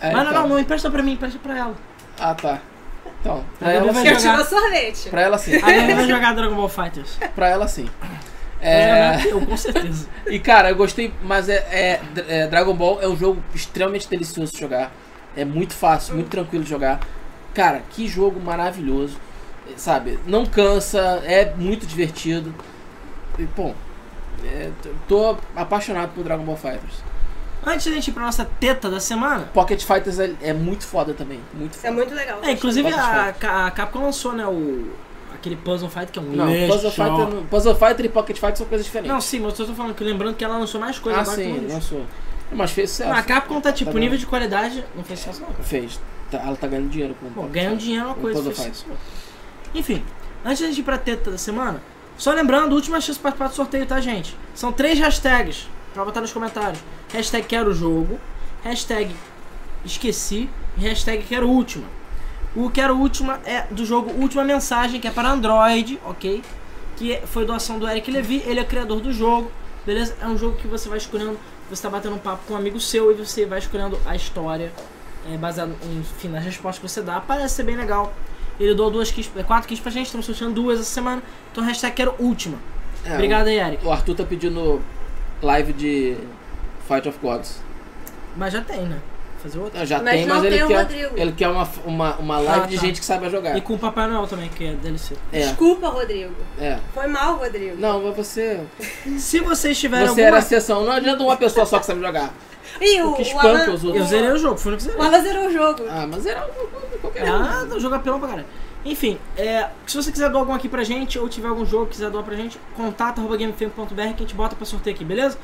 S2: É,
S1: Mas não,
S2: então.
S1: não, não empresta pra mim, empresta pra ela.
S2: Ah, tá. Então, pra
S1: Agora
S2: ela,
S1: vai
S2: sim.
S6: Eu te dou sorvete.
S2: pra ela sim.
S1: A galera vai jogar Dragon Ball Fighters.
S2: Pra ela sim.
S1: É...
S2: É,
S1: Eu, com certeza.
S2: e cara, eu gostei, mas é, é- é, Dragon Ball é um jogo extremamente delicioso de jogar. É muito fácil, muito tranquilo de jogar. Cara, que jogo maravilhoso. É, Sabe, não cansa, é muito divertido. E, bom, é, t- tô apaixonado por Dragon Ball Fighters.
S1: Antes da gente ir pra nossa teta da semana.
S2: Pocket Fighters é, é muito foda também. Muito
S6: É
S2: foda.
S6: muito legal.
S1: É, inclusive
S2: Pode
S1: a,
S2: falar.
S1: Ca- a Capcom lançou, né, o. Aquele Puzzle Fight que é um
S2: Não,
S1: lixo.
S2: Puzzle Fighter, não- Puzzle Fighter e Pocket Fighter são coisas diferentes.
S1: Não, sim, mas eu tô falando que lembrando que ela lançou mais coisas
S2: ah,
S1: agora que
S2: sim,
S1: não-
S2: lançou. Mas fez sucesso.
S1: Não, a Capcom tá tipo,
S2: Tá bom.
S1: nível de qualidade. Não fez sucesso, não, cara.
S2: Fez. Tá- ela tá ganhando dinheiro com
S1: Bom,
S2: Pocket
S1: ganhando
S2: Fighter.
S1: dinheiro é uma
S2: Com
S1: coisa.
S2: Puzzle
S1: fez
S2: Fighter.
S1: sucesso. Enfim, antes da gente ir pra teta da semana, só lembrando, última chance para participar do sorteio, tá, gente? São três hashtags pra botar nos comentários. Hashtag quero o jogo, hashtag esqueci e hashtag quero última. O quero última é do jogo Última Mensagem, que é para Android, ok? Que foi doação do Eric Levy, ele é o criador do jogo, beleza? É um jogo que você vai escolhendo, você tá batendo um papo com um amigo seu e você vai escolhendo a história é, baseado enfim, nas respostas que você dá, parece ser bem legal. Ele doou duas kits, quatro kits pra gente, estamos sorteando duas essa semana. Então hashtag quero última.
S2: É,
S1: Obrigado aí, Eric.
S2: O Arthur tá pedindo live de Fight of Gods.
S1: Mas já tem, né? Fazer outra.
S2: Ah, Já
S6: Mas
S2: tem,
S6: não
S2: mas ele,
S6: tem o
S2: quer,
S6: Rodrigo.
S2: ele quer uma, uma, uma live
S1: Ah,
S2: de
S1: tá.
S2: gente que saiba jogar.
S1: E com o Papai Noel também, que é DLC.
S2: É,
S6: Desculpa, Rodrigo.
S2: é.
S6: Foi mal, Rodrigo.
S2: Não, mas você.
S1: Se vocês tiverem
S2: Você era a
S1: alguma.
S2: sessão. Não adianta uma pessoa só que sabe jogar.
S6: E o,
S2: Porque
S6: o
S2: espanca
S6: Alan,
S2: os
S1: Eu
S2: outros.
S1: zerei o jogo, foi no que zerei.
S6: o Alan zerou o jogo.
S2: Ah, mas era um- um- qualquer um.
S1: Ah, o jogo é apelão pra caralho. Enfim, é, se você quiser doar algum aqui pra gente, ou tiver algum jogo que quiser doar pra gente, contato.gamefm.br que a gente bota pra sorteio aqui, beleza?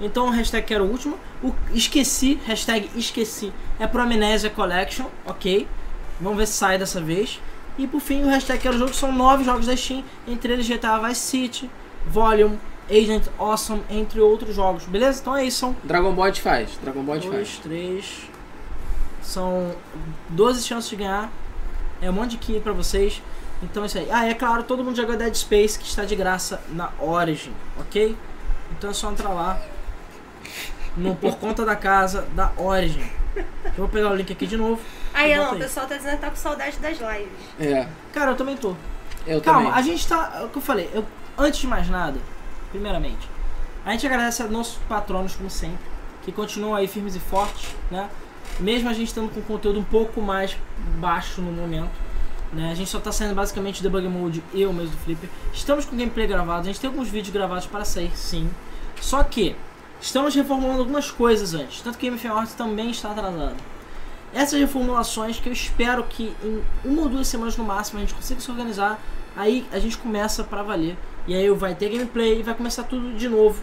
S1: Então, hashtag quero o último. O esqueci, hashtag esqueci, é pro Amnesia Collection, ok? Vamos ver se sai dessa vez. E por fim, o hashtag quero jogo são nove jogos da Steam, entre eles GTA Vice City, Volume, Agent Awesome, entre outros jogos, beleza? Então é isso, são
S2: Dragon Ball a gente faz. Dragon Ball a gente faz.
S1: dois, três. São 12 chances de ganhar. É um monte de key pra vocês. Então é isso aí. Ah, e é claro, todo mundo joga Dead Space que está de graça na Origin, ok? Então é só entrar lá. No, por conta da casa da Origin. Eu vou pegar o link aqui de novo.
S6: Aí,
S1: Volta
S6: Alan, o
S1: aí.
S6: pessoal tá dizendo que tá com saudade das lives.
S2: É.
S1: Cara, eu também tô.
S2: Eu
S1: Calma, a
S2: também.
S1: gente tá. É o que eu falei. Eu, antes de mais nada, primeiramente, a gente agradece a nossos patronos, como sempre, que continuam aí firmes e fortes, né? Mesmo a gente estando com conteúdo um pouco mais baixo no momento. Né? A gente só tá saindo basicamente do debug mode e o mesmo do Flipper. Estamos com gameplay gravado, a gente tem alguns vídeos gravados para sair, sim. Só que estamos reformulando algumas coisas antes, tanto que o MFM Arts também está atrasado. Essas reformulações que eu espero que em uma ou duas semanas no máximo a gente consiga se organizar Aí a gente começa pra valer. E aí vai ter gameplay e vai começar tudo de novo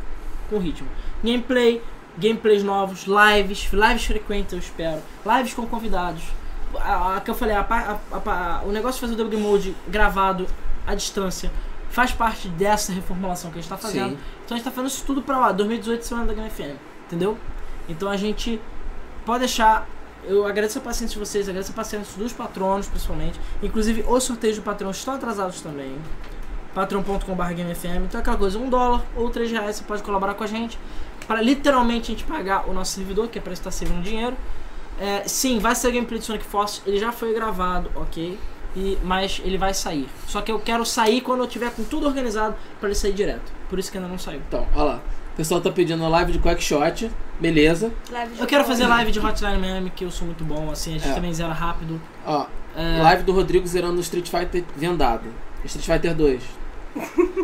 S1: com ritmo. Gameplay, gameplays novos, lives, lives frequentes eu espero, lives com convidados. A, a que eu falei, a pa- a- a pa- o negócio de fazer o debug mode gravado à distância faz parte dessa reformulação que a gente tá fazendo.
S2: Sim.
S1: Então a gente tá fazendo isso tudo pra lá, 2018 semana da Game FM, entendeu? Então a gente pode deixar. Eu agradeço a paciência de vocês, agradeço a paciência dos patronos, principalmente. Inclusive, os sorteios do patrão estão atrasados também. patreon.com.br GameFM. Então, é aquela coisa, um dólar ou três reais você pode colaborar com a gente para literalmente a gente pagar o nosso servidor, que é para estar servindo dinheiro. É, sim, vai ser gameplay de Sonic Force, ele já foi gravado, ok? e mas ele vai sair. Só que eu quero sair quando eu tiver com tudo organizado pra ele sair direto. Por isso que ainda não saiu.
S2: Então, olha lá. O pessoal tá pedindo live de Quackshot. Beleza.
S6: Live de
S1: Eu quero fazer
S6: jogo.
S1: live de Hotline Miami, que eu sou muito bom, assim, a gente
S2: É.
S1: também zera rápido.
S2: Ó,
S1: É,
S2: live do Rodrigo zerando no Street Fighter vendado. Street Fighter 2.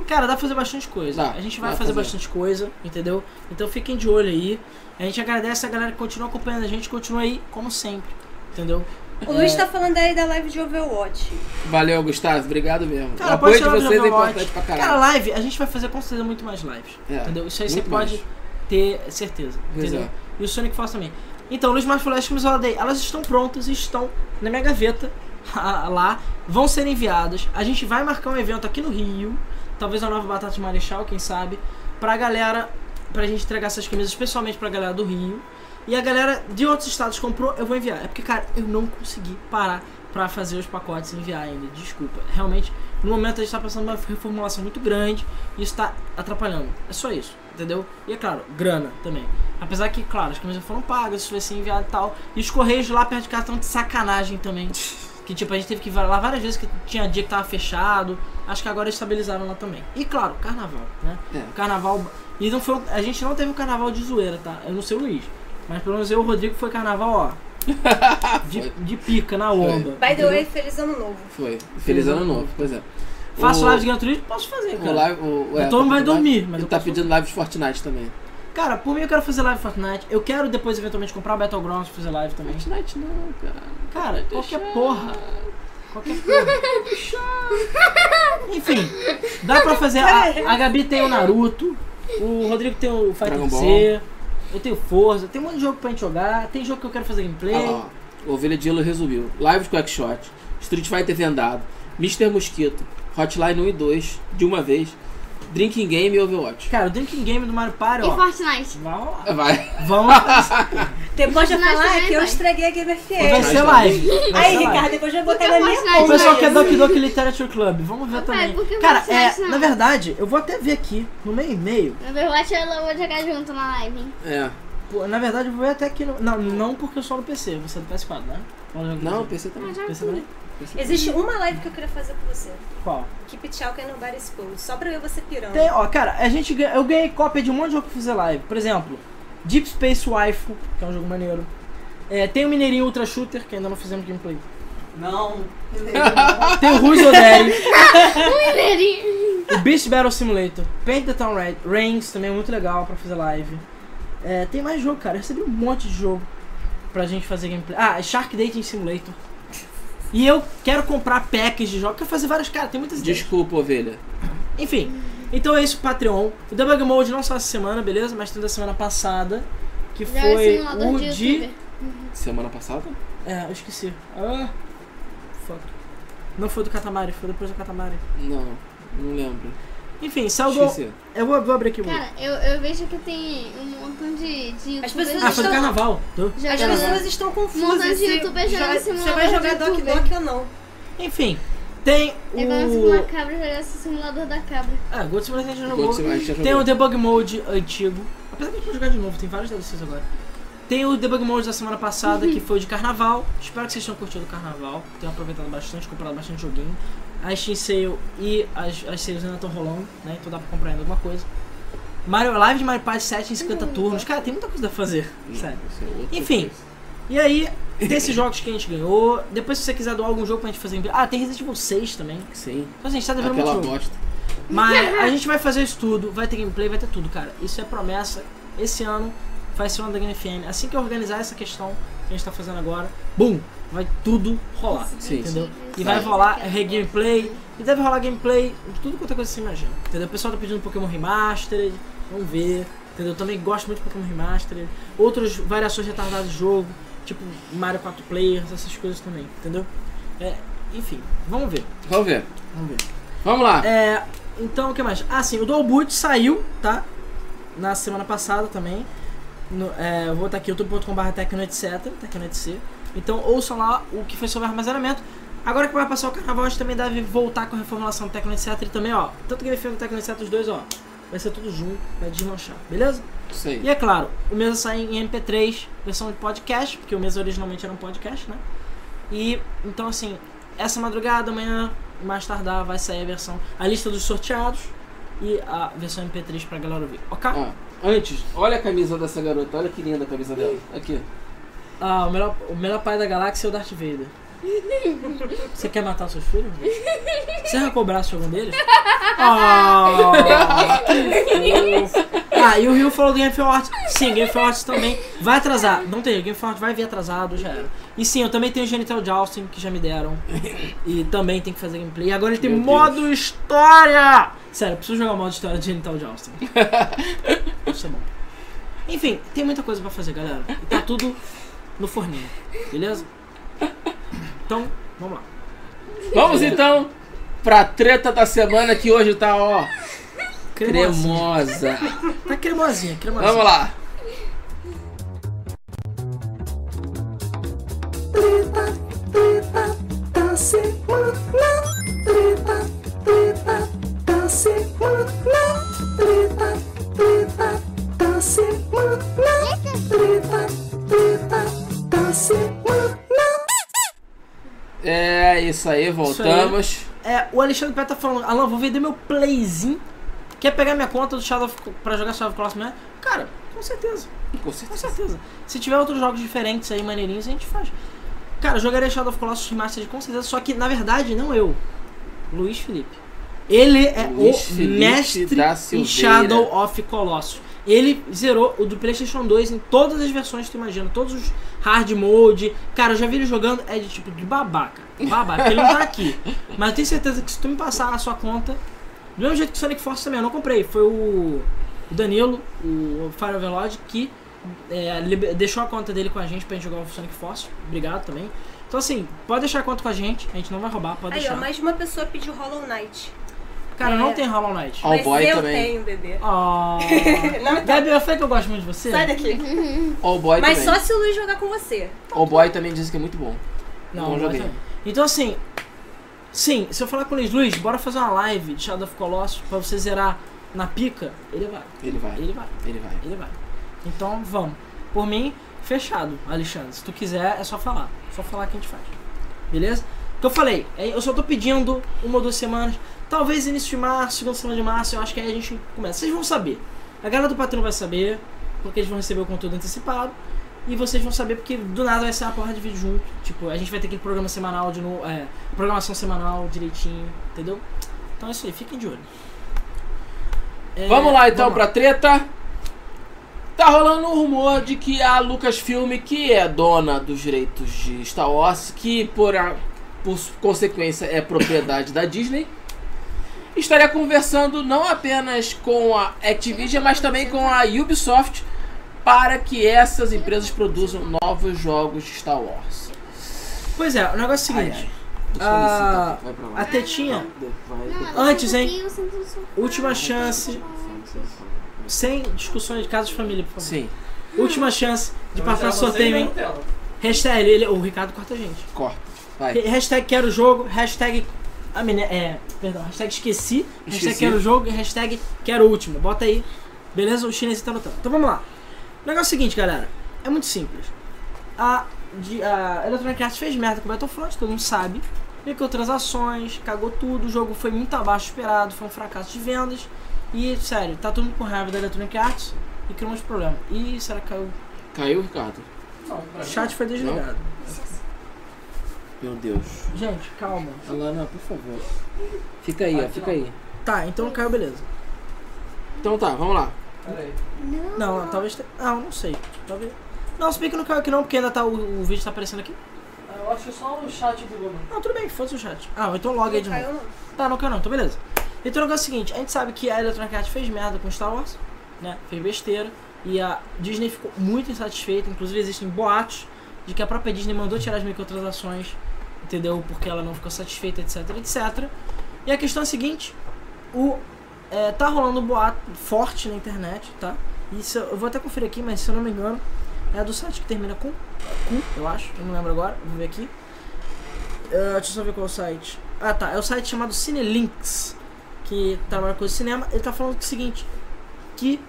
S1: Cara, dá pra fazer bastante coisa.
S2: Dá,
S1: a gente vai
S2: dá
S1: fazer,
S2: pra fazer.
S1: bastante coisa, entendeu? Então fiquem de olho aí. A gente agradece a galera que continua acompanhando a gente, continua aí como sempre, entendeu?
S6: O Luiz tá falando aí da live de Overwatch.
S2: Valeu, Gustavo. Obrigado mesmo.
S1: Cara,
S2: o apoio
S1: pode
S2: de
S1: ser live
S2: vocês é
S1: de Overwatch.
S2: importante pra caralho.
S1: Cara, live, a gente vai fazer com certeza muito mais lives,
S2: É,
S1: entendeu? Isso aí você
S2: muito
S1: pode
S2: mais.
S1: ter certeza,
S2: Pois
S1: entendeu?
S2: é.
S1: E o Sonic Force também. Então, Luiz Marcos Flash e Holiday, elas estão prontas, estão na minha gaveta lá, vão ser enviadas. A gente vai marcar um evento aqui no Rio, talvez a nova Batata de Marechal, quem sabe, pra galera, pra gente entregar essas camisas especialmente pra galera do Rio. E a galera de outros estados comprou, eu vou enviar. É porque, cara, eu não consegui parar pra fazer os pacotes e enviar ainda. Desculpa. Realmente, no momento a gente tá passando uma reformulação muito grande e isso tá atrapalhando. É só isso, entendeu? E é claro, grana também. Apesar que, claro, as camisas foram pagas, isso vai ser enviado e tal. E os correios lá perto de casa estão de sacanagem também. Que tipo, a gente teve que ir lá várias vezes que tinha dia que tava fechado. Acho que agora estabilizaram lá também. E claro, carnaval, né?
S2: É.
S1: O carnaval. E não foi. A gente não teve um carnaval de zoeira, tá? Eu não sei o Luiz. Mas pelo menos eu e o Rodrigo foi carnaval, ó. De, de pica na onda.
S6: By the
S1: entendeu?
S6: way, feliz ano novo.
S2: Foi. Feliz ano novo, pois é.
S1: Faço
S2: O-
S1: live de Gran Turismo? Posso fazer,
S2: O
S1: cara.
S2: live, o,
S1: O Tom
S2: tá
S1: vai
S2: pedindo live-
S1: dormir, mas
S2: Ele
S1: eu
S2: tá
S1: posso-
S2: pedindo live de Fortnite também.
S1: Cara, por mim eu quero fazer live Fortnite. Eu quero depois eventualmente comprar o Battlegrounds e fazer live também.
S2: Fortnite não, cara.
S1: Cara, qualquer porra. Qualquer porra. Enfim, dá pra fazer. A, a Gabi tem o Naruto, o Rodrigo tem o Fighter
S2: Dragon
S1: Z, eu tenho Forza, tem um monte de jogo pra gente jogar, tem jogo que eu quero fazer
S2: Ah,
S1: gameplay.
S2: lá, ó. Ovelha de Yellow resumiu. Live de Quackshot, Street Fighter vendado, Mr. Mosquito, Hotline 1 e 2, de uma vez, Drinking Game e Overwatch.
S1: Cara, o Drinking Game do Mario Party,
S4: E
S1: ó.
S4: Fortnite.
S1: Vai rolar.
S2: Vai.
S1: Vamos fazer.
S5: Depois de eu
S4: Mas
S5: falar
S4: também
S5: que eu
S4: vai.
S5: estraguei a Game
S1: Vai
S5: FM.
S2: tá
S1: ser live. Vai
S5: Aí,
S1: ser live.
S5: Ricardo, depois eu vou botar
S4: Porque
S5: na minha
S4: Fortnite
S1: O
S5: conta.
S1: pessoal
S4: Mas
S1: quer
S4: é isso-
S1: Doki Doki Literature Club, vamos ver
S4: Rapaz,
S1: também.
S4: por que
S1: Cara,
S4: você
S1: é,
S4: acha
S1: na
S4: não?
S1: verdade, eu vou até ver aqui, no meu e-mail.
S4: Na verdade, ela vai jogar junto na live, hein?
S2: É.
S1: Pô, Na verdade, eu vou ver até aqui no. Não, não porque eu sou no PC, você é do PS4, né? Ou jogo
S2: Não,
S1: do
S2: PC também.
S1: PC também?
S6: Existe uma live que eu queria fazer com você.
S1: Qual?
S6: Keep it é Chalk and Nobody Exposed. Só pra ver você pirando.
S1: Tem, ó, cara, a gente ganha- eu ganhei cópia de um monte de jogo pra fazer live. Por exemplo, Deep Space Waifu, que é um jogo maneiro. É, tem o Mineirinho Ultra Shooter, que ainda não fizemos gameplay.
S3: Não.
S1: Tem o Ruiz Oderi,
S4: Mineirinho.
S1: o Beast Battle Simulator, Paint the Town Red, Reigns também é muito legal pra fazer live. É, tem mais jogo, cara. Eu recebi um monte de jogo pra gente fazer gameplay. Ah, Shark Dating Simulator. E eu quero comprar packs de jogos, quero fazer várias, cara, tem muitas ideias.
S2: Desculpa, ovelha.
S1: Enfim, então é isso, Patreon. O Debug Mode não só essa semana, beleza? Mas tem da semana passada, que
S4: Joga
S1: foi
S4: simulador
S1: o
S4: de
S1: de...
S4: youtuber.
S2: Semana passada?
S1: É, eu esqueci. Ah, fuck. Não foi do Katamari, foi depois do Katamari.
S2: Não, não lembro.
S1: Enfim, saiu do...
S2: Esqueci.
S1: Eu vou, vou abrir aqui o...
S4: Cara, eu, eu vejo que tem um montão de, de
S6: As
S4: youtubers
S6: pessoas
S1: Ah, foi do
S6: estão-
S1: Carnaval. Do-
S6: As
S4: jogando.
S6: pessoas estão
S4: Montão
S6: confusas.
S4: de
S6: se
S4: youtuber
S6: joga-
S4: jogando
S6: você
S4: simulador
S6: vai
S4: de
S6: jogar Doc
S4: youtuber.
S6: Doc ou não?
S1: Enfim, tem
S4: É igual você com uma
S1: o...
S4: cabra jogar esse simulador da cabra.
S1: Ah, God Simulator a gente
S2: Enquanto
S1: jogou.
S2: você vai, já jogou.
S1: Tem o Debug Mode antigo. Apesar que a gente vai jogar de novo, tem vários DLCs agora. Tem o Debug Mode da semana passada, que foi o de carnaval. Espero que vocês tenham curtido o carnaval. Tenham aproveitado bastante, comprado bastante joguinho. As Steam Sale e as, as sales ainda estão rolando, né? Então dá pra comprar ainda alguma coisa. Mario Live de Mario Party 7 em 50 turnos. Cara, tem muita coisa a fazer. Sério.
S2: Isso é outra
S1: Enfim.
S2: coisa.
S1: E aí, desses jogos que a gente ganhou. Depois, se você quiser doar algum jogo pra gente fazer. em- Ah, tem Resident Evil 6 também.
S2: Sim.
S1: Então, assim, a gente tá devendo muito
S2: Aquela
S1: jogo.
S2: bosta.
S1: Mas a gente vai fazer isso tudo, vai ter gameplay, vai ter tudo, cara. Isso é promessa. Esse ano vai ser o ano da Game FM. Assim que eu organizar essa questão que a gente tá fazendo agora, bum, vai tudo rolar.
S2: Sim.
S1: Entendeu? E
S4: Vai.
S1: vai rolar re- gameplay, e deve rolar gameplay de tudo quanto é coisa que você imagina. Entendeu? O pessoal tá pedindo Pokémon Remastered, vamos ver. Entendeu? Eu também gosto muito de Pokémon Remastered. Outras variações retardadas de jogo, tipo Mario 4 Players, essas coisas também, entendeu? É, enfim, vamos ver.
S2: Vamos ver.
S1: Vamos ver.
S2: Vamos lá.
S1: É, então, o que mais? Ah, sim, o Dual Boot saiu, tá? Na semana passada também. No, é, eu vou botar aqui youtube.com.br Tecno etc. Tecno etc. Então ouçam lá o que foi sobre armazenamento. Agora que vai passar o carnaval, a gente também deve voltar com a reformulação do Tecno etc. E também, ó, tanto Game Film do Tecno etc. Os dois, ó, vai ser tudo junto, vai desmanchar, beleza?
S2: Isso aí.
S1: E é claro, o Mesa sai em MP3, versão de podcast, porque o Mesa originalmente era um podcast, né? E então assim, essa madrugada, amanhã, mais tardar, vai sair a versão, a lista dos sorteados e a versão MP3 pra galera ouvir, ok?
S2: Ó, antes, olha a camisa dessa garota, olha que linda a camisa dela. Aqui.
S1: Ah, o melhor, o melhor pai da galáxia é o Darth Vader. Você quer matar seus filhos? Você arrancou o braço de algum deles? Ah, que fofo. ah, e o Rio falou do Game Forte. Sim, Game Forte também vai atrasar. Não tem, Game Forte vai vir atrasado, já era. E sim, eu também tenho o Genital de Austin, que já me deram. E também tem que fazer gameplay. E agora ele tem
S2: Meu
S1: modo história! Sério, eu preciso jogar o modo história de Genital de Austin. Isso é bom. Enfim, tem muita coisa pra fazer, galera. E tá tudo no forninho, beleza? Então, vamos lá.
S2: Vamos então pra treta da semana que hoje tá, ó,
S1: Cremosinha.
S2: cremosa.
S1: Tá cremosinha, cremosinha.
S2: Vamos lá.
S8: Treta, treta da semana. Treta, treta da semana. Treta, treta da semana. Treta, treta da semana.
S2: É isso aí, voltamos.
S1: É, o Alexandre Pé tá falando, Alan, vou vender meu playzinho. Quer pegar minha conta do Shadow of, pra jogar Shadow of Colossus mesmo? Cara, com certeza,
S2: Com
S1: com
S2: certeza.
S1: certeza. Se tiver outros jogos diferentes aí, maneirinhos, a gente faz. Cara, eu jogaria Shadow of Colossus Remastered com certeza, só que, na verdade, não eu. Luiz Felipe. Ele é
S2: Luiz
S1: o
S2: Felipe
S1: mestre
S2: da
S1: em
S2: Silveira.
S1: Shadow of Colossus. Ele zerou o do PlayStation 2 em todas as versões que tu imagina, todos os hard mode. Cara, eu já vi ele jogando, é de tipo de babaca. Babaca, ele não tá aqui. Mas eu tenho certeza que se tu me passar a sua conta, do mesmo jeito que Sonic Force também, eu não comprei. Foi o o Danilo, o Fire Overlord, que é, liber- deixou a conta dele com a gente pra gente jogar o Sonic Force. Obrigado também. Então assim, pode deixar a conta com a gente, a gente não vai roubar, pode
S6: Aí, ó,
S1: deixar.
S6: mais uma pessoa pediu Hollow Knight.
S1: Cara, não
S6: é.
S1: tem Hollow Knight.
S2: Ó, o
S6: mas
S2: boy
S6: eu
S2: também.
S6: tenho, bebê.
S1: Oh.
S6: Não,
S1: Gabi, eu falei que eu gosto muito de você.
S6: sai daqui.
S2: Ó, o boy
S6: Mas
S2: também.
S6: só se o Luiz jogar com você.
S2: Ó, O boy também disse que é muito bom.
S1: Não,
S2: Bom
S1: não
S2: joguinho.
S1: vai também. Então assim, sim, se eu falar com o Luiz, Luiz, bora fazer uma live de Shadow of Colossus pra você zerar na pica, ele vai,
S2: Ele vai,
S1: ele vai,
S2: ele vai.
S1: ele vai. Então vamos. Por mim, fechado, Alexandre. Se tu quiser, é só falar. Só falar que a gente faz. Beleza? O que eu falei, é, eu só tô pedindo uma ou duas semanas, talvez início de março, segunda semana de março, eu acho que aí a gente começa. Vocês vão saber. A galera do Patrão vai saber, porque eles vão receber o conteúdo antecipado. E vocês vão saber porque do nada vai ser uma porra de vídeo junto. Tipo, a gente vai ter aquele programa semanal de novo. É, programação semanal direitinho, entendeu? Então é isso aí, fiquem de olho. É,
S2: Vamos lá então
S1: vamos
S2: pra treta. Tá rolando um rumor de que a Lucasfilm, que é dona dos direitos de Star Wars, que por, a- por consequência é propriedade da Disney, estaria conversando não apenas com a Activision, mas também com a Ubisoft para que essas empresas produzam novos jogos de Star Wars.
S1: Pois é, o negócio é o seguinte.
S2: Deixa eu
S1: Ah,
S2: ver se tá- vai pra lá.
S1: A tetinha,
S2: Vai-
S7: Não,
S1: Antes,
S7: eu
S1: hein?
S7: sento aqui, eu sento no sofá.
S1: última chance, sem discussões de casos de família, por favor.
S2: Sim,
S1: Última chance de
S3: Vai
S1: passar
S3: entrar Então, você e
S1: sorteio, hein?
S3: não tela.
S1: Hashtag, ele, o Ricardo corta a gente.
S2: corta. Vai.
S1: Hashtag quero o jogo, hashtag. amine- É, perdão, hashtag esqueci, hashtag
S2: Esqueci.
S1: quero o jogo e hashtag quero o último. Bota aí, beleza? O chinês tá lutando. Então vamos lá. O negócio é o seguinte, galera. É muito simples. A, de, a Electronic Arts fez merda com o Battlefront, todo mundo sabe. Microtransações, cagou tudo, o jogo foi muito abaixo do esperado, foi um fracasso de vendas. E, sério, tá todo mundo com raiva da Electronic Arts e criou um monte de problema. Ih, será que caiu?
S2: Caiu, Ricardo?
S3: Não, pra
S1: O
S3: mim,
S1: chat foi desligado.
S2: Meu Deus.
S1: Gente, calma.
S2: Alana, por favor. Fica aí, ó, fica aí.
S1: Tá, então caiu, beleza.
S2: Então tá, vamos lá.
S3: peraí.
S7: Não,
S1: Não, talvez. te- Ah, Não, não sei. Talvez. Não, se bem que não caiu aqui não, porque ainda tá. O, o vídeo tá aparecendo aqui.
S3: Ah, Eu acho que só o chat bugou, mano.
S1: Não, tudo bem, foda-se o chat. Ah, então logo aí de
S6: Não
S1: novo.
S6: caiu, não.
S1: Tá, não caiu não, então beleza. Então o negócio é o seguinte, a gente sabe que a Electronic Arts fez merda com Star Wars, né? Fez besteira. E a Disney ficou muito insatisfeita, inclusive existem boatos de que a própria Disney mandou tirar as microtransações, entendeu? Porque ela não ficou satisfeita, etc, etc. E a questão é a seguinte, o é, tá rolando um boato forte na internet, tá? Isso eu vou até conferir aqui, mas se eu não me engano, é do site que termina com Q, eu acho, eu não lembro agora, vou ver aqui. Ah, deixa eu só ver qual é o site. Ah tá, é o site chamado Cinelinks, que trabalha com cinema. Ele tá falando o seguinte, que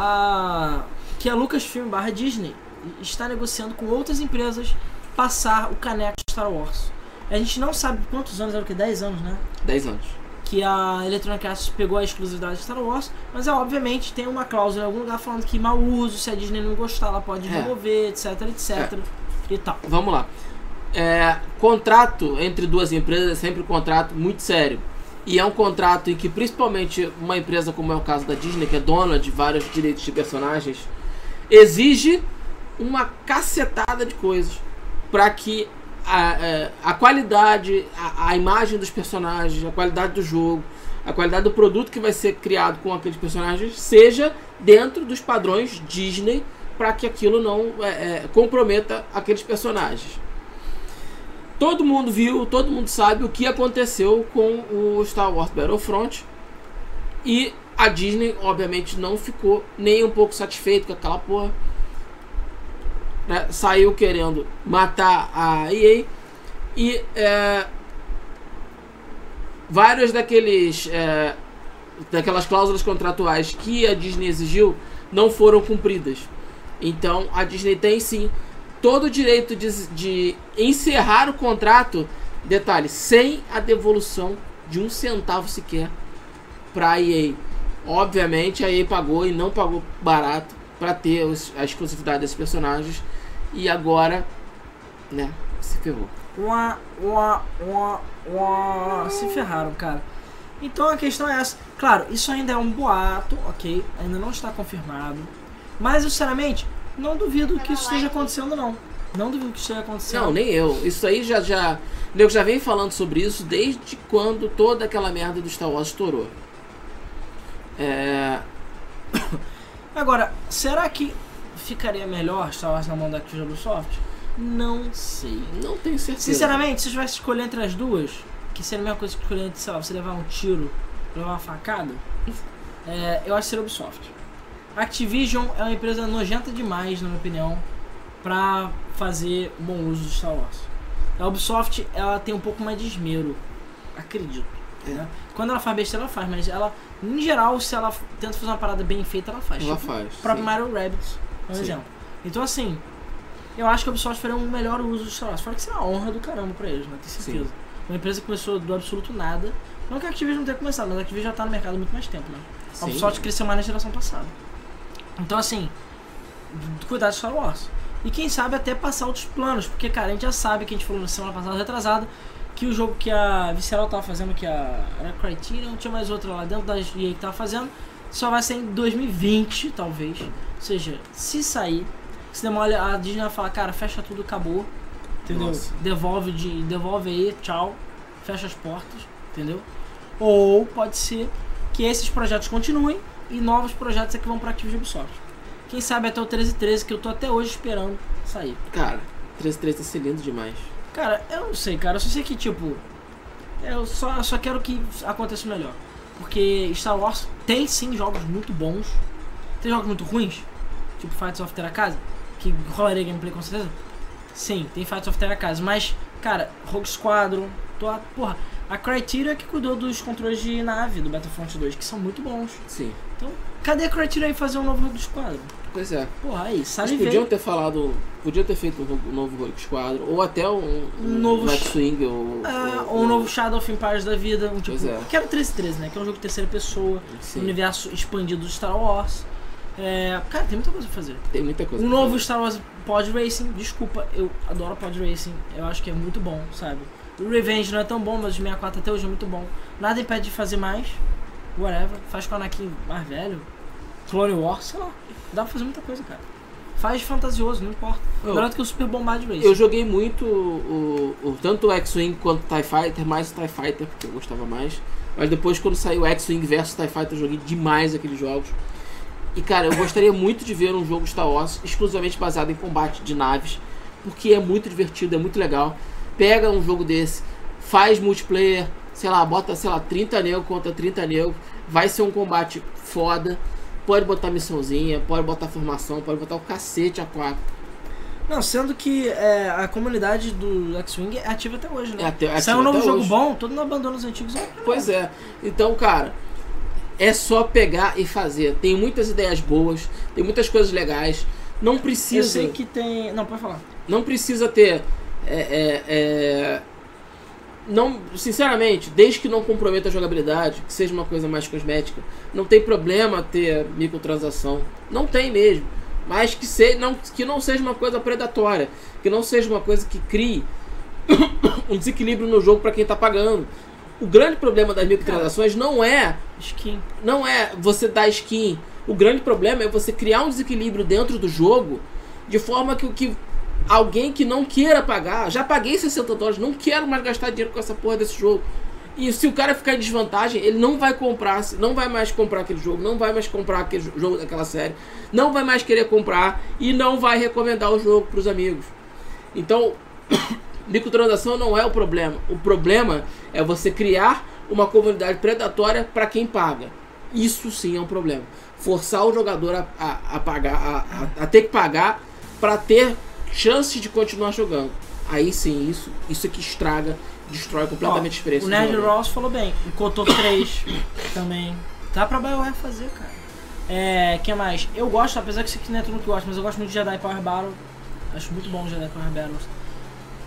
S1: a que a Lucasfilm barra Disney está negociando com outras empresas passar o caneco de Star Wars A gente não sabe quantos anos, era o que? 10 anos, né?
S2: 10 anos.
S1: que a Electronic Arts pegou a exclusividade de Star Wars, mas ela, obviamente tem uma cláusula em algum lugar falando que mau uso, se a Disney não gostar, ela pode
S2: É.
S1: remover, etc, etc. E tal.
S2: Vamos lá. É, contrato entre duas empresas é sempre um contrato muito sério. E é um contrato em que, principalmente, uma empresa como é o caso da Disney, que é dona de vários direitos de personagens, exige uma cacetada de coisas para que a, é, a qualidade, a, a imagem dos personagens, a qualidade do jogo, a qualidade do produto que vai ser criado com aqueles personagens seja dentro dos padrões Disney para que aquilo não é, é, comprometa aqueles personagens. Todo mundo viu, todo mundo sabe o que aconteceu com o Star Wars Battlefront e a Disney obviamente não ficou nem um pouco satisfeito com aquela porra. Né? Saiu querendo matar a EA e é, vários daqueles é, daquelas cláusulas contratuais que a Disney exigiu não foram cumpridas. Então a Disney tem sim todo o direito de, de encerrar o contrato, detalhe, sem a devolução de um centavo sequer para a EA. Obviamente a EA pagou e não pagou barato para ter os- a exclusividade desses personagens e agora, né, se ferrou.
S1: Uá, uá, uá, uá. Se ferraram, cara. Então a questão é essa. Claro, isso ainda é um boato, ok? Ainda não está confirmado. Mas, eu, sinceramente, não duvido que isso esteja acontecendo, não. Não duvido que isso esteja acontecendo.
S2: Não, nem eu. Isso aí já já. O nego já vem falando sobre isso desde quando toda aquela merda do Star Wars estourou. É.
S1: Agora, será que ficaria melhor Star Wars na mão da Ubisoft? Não sei.
S2: Não tenho certeza.
S1: Sinceramente, se eu tivesse que escolher entre as duas, que seria a mesma coisa que escolher entre, sei lá, você levar um tiro, levar uma facada, é, eu acho que seria Ubisoft. Activision é uma empresa nojenta demais, na minha opinião, pra fazer um bom uso do Star Wars. A Ubisoft, ela tem um pouco mais de esmero, acredito. né? Quando ela faz besteira, ela faz, mas ela, em geral, se ela tenta fazer uma parada bem feita, ela faz.
S2: Ela
S1: Tipo,
S2: faz.
S1: o próprio
S2: sim.
S1: Mario Rabbids, por
S2: Sim.
S1: exemplo. Então, assim, eu acho que a Ubisoft faria um melhor uso do Star Wars. Fora que seria uma honra do caramba pra eles, né? Tenho certeza.
S2: Sim.
S1: Uma empresa que começou do absoluto nada. Não que a Activision não tenha começado, mas a Activision já tá no mercado há muito mais tempo, né? A
S2: Sim.
S1: Ubisoft cresceu mais na geração passada. Então, assim, cuidar de Star Wars. E quem sabe até passar outros planos, porque, cara, a gente já sabe que a gente falou na semana passada, retrasada, que o jogo que a Visceral tava fazendo, que a era Criterion, tinha mais outra lá dentro da EA que tava fazendo, só vai sair em 2020, talvez. Ou seja, se sair, se demora, a Disney vai falar, cara, fecha tudo, acabou. Entendeu?
S2: Nossa.
S1: Devolve, de, devolve aí, tchau. Fecha as portas, entendeu? Ou pode ser que esses projetos continuem e novos projetos é que vão pra Activision Ubisoft. Quem sabe até o 1313, que eu tô até hoje esperando sair.
S2: Cara, 333 tá ser lindo demais.
S1: Cara, eu não sei, cara. Eu só sei que, tipo, eu só, eu só quero que aconteça o melhor. Porque Star Wars tem sim jogos muito bons. Tem jogos muito ruins, tipo Fights of Terra que rolaria gameplay com certeza. Sim, tem Fights of Terra mas, cara, Rogue Squadron, tô, a- porra, a Criterion é que cuidou dos controles de nave do Battlefront 2, que são muito bons.
S2: Sim.
S1: Cadê a Criterion aí fazer um novo Rogue Squadron?
S2: Pois é.
S1: Porra, aí, sabe
S2: Eles podiam ter falado. Podiam ter feito um ro- um novo Rogue Squadron. Ou até um,
S1: Um novo
S2: Black
S1: ch-
S2: Swing. Ou,
S1: Ah, ou um novo Shadow of Empires da vida, um tipo.
S2: Pois é.
S1: Que era o 1313, né? Que é um jogo de terceira pessoa,
S2: Sim.
S1: universo expandido do Star Wars. É, cara, tem muita coisa pra fazer.
S2: Tem muita coisa.
S1: Um novo Star Wars Pod Racing, desculpa, eu adoro Pod Racing, eu acho que é muito bom, sabe? O Revenge não é tão bom, mas o 64 até hoje é muito bom. Nada impede de fazer mais, whatever. Faz com o Anakin mais velho, Clone Wars, sei lá. Dá pra fazer muita coisa, cara. Faz fantasioso, não importa.
S2: Eu-
S1: Melhor do que o Super Bombard Racing.
S2: Eu joguei muito o, o- tanto o X-Wing quanto o TIE Fighter, mais o TIE Fighter, porque eu gostava mais. Mas depois, quando saiu o X-Wing versus TIE Fighter, eu joguei demais aqueles jogos. E cara, eu gostaria muito de ver um jogo Star Wars exclusivamente baseado em combate de naves, porque é muito divertido, é muito legal. Pega um jogo desse, faz multiplayer, sei lá, bota, sei lá, 30 nego contra 30 nego, vai ser um combate foda. Pode botar missãozinha, pode botar formação, pode botar o cacete a quatro.
S1: Não, sendo que é, a comunidade do X-Wing é ativa até hoje, né?
S2: É até- é
S1: Sai um
S2: ativa
S1: novo
S2: até
S1: jogo
S2: hoje.
S1: bom, todo mundo abandona os antigos.
S2: Pois é. Então, cara, é só pegar e fazer. Tem muitas ideias boas, tem muitas coisas legais. Não
S1: Eu
S2: precisa,
S1: sei que tem. Não, pode falar.
S2: não precisa ter é, é, é, não, sinceramente, desde que não comprometa a jogabilidade, que seja uma coisa mais cosmética, não tem problema ter microtransação. Não tem mesmo. Mas que, se, não, que não seja uma coisa predatória, que não seja uma coisa que crie um desequilíbrio no jogo para quem tá pagando. O grande problema das microtransações não é
S1: Skin.
S2: não é você dar skin. O grande problema é você criar um desequilíbrio dentro do jogo de forma que o que alguém que não queira pagar, já paguei 60 dólares, não quero mais gastar dinheiro com essa porra desse jogo. E se o cara ficar em desvantagem, ele não vai comprar, não vai mais comprar aquele jogo, não vai mais comprar aquele jo- jogo daquela série, não vai mais querer comprar e não vai recomendar o jogo pros amigos. Então, microtransação não é o problema. O problema é você criar uma comunidade predatória para quem paga. Isso sim é um problema. Forçar o jogador a, a, a pagar, a, a- a ter que pagar para ter chance de continuar jogando. Aí sim, isso, isso é que estraga, destrói completamente a
S1: Ó,
S2: experiência.
S1: O
S2: do
S1: Nerd
S2: jogador.
S1: Ross falou bem. O Cotô 3 também. Dá pra BioWare fazer, cara. É, que mais? Eu gosto, apesar que isso aqui não é tudo que eu gosto, mas eu gosto muito de Jedi Power Battle. Acho muito bom o Jedi Power Battles.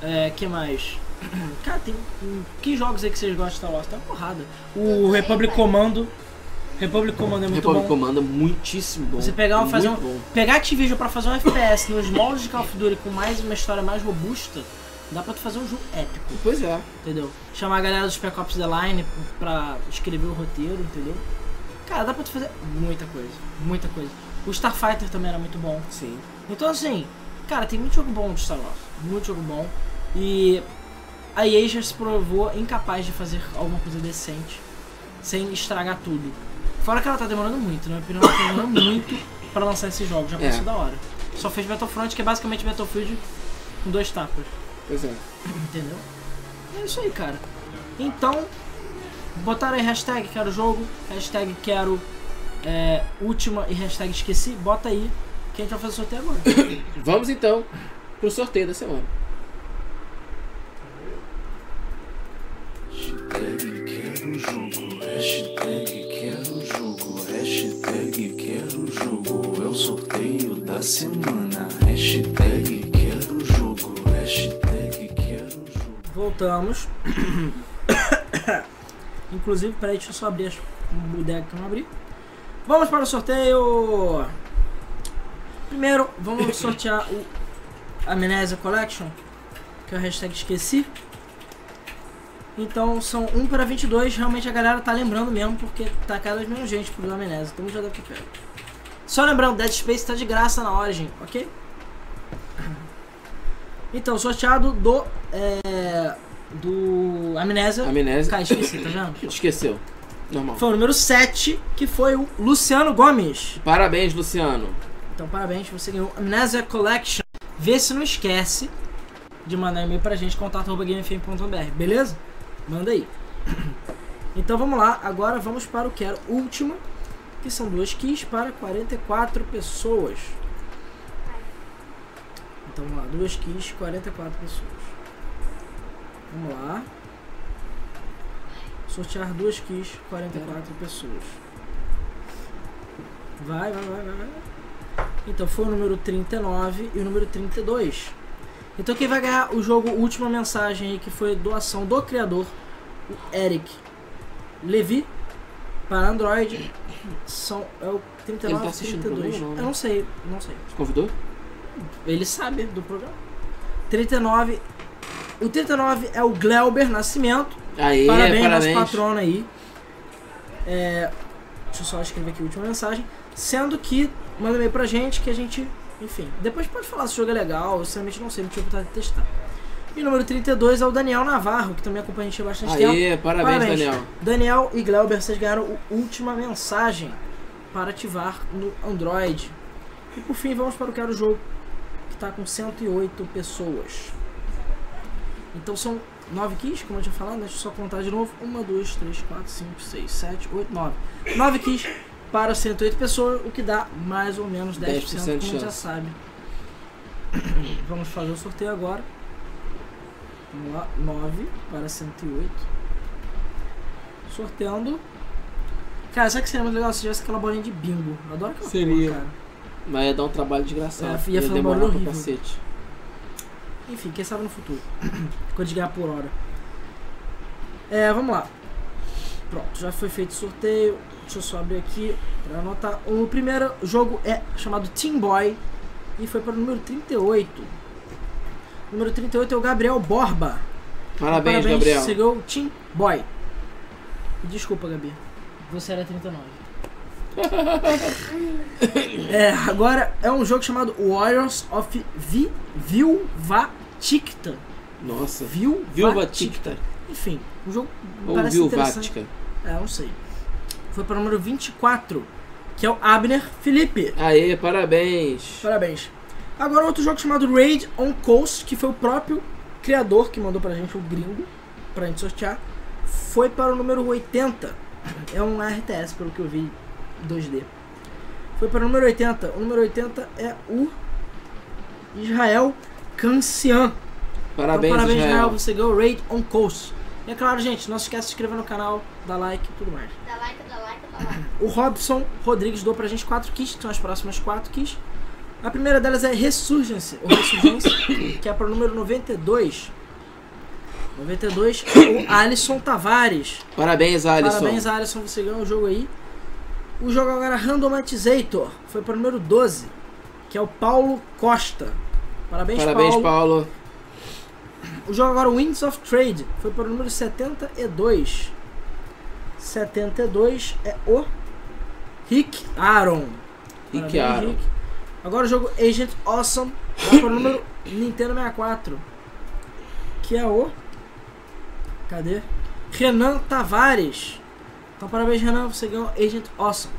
S1: É, que mais? Cara, tem. hum, Que jogos aí que vocês gostam de Star Wars? Tem uma porrada. O Republic Commando. Republic Commando é muito
S2: Republic
S1: bom.
S2: Commander, muitíssimo bom.
S1: Você pegar um- fazer
S2: Muito
S1: um-
S2: bom.
S1: Pegar Activision pra fazer um FPS nos moldes de Call of Duty com mais uma história mais robusta, dá pra tu fazer um jogo épico
S2: Pois é.
S1: entendeu? Chamar a galera dos Spec Ops The Line pra escrever o roteiro, entendeu? Cara, dá pra tu fazer muita coisa, muita coisa. O Starfighter também era muito bom.
S2: Sim.
S1: Então assim, cara, tem muito jogo bom de Star Wars, muito jogo bom. E a EA já se provou incapaz de fazer alguma coisa decente, sem estragar tudo. Fora que ela tá demorando muito, na minha opinião, ela tá demorando muito pra lançar esse jogo, já
S2: É.
S1: passou da hora. Só fez Battlefront, que é basicamente Battlefield com dois tapas.
S2: Pois é.
S1: Entendeu? É isso aí, cara. Então, botaram aí hashtag quero jogo, hashtag quero é, última e hashtag esqueci. Bota aí que a gente vai fazer o sorteio agora.
S2: Vamos então pro sorteio da semana.
S8: Hashtag quero jogo, hashtag quero jogo, hashtag quero jogo, é o sorteio da semana. Hashtag quero jogo, hashtag quero jogo.
S1: Voltamos. Inclusive, peraí, deixa eu só abrir as bodegas que eu não abri. Vamos para o sorteio! Primeiro, vamos sortear o Amnesia Collection, que é o hashtag esqueci. Então, são 1 para 22. Realmente a galera tá lembrando mesmo, porque tá cada vez menos gente pro Amnesia, então já deve ter pego. Só lembrando, Dead Space tá de graça na Origin, ok? Então, sorteado do. É, do Amnesia.
S2: Amnésia.
S1: Então, Cara, esqueci, tá vendo?
S2: Esqueceu. Normal.
S1: Foi o número 7, que foi o Luciano Gomes.
S2: Parabéns, Luciano.
S1: Então, parabéns, você ganhou Amnesia Collection. Vê se não esquece de mandar e-mail pra gente, contato.gamefm.br, beleza? Manda aí. Então vamos lá, agora vamos para o quero última, que são duas keys para 44 pessoas. Então vamos lá, duas keys, 44 pessoas. Vamos lá. Sortear duas keys, 44 pessoas. Vai, vai, vai, vai, vai. Então foi o número 39 e o número 32. Então quem vai ganhar o jogo Última Mensagem aí, que foi doação do criador, o Eric Levi, para Android, são, é o 39
S2: Ele tá assistindo o
S1: 32.
S2: programa, né?
S1: Eu não sei, não sei.
S2: Te convidou?
S1: Ele sabe do programa. 39. O 39 é o Gleuber Nascimento.
S2: Aê,
S1: parabéns,
S2: parabéns.
S1: nosso patrono aí. É, deixa eu só escrever aqui a última mensagem. Sendo que, manda um e-mail pra gente que a gente. Enfim, depois pode falar se o jogo é legal. Eu sinceramente não sei, não tive vontade de testar. E o número 32 é o Daniel Navarro, que também acompanha a gente há bastante tempo.
S2: Aê, parabéns,
S1: Parabéns.
S2: Daniel.
S1: Daniel e Glauber, vocês ganharam o Última Mensagem para ativar no Android. E por fim, vamos para o Quero Jogo, que está com 108 pessoas. Então são 9 keys, como eu tinha falado, né? deixa eu só contar de novo. 1, 2, 3, 4, 5, 6, 7, 8, 9. 9 keys para 108 pessoas, o que dá mais ou menos 10%,
S2: 10% de
S1: como já
S2: chance.
S1: sabe. Vamos fazer o sorteio agora. Vamos lá, 9 para 108. Sorteando. Cara, sabe o que seria muito legal se tivesse aquela bolinha de bingo? Eu adoro aquela
S2: Seria.
S1: porra, cara.
S2: Mas ia dar um trabalho desgraçado.
S1: É, ia fazer um
S2: demorar
S1: barulho
S2: pra
S1: horrível.
S2: cacete.
S1: Enfim, quem sabe no futuro. Quando a gente ganhar por hora. É, vamos lá. Pronto, já foi feito o sorteio. Deixa eu só abrir aqui pra anotar. O primeiro jogo é chamado Team Boy e foi para o número 38. Número 38 é o Gabriel Borba.
S2: Parabéns, Gabriel.
S1: Você ganhou o Team Boy. Desculpa, Gabi. Você era 39. é, agora é um jogo chamado Warriors of Vi Vilvaticta.
S2: Nossa. Viúva
S1: Vilvaticta.
S2: Ticta.
S1: Enfim, um jogo
S2: Ou
S1: parece interessante.
S2: Vilvática.
S1: É, não sei. Foi para o número 24, que é o Abner Felipe.
S2: Aê, parabéns.
S1: Parabéns. Agora outro jogo chamado Raid on Coast, que foi o próprio criador que mandou pra gente, o gringo, pra gente sortear. Foi para o número 80. É um RTS, pelo que eu vi, 2D. Foi para o número 80. O número 80 é o Israel Cancian.
S2: Parabéns,
S1: então, parabéns Israel.
S2: Israel.
S1: Você ganhou o Raid on Coast. E é claro, gente, não se esquece de se inscrever no canal, dar like e tudo mais.
S7: Dá like, dá like, dá like.
S1: O Robson Rodrigues doou pra gente quatro kits, que são as próximas quatro kits. A primeira delas é Resurgence, ou Resurgence, que é para o número 92. 92, é o Alisson Tavares.
S2: Parabéns, Alisson.
S1: Parabéns, Alisson, você ganhou o jogo aí. O jogo agora é Randomatizator, foi para o número 12, que é o Paulo Costa. Parabéns,
S2: Parabéns,
S1: Paulo.
S2: Paulo.
S1: O jogo agora, Winds of Trade, foi para o número 72. 72 é o Rick Aaron.
S2: Rick
S1: Parabéns,
S2: Aaron.
S1: Rick. Agora o jogo Agent Awesome, vai para o número Nintendo 64. Que é o. Cadê? Renan Tavares. Então parabéns, Renan, você ganhou Agent Awesome.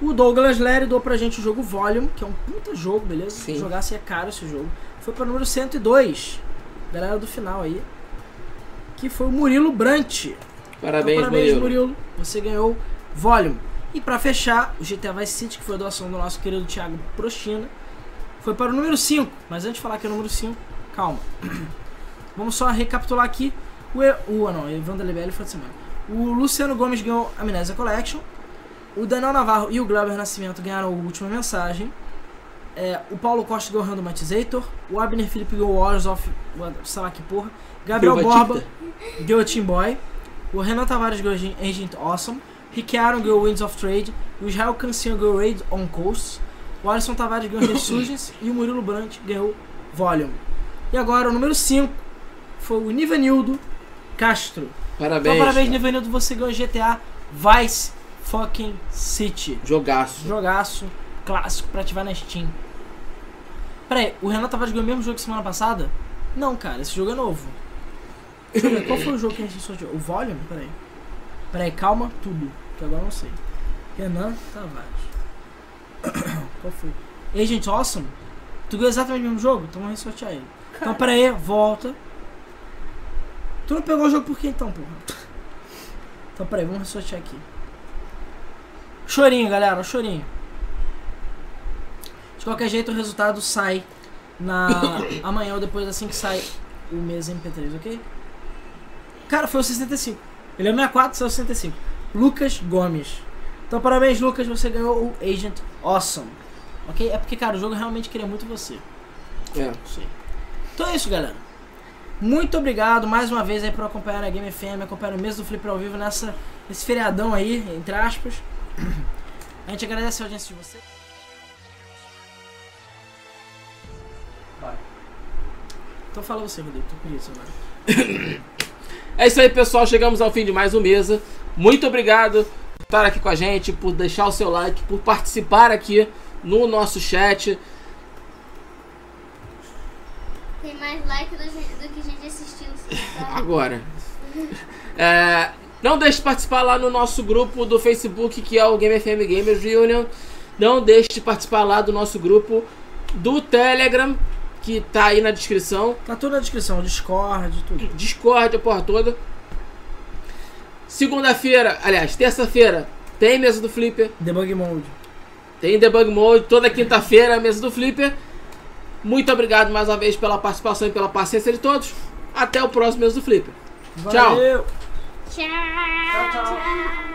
S1: O Douglas Lery doou pra gente o jogo Volume, que é um puta jogo, beleza?
S2: Sim.
S1: Se jogasse é caro esse jogo. Foi pra número 102. Galera do final aí. Que foi o Murilo Brant.
S2: Parabéns,
S1: então, parabéns Murilo.
S2: Murilo.
S1: Você ganhou Volume. E pra fechar, o GTA Vice City, que foi a doação do nosso querido Thiago Prochina, foi para o número 5. Mas antes de falar que é o número 5, calma. Vamos só recapitular aqui. O, E- o ah, não, o Evandro Lebelli foi de semana. O Luciano Gomes ganhou Amnésia Collection. O Daniel Navarro e o Glauber Nascimento ganharam o Última Mensagem. É, o Paulo Costa ganhou Randomatizator. O Abner Felipe ganhou Warriors of... Sei lá que porra. Gabriel
S2: Viúva
S1: Borba
S2: Ticta.
S1: ganhou Team Boy. O Renan Tavares ganhou Agent- Agent Awesome. Rick Aaron ganhou Winds of Trade. O Israel Cancinho ganhou Raid on Coast. O Alisson Tavares ganhou Resurgence. e o Murilo Brant ganhou Volume. E agora o número 5 foi o Nivanildo Castro. Então
S2: Parabéns.
S1: parabéns,
S2: cara.
S1: Nivanildo, você ganhou GTA Vice Fucking City.
S2: Jogaço.
S1: Jogaço clássico pra ativar na Steam. Pera aí, o Renan Tavares ganhou o mesmo jogo que semana passada? Não, cara, esse jogo é novo. Deixa eu ver, qual foi o jogo que a gente sorteou? O Volume? Pera aí. Pera aí, calma tudo, que agora eu não sei. Renan Tavares. qual foi? Agent Awesome? Tu ganhou exatamente o mesmo jogo? Então vamos ressortear ele. Então pera aí, volta. Tu não pegou o jogo por quê então, porra? Então pera aí, vamos ressortear aqui. Chorinho, galera, chorinho. De qualquer jeito, o resultado sai na amanhã ou depois assim que sai o mês MP3, ok? Cara, foi o 65. Ele é o 64, saiu o 65. Lucas Gomes. Então, parabéns, Lucas, você ganhou o Agent Awesome. Ok? É porque, cara, o jogo realmente queria muito você.
S2: É.
S1: Não sei. Então é isso, galera. Muito obrigado mais uma vez aí por acompanhar a Game FM, acompanhar o mês do Flipper ao vivo nessa, nesse feriadão aí, entre aspas. A gente agradece a audiência de vocês. Então fala você, Rodrigo, tô curioso agora.
S2: É isso aí, pessoal. Chegamos ao fim de mais um Mesa. Muito obrigado por estar aqui com a gente, por deixar o seu like, por participar aqui no nosso chat.
S7: Tem mais like do, do que gente assistiu. sim, tá?
S2: Agora. É, não deixe de participar lá no nosso grupo do Facebook, que é o Game FM Gamers Reunion. Não deixe de participar lá do nosso grupo do Telegram, que tá aí na descrição.
S1: Tá tudo na descrição, Discord, tudo.
S2: Discord, a porra toda. Segunda-feira, aliás, terça-feira, tem mesa do Flipper,
S1: Debug Mode.
S2: tem debug mode, toda quinta-feira, mesa do Flipper. Muito obrigado mais uma vez pela participação e pela paciência de todos. Até o próximo mesa do Flipper. Tchau.
S1: Valeu!
S7: Tchau, tchau.